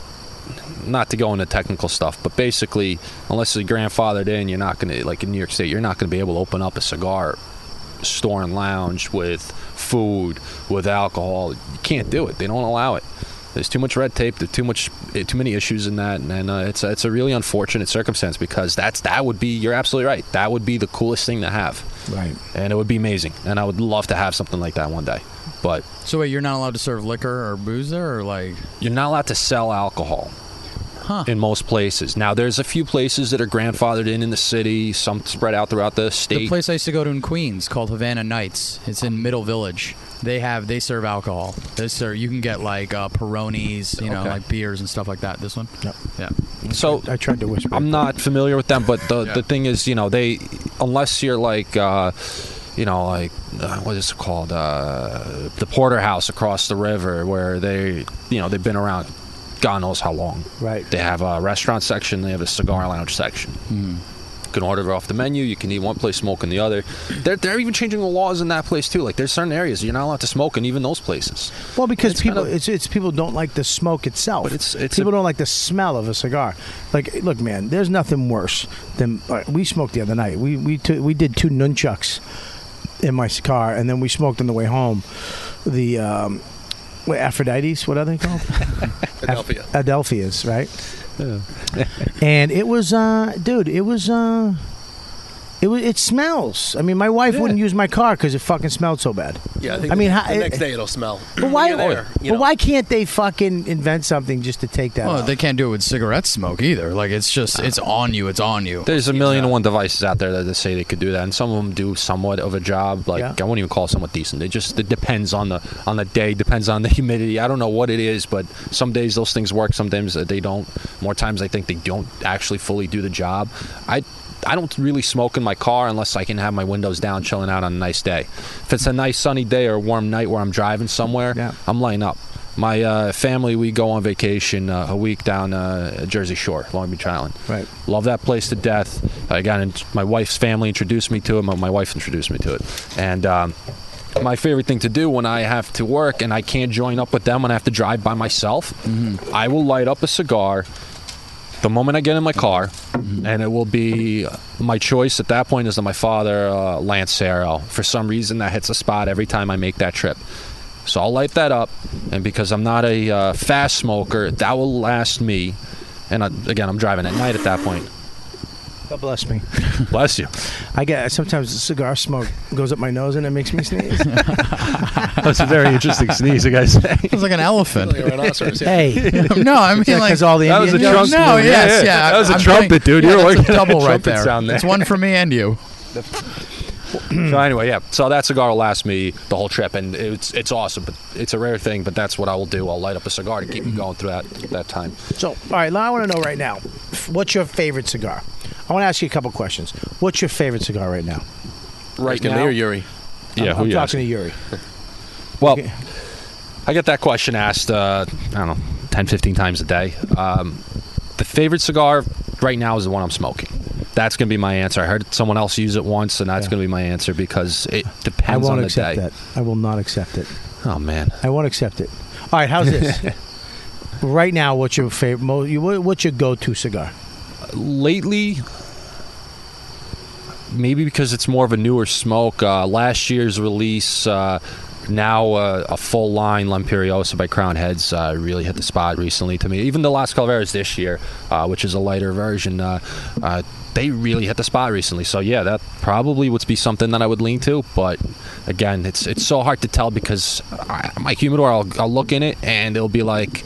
Speaker 4: not to go into technical stuff, but basically, unless you're grandfathered in, you're not going to like in New York State, you're not going to be able to open up a cigar store and lounge with food, with alcohol. You can't do it. They don't allow it. There's too much red tape. There's too much, eh, too many issues in that, and, and uh, it's a, it's a really unfortunate circumstance because that's that would be. You're absolutely right. That would be the coolest thing to have,
Speaker 3: Right.
Speaker 4: and it would be amazing. And I would love to have something like that one day, but
Speaker 6: So wait, you're not allowed to serve liquor or booze there, or like,
Speaker 4: you're not allowed to sell alcohol
Speaker 6: huh?
Speaker 4: in most places. Now, there's a few places that are grandfathered in in the city, some spread out throughout the state.
Speaker 6: The place I used to go to in Queens called Havana Nights. It's in Middle Village. They have they serve alcohol. They serve you can get like uh, Peronis, you know,
Speaker 4: Okay.
Speaker 6: like beers and stuff like that. This one,
Speaker 3: Yep.
Speaker 6: yeah,
Speaker 4: so
Speaker 3: I tried to whisper.
Speaker 4: I'm not familiar with them, but the,
Speaker 6: Yeah.
Speaker 4: the thing is, you know, they unless you're like, uh, you know, like uh, what is it called, uh, the porterhouse across the river, where they, you know, they've been around, God knows how long.
Speaker 3: Right.
Speaker 4: They have a restaurant section. They have a cigar lounge section. You can order off the menu. You can eat one place, smoke in the other. They're, they're even changing the laws in that place too. Like there's certain areas you're not allowed to smoke in even those places.
Speaker 3: Well, because
Speaker 4: It's
Speaker 3: people,
Speaker 4: kind of-
Speaker 3: it's, it's people don't like the smoke itself.
Speaker 4: But it's- it's
Speaker 3: people
Speaker 4: a-
Speaker 3: don't like the smell of a cigar. Like, look, man, there's nothing worse than all right, we smoked the other night. We we took we did two nunchucks in my car, and then we smoked on the way home. The um, what, Aphrodites, what are they called?
Speaker 5: Philadelphia.
Speaker 3: Adelphias, right? and it was, uh, dude, it was. Uh, It wa- it smells. I mean, my wife wouldn't use my car because it fucking smelled so bad.
Speaker 5: Yeah, I think.
Speaker 3: I mean,
Speaker 5: the,
Speaker 3: how-
Speaker 5: the next day it'll smell.
Speaker 3: But why?
Speaker 5: You're there,
Speaker 3: but
Speaker 5: you know.
Speaker 3: why can't they fucking invent something just to take that?
Speaker 6: Well,
Speaker 3: off?
Speaker 6: they can't do it with cigarette smoke either. Like it's just it's on you. It's on you.
Speaker 4: There's a million and one devices out there that they say they could do that, and some of them do somewhat of a job. Like
Speaker 3: Yeah.
Speaker 4: I wouldn't even call it somewhat decent. It just it depends on the on the day, depends on the humidity. I don't know what it is, but some days those things work, sometimes they don't. More times I think they don't actually fully do the job. I I don't really smoke in my car unless I can have my windows down, chilling out on a nice day. If it's a nice sunny day or a warm night where I'm driving somewhere,
Speaker 3: Yeah.
Speaker 4: I'm lighting up. My uh, family, we go on vacation uh, a week down uh, Jersey Shore, Long Beach Island.
Speaker 3: Right.
Speaker 4: Love that place to death. I got in, my wife's family introduced me to it. My, my wife introduced me to it, and um, my favorite thing to do when I have to work and I can't join up with them when I have to drive by myself, I will light up a cigar. The moment I get in my car, and it will be uh, my choice at that point is that my father, uh, Lancero. For some reason, that hits a spot every time I make that trip. So I'll light that up, and because I'm not a uh, fast smoker, that will last me. And I, again, I'm driving at night at that point.
Speaker 3: God bless me.
Speaker 4: Bless you.
Speaker 3: I get sometimes the cigar smoke goes up my nose and it makes me sneeze.
Speaker 4: That's a very interesting sneeze, you guys.
Speaker 6: It's like an elephant.
Speaker 5: Like a rhinoceros, yeah.
Speaker 3: hey,
Speaker 6: no, I mean like
Speaker 3: because all the
Speaker 4: That was a
Speaker 3: Indian-
Speaker 4: trunk.
Speaker 6: no,
Speaker 4: Yeah,
Speaker 6: yes,
Speaker 4: yeah.
Speaker 6: yeah.
Speaker 4: That was a
Speaker 6: I'm
Speaker 4: trumpet,
Speaker 6: playing-
Speaker 4: dude.
Speaker 6: Yeah,
Speaker 4: You were
Speaker 6: that's
Speaker 4: working
Speaker 6: a
Speaker 4: on
Speaker 6: double
Speaker 4: the
Speaker 6: right
Speaker 4: trumpet
Speaker 6: there.
Speaker 4: sound there.
Speaker 6: It's one for me and you.
Speaker 4: so
Speaker 6: Mm.
Speaker 4: anyway, yeah. So that cigar will last me the whole trip, and it's it's awesome. But it's a rare thing. But that's what I will do. I'll light up a cigar to keep me going through that that time.
Speaker 3: So, all right, now I want to know right now, f- what's your favorite cigar? I want to ask you a couple questions. What's your favorite cigar right now?
Speaker 4: Right
Speaker 5: Can
Speaker 4: now,
Speaker 5: hear Yuri.
Speaker 4: yeah.
Speaker 3: I'm, I'm
Speaker 4: who you
Speaker 3: talking
Speaker 4: asking?
Speaker 3: to Yuri.
Speaker 4: Well,
Speaker 3: Okay.
Speaker 4: I get that question asked, uh, I don't know, 10, 15 times a day. Um, the favorite cigar right now is the one I'm smoking. That's going to be my answer. I heard someone else use it once, and that's
Speaker 3: Yeah.
Speaker 4: going to be my answer because it
Speaker 3: I
Speaker 4: depends on
Speaker 3: won't
Speaker 4: the
Speaker 3: accept
Speaker 4: day.
Speaker 3: that. I will not accept it.
Speaker 4: Oh, man.
Speaker 3: I won't accept it. All right, how's this? right now, what's your favorite? Mo- you- what- what's your go-to cigar?
Speaker 4: Lately, maybe because it's more of a newer smoke, uh, last year's release. Uh, now uh, a full line Lamperiosa by Crown Heads uh, really hit the spot recently to me. Even the Las Calveras this year, uh, which is a lighter version, uh, uh, they really hit the spot recently. So yeah, that probably would be something that I would lean to. But again, it's it's so hard to tell because I, my humidor, I'll, I'll look in it and it'll be like,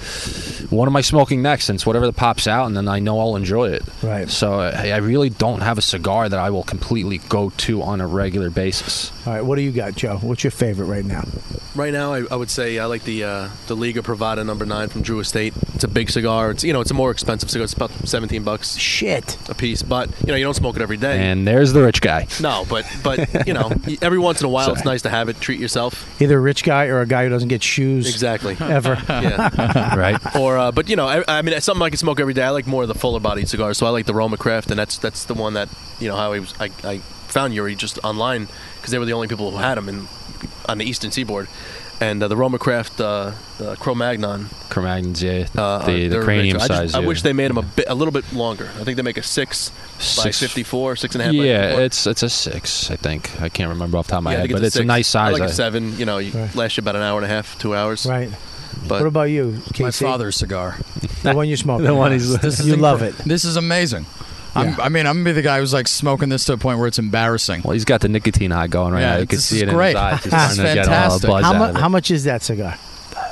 Speaker 4: what am I smoking next? And it's whatever that pops out, and then I know I'll enjoy it.
Speaker 3: Right.
Speaker 4: So uh, I, I really don't have a cigar that I will completely go to on a regular basis.
Speaker 3: All right, what do you got, Joe? What's your favorite right now?
Speaker 5: Right now, I, I would say I like the uh, the Liga Privada Number Nine from Drew Estate. It's a big cigar. It's you know it's a more expensive cigar. It's about seventeen bucks
Speaker 3: Shit.
Speaker 5: a piece, but you know you don't smoke it every day.
Speaker 4: And there's the rich guy.
Speaker 5: No, but but you know y- every once in a while it's
Speaker 4: Sorry.
Speaker 5: nice to have it. Treat yourself.
Speaker 3: Either a rich guy or a guy who doesn't get shoes
Speaker 5: Exactly.
Speaker 3: ever.
Speaker 5: Yeah.
Speaker 4: right?
Speaker 5: Or, uh, but you know, I, I mean, it's something I can smoke every day. I like more of the fuller bodied cigars, so I like the Roma Craft, and that's that's the one that you know how I was, I, I found Yuri just online because they were the only people who had them in, on the Eastern Seaboard, and uh, the Roma Craft uh, uh, Cro-Magnon.
Speaker 4: Cro-Magnons, yeah.
Speaker 5: Uh,
Speaker 4: the the
Speaker 5: they're
Speaker 4: cranium
Speaker 5: ridiculous. I just-
Speaker 4: size.
Speaker 5: I
Speaker 4: yeah.
Speaker 5: wish they made them a bit, a little bit longer. I think they make a six, by
Speaker 4: Six-
Speaker 5: fifty-four, six and a half. by
Speaker 4: Yeah,
Speaker 5: 54.
Speaker 4: it's it's a six, I think. I can't remember off the top of my
Speaker 5: Yeah, I
Speaker 4: head,
Speaker 5: think
Speaker 4: but it's a
Speaker 5: six.
Speaker 4: nice
Speaker 5: I
Speaker 4: size.
Speaker 5: like a
Speaker 4: I-
Speaker 5: seven. You know, you
Speaker 3: Right.
Speaker 5: last you about an hour and a half, two hours.
Speaker 3: Right.
Speaker 5: But
Speaker 3: what about you, Casey?
Speaker 6: My father's cigar.
Speaker 3: The one you smoke.
Speaker 4: The one he's-
Speaker 6: This is
Speaker 3: you
Speaker 6: incre-
Speaker 3: love it.
Speaker 6: This is amazing. I'm,
Speaker 3: Yeah.
Speaker 6: I mean, I'm gonna be the guy who's like smoking this to a point where it's embarrassing.
Speaker 4: well, he's got the nicotine high going right
Speaker 6: Yeah,
Speaker 4: now. You can
Speaker 6: this
Speaker 4: see
Speaker 6: is
Speaker 4: it in
Speaker 6: great.
Speaker 4: his eyes. He's
Speaker 6: This is
Speaker 4: starting to get all the
Speaker 6: fantastic.
Speaker 4: buzz
Speaker 3: How, mu-
Speaker 4: out of it.
Speaker 3: how much is that cigar?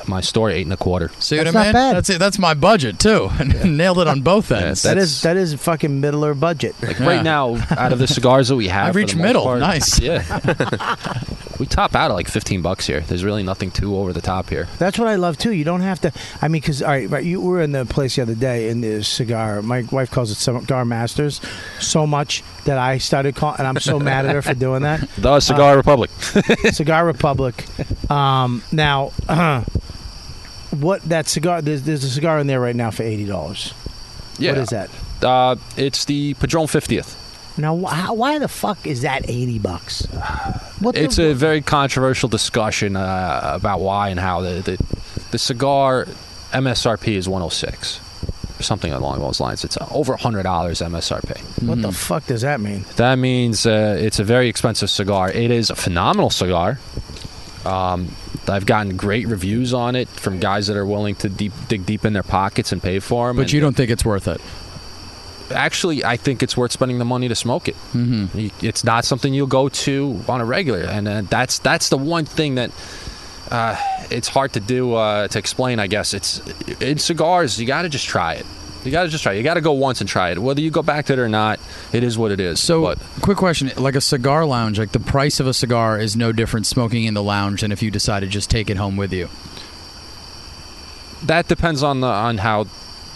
Speaker 4: My store, eight and a quarter.
Speaker 6: See
Speaker 3: That's
Speaker 6: what I
Speaker 3: not
Speaker 6: mean?
Speaker 3: bad.
Speaker 6: That's it. That's my budget too. And nailed it on both
Speaker 4: Yeah,
Speaker 6: ends.
Speaker 3: That
Speaker 4: That's-
Speaker 3: is that is fucking middler budget.
Speaker 4: Like
Speaker 6: Yeah.
Speaker 4: right now, out of the cigars that we have,
Speaker 6: I
Speaker 4: for the
Speaker 6: reach
Speaker 4: most
Speaker 6: middle.
Speaker 4: part-
Speaker 6: Nice.
Speaker 4: Yeah, we top out at like fifteen bucks here. There's really nothing too over the top here.
Speaker 3: That's what I love too. You don't have to. I mean, because all right, right, you were in the place the other day in the cigar. My wife calls it cigar masters, so much that I started calling, and I'm so mad at her for doing that.
Speaker 4: The Cigar Republic.
Speaker 3: Cigar Republic. Um, now, what that cigar? There's, there's a cigar in there right now for eighty dollars.
Speaker 4: Yeah.
Speaker 3: What is that?
Speaker 4: Uh, it's the Padron 50th.
Speaker 3: Now, wh- how, why the fuck is that eighty bucks? What? the-
Speaker 4: It's a very controversial discussion uh, about why and how the, the the cigar MSRP is 106, or something along those lines. It's over $100 MSRP.
Speaker 3: what
Speaker 5: Mm-hmm.
Speaker 3: the fuck does that mean?
Speaker 4: That means uh, it's a very expensive cigar. It is a phenomenal cigar. Um, I've gotten great reviews on it from guys that are willing to deep, dig deep in their pockets and pay for them.
Speaker 6: but you don't think it's worth it?
Speaker 4: actually, I think it's worth spending the money to smoke it. Mm-hmm. It's not something you'll go to on a regular, and uh, that's that's the one thing that uh, it's hard to do uh, to explain. I guess it's in cigars. You got to just try it. You got to just try. it. You got to go once and try it. Whether you go back to it or not, it is what it is.
Speaker 6: So,
Speaker 4: But-
Speaker 6: quick question: like a cigar lounge, like the price of a cigar is no different smoking in the lounge than if you decide to just take it home with you.
Speaker 4: that depends on the on how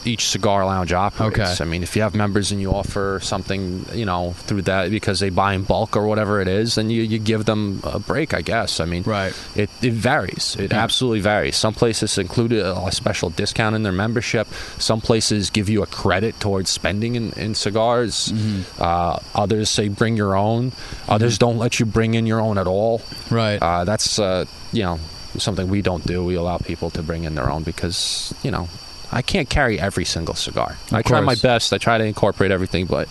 Speaker 4: each cigar lounge operates.
Speaker 6: Okay.
Speaker 4: I mean, if you have members and you offer something, you know, through that because they buy in bulk or whatever it is, then you, you give them a break, I guess. I mean,
Speaker 6: Right.
Speaker 4: It it varies. It
Speaker 6: Yeah.
Speaker 4: absolutely varies. Some places include a, a special discount in their membership. Some places give you a credit towards spending in, in cigars.
Speaker 6: Mm-hmm.
Speaker 4: Uh, others say bring your own. Others don't let you bring in your own at all.
Speaker 6: Right.
Speaker 4: Uh, that's uh, you know something we don't do. We allow people to bring in their own because you know I can't carry every single cigar. I try my
Speaker 6: course.
Speaker 4: best. I try to incorporate everything, but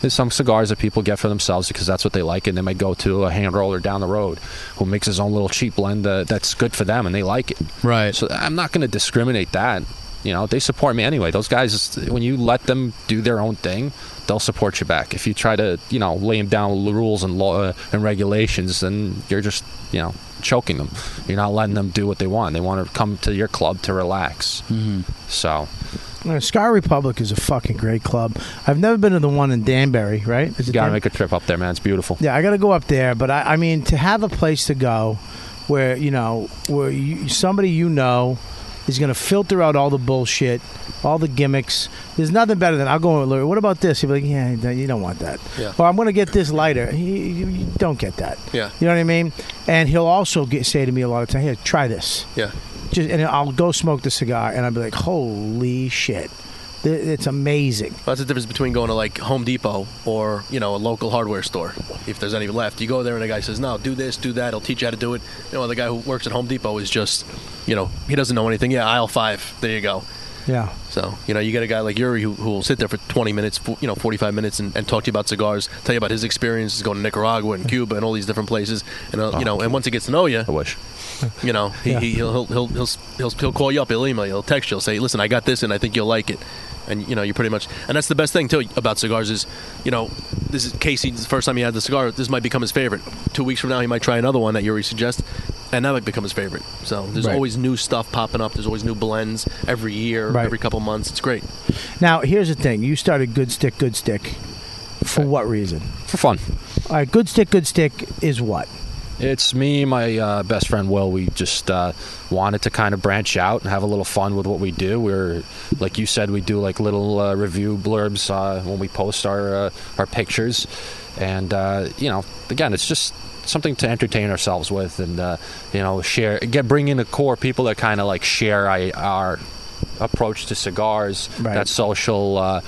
Speaker 4: there's some cigars that people get for themselves because that's what they like, and they might go to a hand roller down the road who makes his own little cheap blend uh, that's good for them and they like it.
Speaker 6: right.
Speaker 4: So I'm not going to discriminate that. You know, they support me anyway. Those guys, when you let them do their own thing, they'll support you back. If you try to, you know, lay them down l- rules and law uh, and regulations, then you're just, you know, choking them. You're not letting them do what they want. They want to come to your club to relax. Mm-hmm. So
Speaker 3: Uh, Sky Republic is a fucking great club. I've never been to the one in Danbury, right? Is
Speaker 4: you
Speaker 3: it
Speaker 4: got to
Speaker 3: Dan-
Speaker 4: make a trip up there, man. It's beautiful.
Speaker 3: Yeah, I got to go up there, but I, I mean to have a place to go where you know where you, somebody you know is going to filter out all the bullshit, all the gimmicks. There's nothing better than I'll go. and look, What about this? He'll be like, yeah, no, you don't want that.
Speaker 5: Yeah.
Speaker 3: Or I'm going to get this lighter. You, you, you don't get that.
Speaker 5: Yeah.
Speaker 3: You know what I mean? And he'll also get, say to me a lot of time, here, try this.
Speaker 5: Yeah.
Speaker 3: Just and I'll go smoke the cigar, and I'll be like, holy shit, Th- it's amazing.
Speaker 5: That's the difference between going to like Home Depot or you know a local hardware store. If there's any left, you go there and the guy says, "No, do this, do that." He'll teach you how to do it. You know, the guy who works at Home Depot is just, you know, he doesn't know anything. Yeah, aisle five. There you go.
Speaker 3: Yeah.
Speaker 5: So you know, you get a guy like Yuri who who will sit there for 20 minutes, fo- you know, 45 minutes, and, and talk to you about cigars, tell you about his experiences going to Nicaragua
Speaker 3: Mm-hmm.
Speaker 5: and Cuba and all these different places, and uh, you know, and once he gets to know you,
Speaker 4: I wish.
Speaker 5: you know, he,
Speaker 3: Yeah.
Speaker 5: he, he'll, he'll, he'll, he'll, he'll, he'll call you up, he'll email you, he'll text you, he'll say, listen, I got this and I think you'll like it. And, you know, you pretty much, and that's the best thing, too, about cigars is, you know, this is Casey, this is the first time he had the cigar, this might become his favorite. Two weeks from now, he might try another one that Yuri suggests, and that might become his favorite. So there's
Speaker 6: Right.
Speaker 5: always new stuff popping up, there's always new blends every year,
Speaker 3: Right.
Speaker 5: every couple months. It's great.
Speaker 3: Now here's the thing: you started Good Stick, Good Stick. For what reason?
Speaker 4: For fun.
Speaker 3: All right, good stick, good stick is what?
Speaker 4: It's me, my uh, best friend Will. We just uh, wanted to kind of branch out and have a little fun with what we do. We're, like you said, we do like little uh, review blurbs uh, when we post our uh, our pictures, and uh, you know, again, it's just something to entertain ourselves with, and uh, you know, share, get bring in the core people that kind of like share I, our approach to cigars,
Speaker 3: Right.
Speaker 4: that social uh,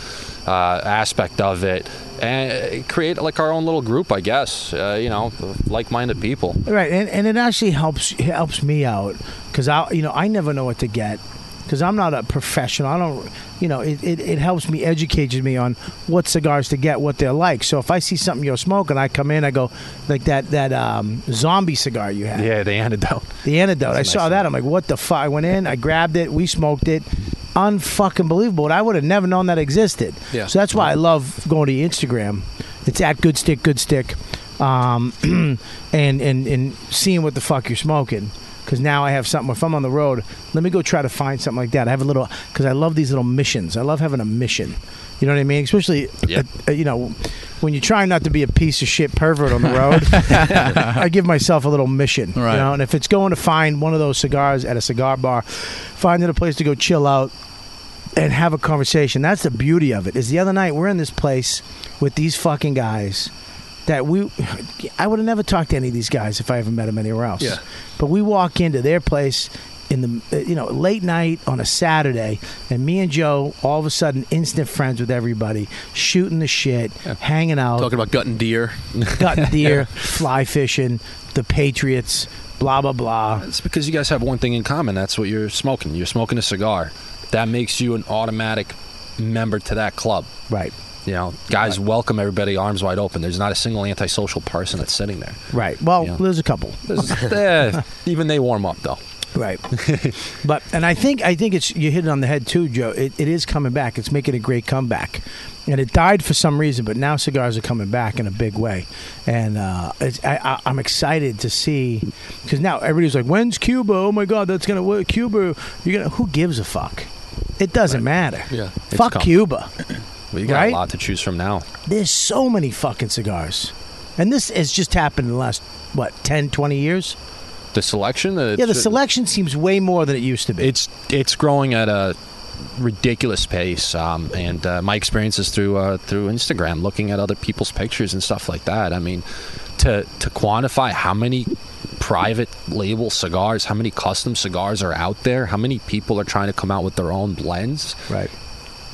Speaker 4: uh, aspect of it, and create like our own little group, I guess. Uh, you know, like-minded people.
Speaker 3: Right, and, and it actually helps it helps me out because I you know I never know what to get because I'm not a professional. I don't you know it, it, it helps me educate me on what cigars to get, what they're like. So if I see something you're smoking, I come in, I go like that that um, zombie cigar you had,
Speaker 4: Yeah, the antidote.
Speaker 3: the antidote. I
Speaker 4: That's a
Speaker 3: saw
Speaker 4: nice
Speaker 3: that.
Speaker 4: one.
Speaker 3: I'm like, what the fuck? I went in, I grabbed it, we smoked it. Unfucking believable. And I would have never known that existed.
Speaker 5: Yeah.
Speaker 3: So that's why I love going to your Instagram. It's at Good Stick, Good Stick, um, and and and seeing what the fuck you're smoking. Because now I have something. If I'm on the road, let me go try to find something like that. I have a little because I love these little missions. I love having a mission. You know what I mean? Especially,
Speaker 4: Yeah.
Speaker 3: uh, you know, when you're trying not to be a piece of shit pervert on the road, I give myself a little mission. You
Speaker 6: Right.
Speaker 3: know, and if it's going to find one of those cigars at a cigar bar, finding a place to go chill out, and have a conversation. That's the beauty of it. Is the other night we're in this place with these fucking guys that we I would have never talked to any of these guys if I ever met them anywhere else.
Speaker 5: Yeah.
Speaker 3: But we walk into their place in the uh, you know late night on a Saturday, and me and Joe all of a sudden instant friends with everybody, shooting the shit, hanging out,
Speaker 5: Talking about gutting deer.
Speaker 3: gut deer, fly fishing, the Patriots, blah blah blah.
Speaker 4: It's because you guys have one thing in common. That's what you're smoking. You're smoking a cigar. That makes you an automatic member to that club.
Speaker 3: Right,
Speaker 4: You know, guys welcome everybody arms wide open. There's not a single antisocial person that's sitting there.
Speaker 3: right. Well,
Speaker 4: Yeah.
Speaker 3: there's a couple.
Speaker 4: There's- eh, even they warm up though.
Speaker 3: Right. but and I think I think it's you hit it on the head too, Joe. It, it is coming back. It's making a great comeback. And it died for some reason, but now cigars are coming back in a big way, and uh, it's, I, I, I'm excited to see because now everybody's like, "When's Cuba? Oh my God, that's gonna work. Cuba, you're gonna who gives a fuck? It doesn't matter.
Speaker 5: Yeah.
Speaker 4: It's
Speaker 3: fuck
Speaker 4: come-
Speaker 3: Cuba.
Speaker 4: We got
Speaker 3: Right?
Speaker 4: a lot to choose from now.
Speaker 3: There's so many fucking cigars, and this has just happened in the last what 10, 20 years.
Speaker 4: The selection. uh,
Speaker 3: yeah, the
Speaker 4: it's-
Speaker 3: selection seems way more than it used to be.
Speaker 4: It's it's growing at a ridiculous pace, um, and uh, my experience is through uh, through Instagram, looking at other people's pictures and stuff like that. I mean, to to quantify how many private label cigars, how many custom cigars are out there, how many people are trying to come out with their own blends,
Speaker 3: right,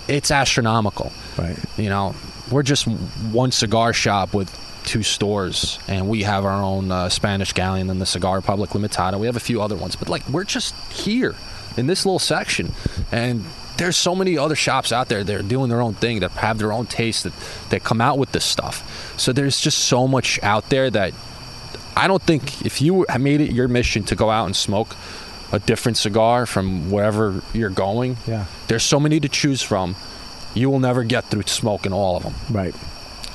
Speaker 4: it's astronomical.
Speaker 3: right.
Speaker 4: You know, we're just one cigar shop with two stores, and we have our own uh, Spanish Galleon and the Cigar Republic Limitada. We have a few other ones, but like we're just here in this little section, and there's so many other shops out there that are doing their own thing, that have their own taste, that that come out with this stuff. So there's just so much out there that I don't think if you made it your mission to go out and smoke a different cigar from wherever you're going,
Speaker 3: Yeah.
Speaker 4: there's so many to choose from. You will never get through smoking all of them.
Speaker 3: Right.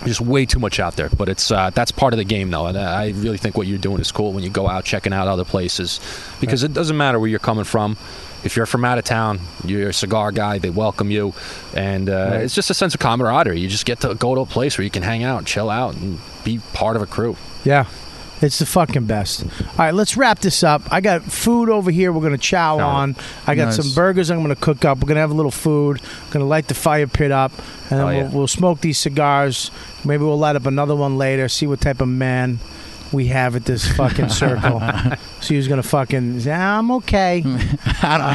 Speaker 4: There's way too much out there, but it's uh, that's part of the game though, and I I really think what you're doing is cool when you go out checking out other places, because it doesn't matter where you're coming from. If you're from out of town, you're a cigar guy. They welcome you, and uh, it's just a sense of camaraderie. You just get to go to a place where you can hang out, chill out, and be part of a crew.
Speaker 3: Yeah. It's the fucking best. All right, let's wrap this up. I got food over here we're going to chow
Speaker 4: Got it.
Speaker 3: on. I got
Speaker 6: Nice.
Speaker 3: some burgers I'm going to cook up. We're going to have a little food. going to light the fire pit up. And then
Speaker 4: Oh,
Speaker 3: we'll,
Speaker 4: yeah.
Speaker 3: we'll smoke these cigars. Maybe we'll light up another one later, see what type of man we have at this fucking circle. see who's going to fucking, say, I'm okay.
Speaker 6: I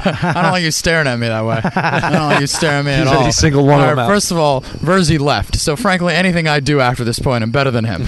Speaker 6: don't, I don't like you staring at me that way. I don't like you staring at me at
Speaker 4: He's already
Speaker 6: all.
Speaker 4: singled one of
Speaker 6: All
Speaker 4: them
Speaker 6: right,
Speaker 4: out.
Speaker 6: First of all, Verzi left. So frankly, anything I do after this point, I'm better than him.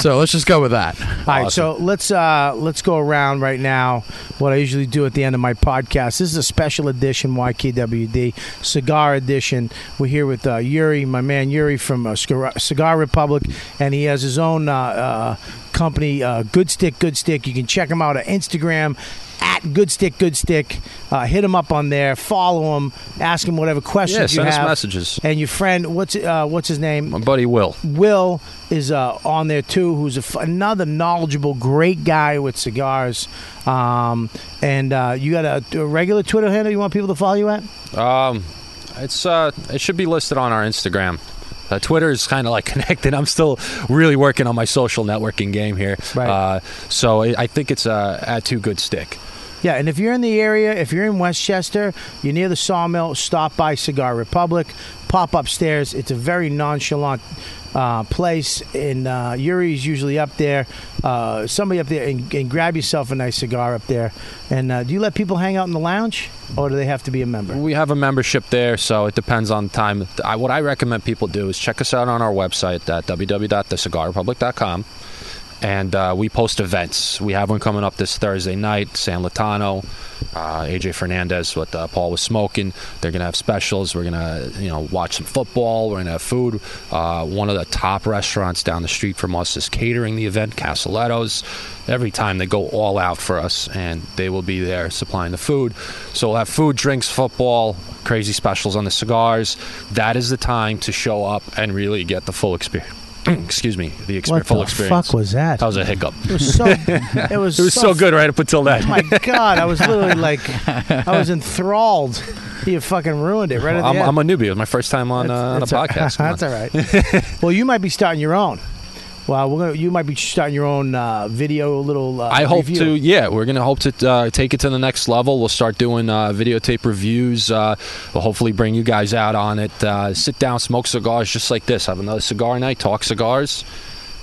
Speaker 6: so let's just go with that.
Speaker 3: All right, so let's uh, let's go around right now. What I usually do at the end of my podcast. This is a special edition YKWd cigar edition. We're here with uh, Yuri, my man Yuri from uh, Cigar Cigar Republic, and he has his own uh, uh, company, uh, Good Stick Good Stick. You can check him out on Instagram at Good Stick Good Stick. Uh, hit him up on there, follow him, ask him whatever questions
Speaker 4: Yeah,
Speaker 3: you
Speaker 4: send us
Speaker 3: have.
Speaker 4: messages.
Speaker 3: And your friend, what's uh, what's his name?
Speaker 4: My buddy Will.
Speaker 3: Will is uh, on there too, who's a f- another knowledgeable, great guy with cigars. Um, and uh, you got a, a regular Twitter handle you want people to follow you at?
Speaker 4: Um, it's uh, it should be listed on our Instagram. Uh, Twitter is kind of like connected. I'm still really working on my social networking game here.
Speaker 3: Right.
Speaker 4: Uh, so I I think it's uh, at Too Good Stick.
Speaker 3: Yeah, and if you're in the area, if you're in Westchester, you're near the sawmill, stop by Cigar Republic, pop upstairs. It's a very nonchalant uh, place, and uh, Yuri's usually up there. Uh, somebody up there, and, and grab yourself a nice cigar up there. And uh, do you let people hang out in the lounge, or do they have to be a member?
Speaker 4: We have a membership there, so it depends on time. I, what I recommend people do is check us out on our website at www.thecigarrepublic.com. And uh, we post events. We have one coming up this Thursday night. San Latano, uh, AJ Fernandez, what uh, Paul was smoking. They're gonna have specials. We're gonna, you know, watch some football. We're gonna have food. Uh, one of the top restaurants down the street from us is catering the event. Casaletto's. Every time they go all out for us, and they will be there supplying the food. So we'll have food, drinks, football, crazy specials on the cigars. That is the time to show up and really get the full experience. Excuse me, the exper-
Speaker 3: What
Speaker 4: full
Speaker 3: the
Speaker 4: experience.
Speaker 3: fuck was that?
Speaker 4: That was a hiccup.
Speaker 3: It was so. It was,
Speaker 4: It was so good right up until
Speaker 3: Oh
Speaker 4: that.
Speaker 3: my god! I was literally like, I was enthralled. You fucking ruined it right at the
Speaker 4: I'm,
Speaker 3: end.
Speaker 4: I'm a newbie. It was my first time on, uh, on a
Speaker 3: That's-
Speaker 4: podcast. Come on.
Speaker 3: that's all right. well, you might be starting your own. Well, we're gonna. You might be starting your own uh, video little. Uh,
Speaker 4: I hope
Speaker 3: review.
Speaker 4: to. Yeah, we're gonna hope to uh, take it to the next level. We'll start doing uh, videotape reviews. Uh, we'll hopefully bring you guys out on it. Uh, sit down, smoke cigars just like this. Have another cigar night, talk cigars.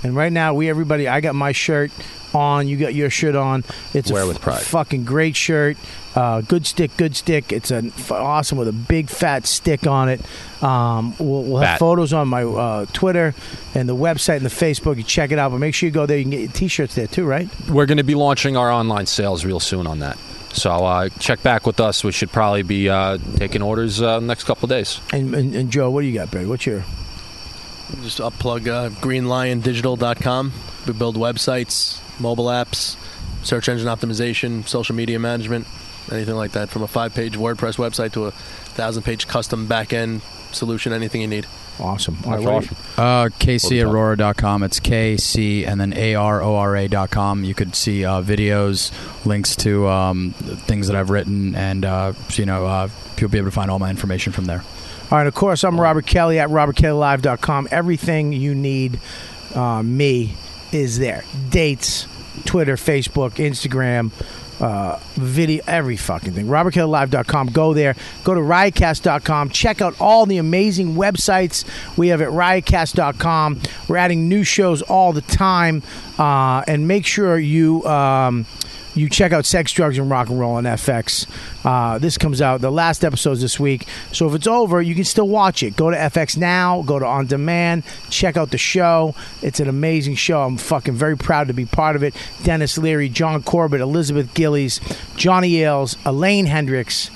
Speaker 3: And right now, we everybody, I got my shirt on. You got your shirt on. It's a
Speaker 4: Wear with pride.
Speaker 3: fucking great shirt. Uh, good stick, good stick. It's an f- awesome with a big fat stick on it. Um, we'll, we'll have
Speaker 4: Fat.
Speaker 3: photos on my uh, Twitter and the website and the Facebook. You check it out, but make sure you go there. You can get your t-shirts there too, right?
Speaker 4: We're gonna be launching our online sales real soon on that. So uh, check back with us. We should probably be uh, taking orders uh, next couple of days.
Speaker 3: And, and, and Joe, what do you got, Brad? What's your
Speaker 5: Just upplug uh, greenliondigital.com. We build websites, mobile apps, search engine optimization, social media management, anything like that. From a five-page WordPress website to a thousand-page custom back-end solution, anything you need.
Speaker 3: Awesome. All
Speaker 4: That's
Speaker 3: right, what do
Speaker 4: awesome.
Speaker 6: Uh,
Speaker 4: Over top.
Speaker 6: KCAurora.com. It's KC and then A R O R A.com. You could see uh, videos, links to um, things that I've written, and uh, you know, uh, you'll be able to find all my information from there.
Speaker 3: you- All right. Of course, I'm Robert Kelly at robertkellylive.com. Everything you need, uh, me, is there. Dates, Twitter, Facebook, Instagram. Uh, video, every fucking thing. RobertKellyLive.com. Go there. Go to riotcast.com. Check out all the amazing websites we have at riotcast.com. We're adding new shows all the time. Uh, and make sure you. Um, you check out Sex, Drugs, and Rock and Roll on FX. Uh, this comes out the last episode's this week, so if it's over, you can still watch it. Go to FX now, go to on demand, check out the show. It's an amazing show. I'm fucking very proud to be part of it. Dennis Leary, John Corbett, Elizabeth Gillies, Johnny Ailes, Elaine Hendricks.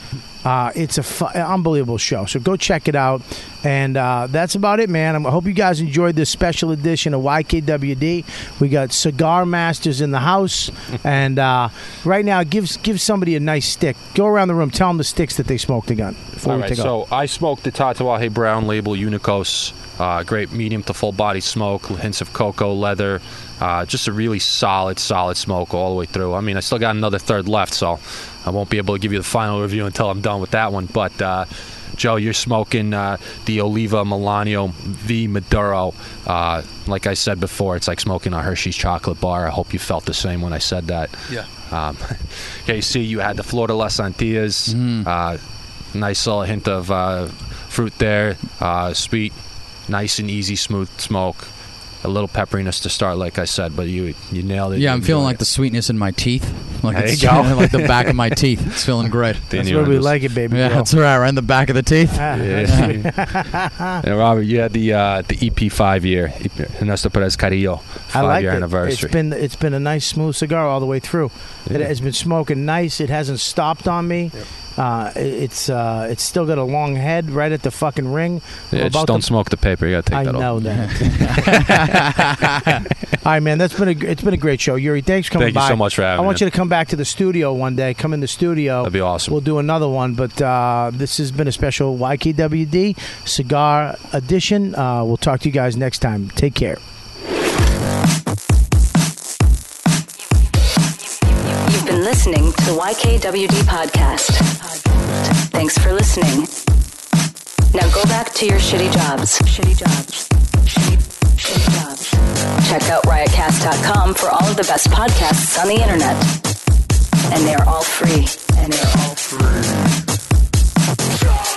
Speaker 3: Uh, it's a fu- an unbelievable show, so go check it out. And uh, that's about it, man. I'm- I hope you guys enjoyed this special edition of YKWd. We got cigar masters in the house, and uh, right now, give give somebody a nice stick. Go around the room, tell them the sticks that they smoked and gun before
Speaker 4: All
Speaker 3: we
Speaker 4: right,
Speaker 3: take off.
Speaker 4: so I smoked the Tatawahe Brown label Unicos. Uh, great medium to full body smoke, hints of cocoa, leather. Uh, just a really solid, solid smoke all the way through. I mean, I still got another third left, so I won't be able to give you the final review until I'm done with that one. But uh, Joe, you're smoking uh, the Oliva Milano V Maduro. Uh, like I said before, it's like smoking a Hershey's chocolate bar. I hope you felt the same when I said that.
Speaker 5: Yeah.
Speaker 4: Um, KC, you had the Florida Las
Speaker 3: Mm-hmm.
Speaker 4: Antillas.
Speaker 6: Mm-hmm.
Speaker 4: Uh, nice little hint of uh, fruit there. Uh, sweet, nice and easy, smooth smoke. A little pepperiness to start, like I said, but you you nailed it.
Speaker 6: Yeah, I'm
Speaker 4: You
Speaker 6: feeling like
Speaker 4: enjoyed
Speaker 6: the sweetness in my teeth. Like
Speaker 4: There
Speaker 6: it's
Speaker 4: you go.
Speaker 6: like the back of my teeth. It's feeling great.
Speaker 4: it.
Speaker 3: That's what we like it, baby.
Speaker 6: Yeah,
Speaker 3: girl.
Speaker 6: that's right. Right in the back of the teeth.
Speaker 3: Ah,
Speaker 4: Yeah. and Robert, you had the uh, the EP five year Ernesto Perez Carrillo
Speaker 3: I
Speaker 4: five
Speaker 3: like
Speaker 4: year
Speaker 3: it.
Speaker 4: anniversary.
Speaker 3: It's been it's been a nice smooth cigar all the way through. It
Speaker 4: Yeah.
Speaker 3: has been smoking nice. It hasn't stopped on me. Uh, it- it's uh, it's still got a long head right at the fucking ring. We're
Speaker 4: yeah, just
Speaker 3: about
Speaker 4: don't
Speaker 3: to-
Speaker 4: smoke the paper. You gotta take
Speaker 3: I
Speaker 4: that off.
Speaker 3: know that. All right, man. That's been a gr- it's been a great show, Yuri. Thanks for coming
Speaker 4: Thank
Speaker 3: by.
Speaker 4: you so much for
Speaker 3: I
Speaker 4: having
Speaker 3: want
Speaker 4: me.
Speaker 3: you to come back to the studio one day. Come in the studio.
Speaker 4: That'd be awesome.
Speaker 3: We'll do another one, but uh, this has been a special YKWd cigar edition. Uh, we'll talk to you guys next time. Take care.
Speaker 7: You've been listening to the YKWD podcast. Thanks for listening. Now go back to your shitty jobs. Shitty jobs. Shitty, shitty jobs. Check out riotcast.com for all of the best podcasts on the internet. And they are all free. And they're all free.